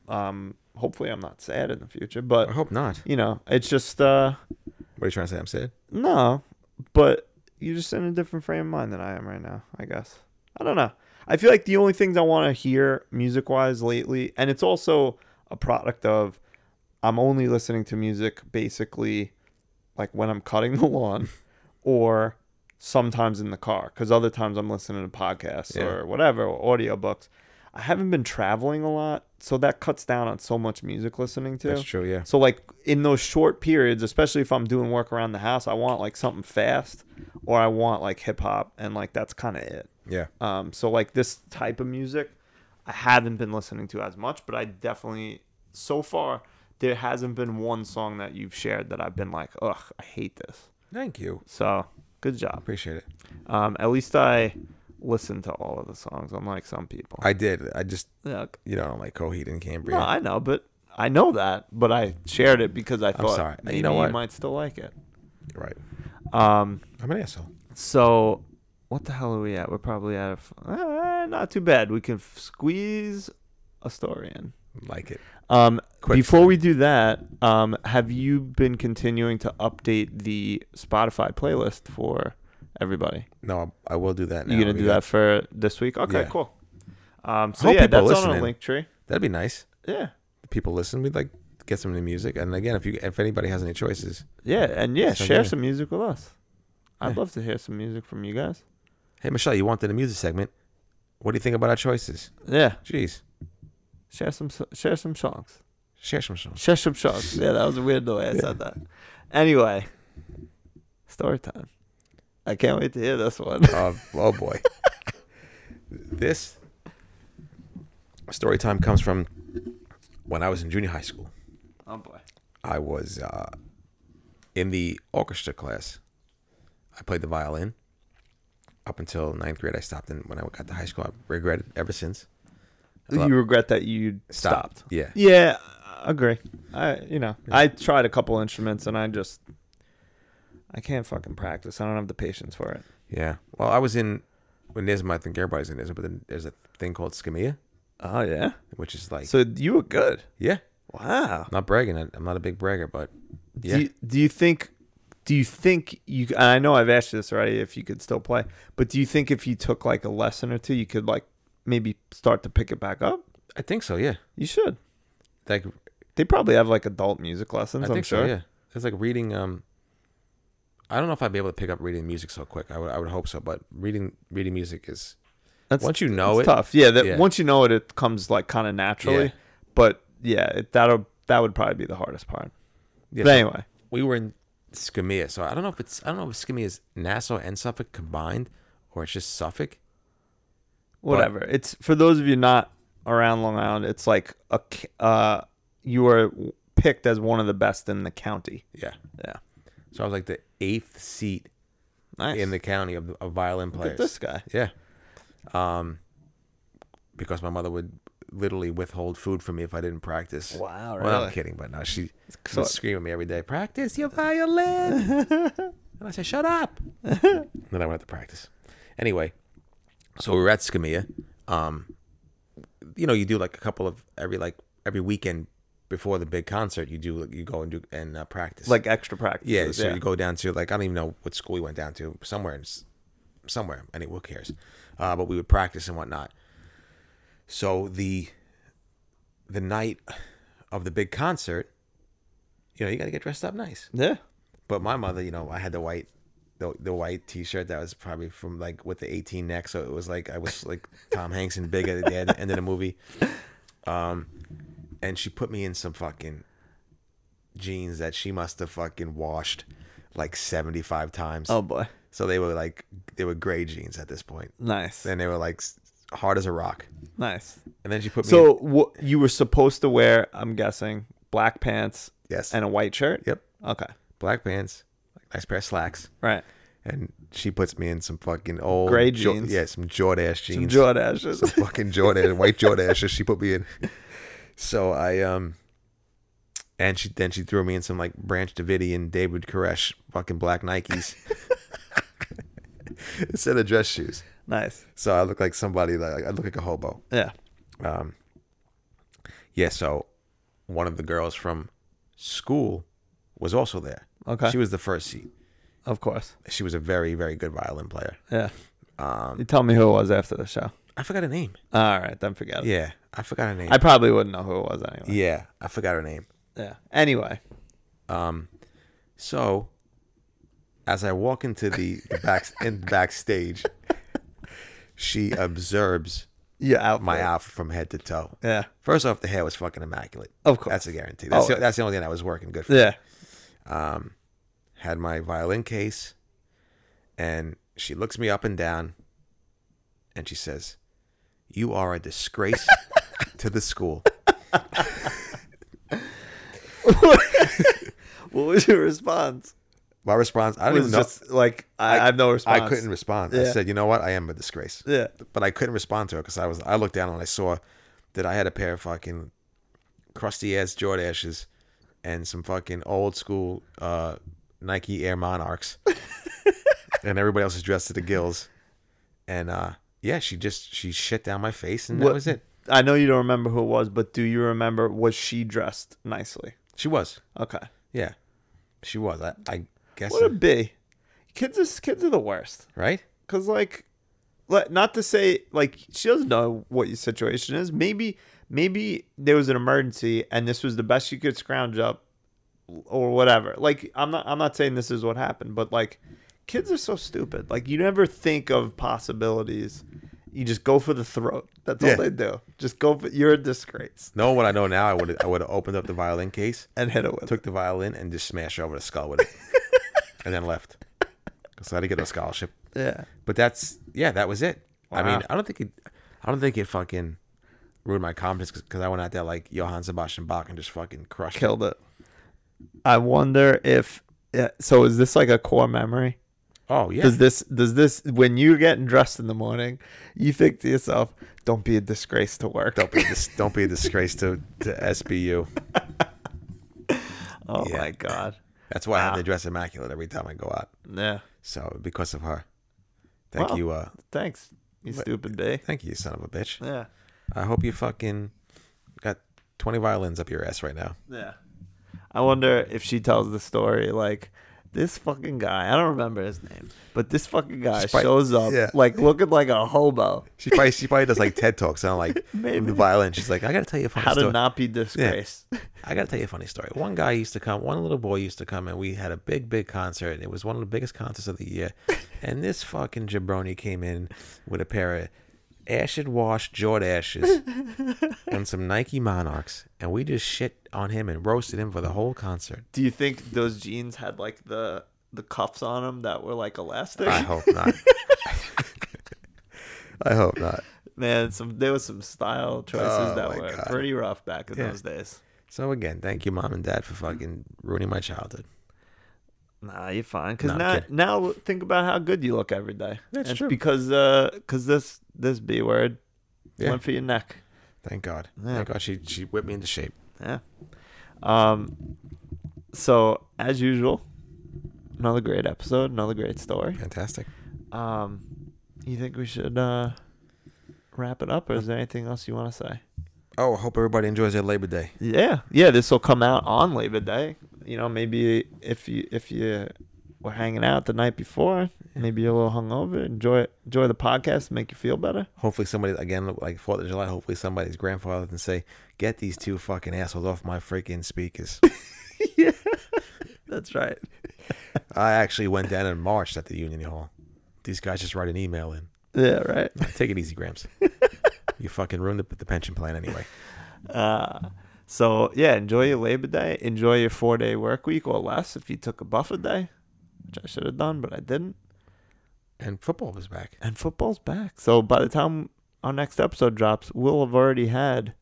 D: Um, hopefully, I'm not sad in the future, but
C: I hope not.
D: you know, it's just uh,
C: What are you trying to say? I'm sad.
D: no, but you're just in a different frame of mind than I am right now, I guess. I don't know. I feel like the only things I want to hear music wise lately, and it's also a product of I'm only listening to music basically like when I'm cutting the lawn or sometimes in the car because other times I'm listening to podcasts
C: Yeah.
D: or whatever, or audiobooks. I haven't been traveling a lot, so that cuts down on so much music listening to.
C: That's true. Yeah.
D: So like in those short periods, especially if I'm doing work around the house, I want like something fast or I want like hip hop and like that's kind of it.
C: Yeah.
D: Um so like this type of music I haven't been listening to as much, but I definitely so far there hasn't been one song that you've shared that I've been like, "Ugh, I hate this."
C: Thank you.
D: So, good job.
C: Appreciate it.
D: Um at least I listened to all of the songs unlike some people.
C: I did. I just
D: yeah,
C: you know I don't like Coheed and Cambria.
D: no, I know, but I know that, but I shared it because I thought
C: sorry. You
D: maybe
C: know
D: you
C: what?
D: might still like it.
C: right.
D: Um,
C: I'm an asshole.
D: so what the hell are we at? We're probably at a f- uh, not too bad. We can f- squeeze a story in.
C: Like it.
D: Um,
C: Quick.
D: before we do that, um, have you been continuing to update the Spotify playlist for everybody?
C: No, I, I will do that. Now.
D: you gonna
C: We
D: do
C: got-
D: that for this week? Okay,
C: Yeah.
D: cool. Um, so
C: hope
D: yeah,
C: people
D: that's on our
C: listening.
D: link tree.
C: That'd be nice.
D: Yeah.
C: People listen. We'd like get some new music. And again, if you if anybody has any choices,
D: Yeah, and yeah,
C: Sounds
D: share
C: good.
D: some music with us. I'd
C: Yeah.
D: love to hear some music from you guys.
C: hey Michelle, you wanted a music segment. What do you think about our choices?
D: Yeah,
C: Jeez,
D: share some share some songs.
C: share some songs.
D: Chesham Shots. Yeah, that was weird the way I said that. Anyway, story time. I can't wait to hear this one.
C: Uh, oh boy, this story time comes from when I was in junior high school.
D: oh boy.
C: I was uh, in the orchestra class. I played the violin up until ninth grade. I stopped, and when I got to high school, I regretted ever since. Hello.
D: You regret that you
C: Stopped.
D: stopped.
C: Yeah.
D: Yeah, I agree. I you know, I tried a couple instruments and I just I can't fucking practice. I don't have the patience for it.
C: Yeah. Well, I was in when NISMA. I think everybody's in NISMA, but then there's a thing called Skimia,
D: Oh yeah.
C: which is like,
D: So you were good.
C: yeah,
D: Wow.
C: not bragging. I- I'm not a big bragger, but yeah,
D: Do you, do you think do you think you and I know I've asked you this already if you could still play, but do you think if you took like a lesson or two you could like maybe start to pick it back up?
C: I think so. Yeah.
D: You should.
C: Like,
D: They probably have like adult music lessons,
C: I
D: I
C: think
D: am sure.
C: so. Yeah. It's like reading. Um, I don't know if I'd be able to pick up reading music so quick. I would, I would hope so, but reading reading music is
D: That's
C: once you know it.
D: it's tough. Yeah, that
C: yeah.
D: once you know it it comes like kind of naturally.
C: Yeah.
D: But yeah, it, that'll that would probably be the hardest part.
C: Yeah,
D: but
C: so-
D: anyway,
C: we were in Skamia, so I don't know if it's I don't know if Skamia is Nassau and Suffolk combined, or it's just Suffolk.
D: whatever. it's for those of you not around Long Island, it's like a c- uh you were picked as one of the best in the county.
C: Yeah.
D: Yeah.
C: So I was like the eighth seat
D: Nice.
C: in the county of, of violin
D: Look
C: players.
D: at this guy.
C: Yeah. Um, because my mother would literally withhold food from me if I didn't practice. Well,
D: Wow,
C: I'm
D: really?
C: kidding, but no, she
D: So-
C: would scream at me every day, practice your violin. and I say, shut up. then I went out to practice. Anyway, so we were at Skamia. Um, you know, you do like a couple of every like every weekend before the big concert, you do you go and do and uh, practice.
D: Like extra practice.
C: Yeah, so you go down to like I don't even know what school you went down to, somewhere, in s- somewhere. I mean, who cares? Uh, but we would practice and whatnot. So the the night of the big concert, you know, you got to get dressed up nice.
D: Yeah.
C: But my mother, you know, I had the white the, the white T-shirt that was probably from like with the eighteen neck, so it was like I was like Tom Hanks and Big at the end, end of the movie. Um, and she put me in some fucking jeans that she must have fucking washed like seventy five times.
D: Oh boy.
C: so they were like they were gray jeans at this point,
D: Nice.
C: and they were like s- hard as a rock.
D: nice.
C: And then she put me.
D: So
C: in,
D: wha- you were supposed to wear, I'm guessing, black pants
C: yes,
D: and a white shirt.
C: yep,
D: Okay.
C: black pants, nice pair of slacks.
D: Right.
C: and she puts me in some fucking old
D: Gray
C: Jo-
D: jeans.
C: yeah, some Jordache jeans,
D: Some Jordashes.
C: fucking Jordache, white Jordashes. She put me in. So I um, and she then she threw me in some like Branch Davidian, David Koresh fucking black Nikes instead of dress shoes.
D: nice.
C: So I look like somebody like I look like a hobo.
D: Yeah.
C: Yeah. So one of the girls from school was also there.
D: Okay.
C: She was the first seat.
D: Of course.
C: She was a very very good violin player.
D: Yeah. you tell me who it was after the show.
C: I forgot her name.
D: All right, then forget it.
C: Yeah, I forgot her name.
D: I probably wouldn't know who it was anyway.
C: Yeah, I forgot her name.
D: Yeah. Anyway.
C: So, as I walk into the, the back in backstage, she observes
D: Your outfit.
C: my outfit from head to toe.
D: Yeah.
C: First off, the hair was fucking immaculate.
D: Of course.
C: that's a guarantee. That's,
D: Oh.
C: the, that's the only thing that was working good. for me.
D: Yeah.
C: Had my violin case, and she looks me up and down, and she says, "You are a disgrace to the school."
D: What was your response?
C: My response, I
D: It
C: don't
D: was
C: even know.
D: just like I, I have no response.
C: I couldn't respond. I
D: Yeah.
C: said, "You know what? I am a disgrace."
D: Yeah.
C: but I couldn't respond to it because I was I looked down and I saw that I had a pair of fucking crusty ass Jordashes and some fucking old school uh, Nike Air Monarchs, and everybody else is dressed to the gills. And uh, yeah, she just she shit down my face, and that
D: What-
C: was it.
D: I know you don't remember who it was, but do you remember was she dressed nicely?
C: She was,
D: Okay.
C: yeah, she was. I, I guess
D: What a B. Kids are kids are the worst.
C: right.
D: Cause like, like, not to say like she doesn't know what your situation is. Maybe maybe there was an emergency and this was the best you could scrounge up, or whatever. Like I'm not I'm not saying this is what happened, but like, kids are so stupid. Like you never think of possibilities. You just go for the throat. That's
C: Yeah.
D: all they do. Just go for. You're a disgrace.
C: Knowing what I know now, I would I would have opened up the violin case,
D: And hit it with.
C: took the violin, and just smashed her over the skull with it, and then left. So I didn't get a scholarship.
D: yeah.
C: But that's yeah, that was it. I
D: Wow.
C: mean, I don't think it, I don't think it fucking ruined my confidence because I went out there like Johann Sebastian Bach and just fucking crushed it.
D: killed it. I wonder if yeah, so is this like a core memory?
C: Oh yeah,
D: Does this does this when you're getting dressed in the morning, you think to yourself, "Don't be a disgrace to work."
C: don't be dis- don't be a disgrace to to SBU.
D: oh
C: yeah.
D: my god.
C: That's why I have to dress immaculate every time I go out.
D: Yeah.
C: So because of her, thank
D: Wow.
C: you, uh,
D: Thanks. You stupid B.
C: thank you, son of a bitch.
D: Yeah.
C: I hope you fucking got twenty violins up your ass right now.
D: Yeah. I wonder if she tells the story like this fucking guy, I don't remember his name, but this fucking guy
C: Spike-
D: shows up
C: yeah.
D: like looking like a hobo.
C: She probably she probably does like TED talks on like
D: Maybe.
C: the violin. She's like, I gotta tell you a funny
D: How
C: story.
D: to not be disgraced.
C: I gotta tell you a funny story. One guy used to come, one little boy used to come, and we had a big, big concert. and It was one of the biggest concerts of the year. And this fucking jabroni came in with a pair of acid washed Jordashes and some Nike Monarchs, and we just shit on him and roasted him for the whole concert.
D: Do you think those jeans had like the the cuffs on them that were like elastic?
C: I hope not. I hope not.
D: Man, some there was some style choices
C: Oh
D: that
C: my
D: were
C: God.
D: pretty rough back in
C: Yeah.
D: those days.
C: So again, thank you, mom and dad, for fucking ruining my childhood.
D: Nah, you're fine. Because
C: No, I'm
D: now,
C: kidding.
D: now think about how good you look every day.
C: That's
D: It's
C: true.
D: Because uh, cause this this B word
C: Yeah.
D: went for your neck.
C: Thank God.
D: Yeah.
C: Thank God she she whipped me into shape.
D: Yeah. Um. So as usual, another great episode, another great story.
C: Fantastic.
D: Um, you think we should uh wrap it up, or is there anything else you want to say?
C: Oh, I hope everybody enjoys their Labor Day.
D: Yeah, yeah. This will come out on Labor Day. You know, maybe if you if you were hanging out the night before, maybe you're a little hungover. Enjoy enjoy the podcast, make you feel better.
C: Hopefully somebody again like Fourth of July. Hopefully somebody's grandfather can say, "Get these two fucking assholes off my freaking speakers."
D: That's right.
C: I actually went down and marched at the Union Hall. These guys just write an email in.
D: Yeah, right.
C: Take it easy, Gramps. you fucking ruined the, the pension plan anyway.
D: Uh, so yeah, enjoy your Labor Day. Enjoy your four day work week or less if you took a buffer day, which I should have done, but I didn't.
C: And football was back.
D: And football's back. So by the time our next episode drops, we'll have already had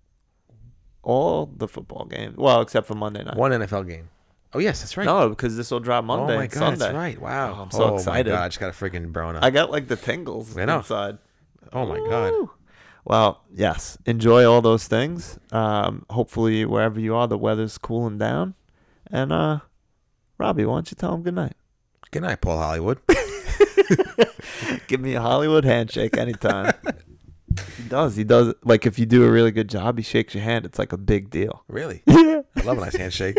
D: all the football games. Well, except for Monday night.
C: One NFL game. Oh yes, that's right.
D: No, because this will drop
C: oh
D: Monday
C: my
D: and
C: God,
D: Sunday.
C: that's right. Wow,
D: Oh, I'm so
C: my
D: excited.
C: God, I just got a freaking brown
D: I
C: up.
D: got like the tingles
C: I know.
D: inside.
C: Oh my God.
D: Woo. Well, yes. Enjoy all those things. Um, hopefully, wherever you are, the weather's cooling down. And uh, Robbie, why don't you tell them good night?
C: Good night, Paul Hollywood.
D: Give me a Hollywood handshake anytime. he does. He does. Like if you do a really good job, he shakes your hand. It's like a big deal.
C: really?
D: Yeah.
C: I love a nice handshake.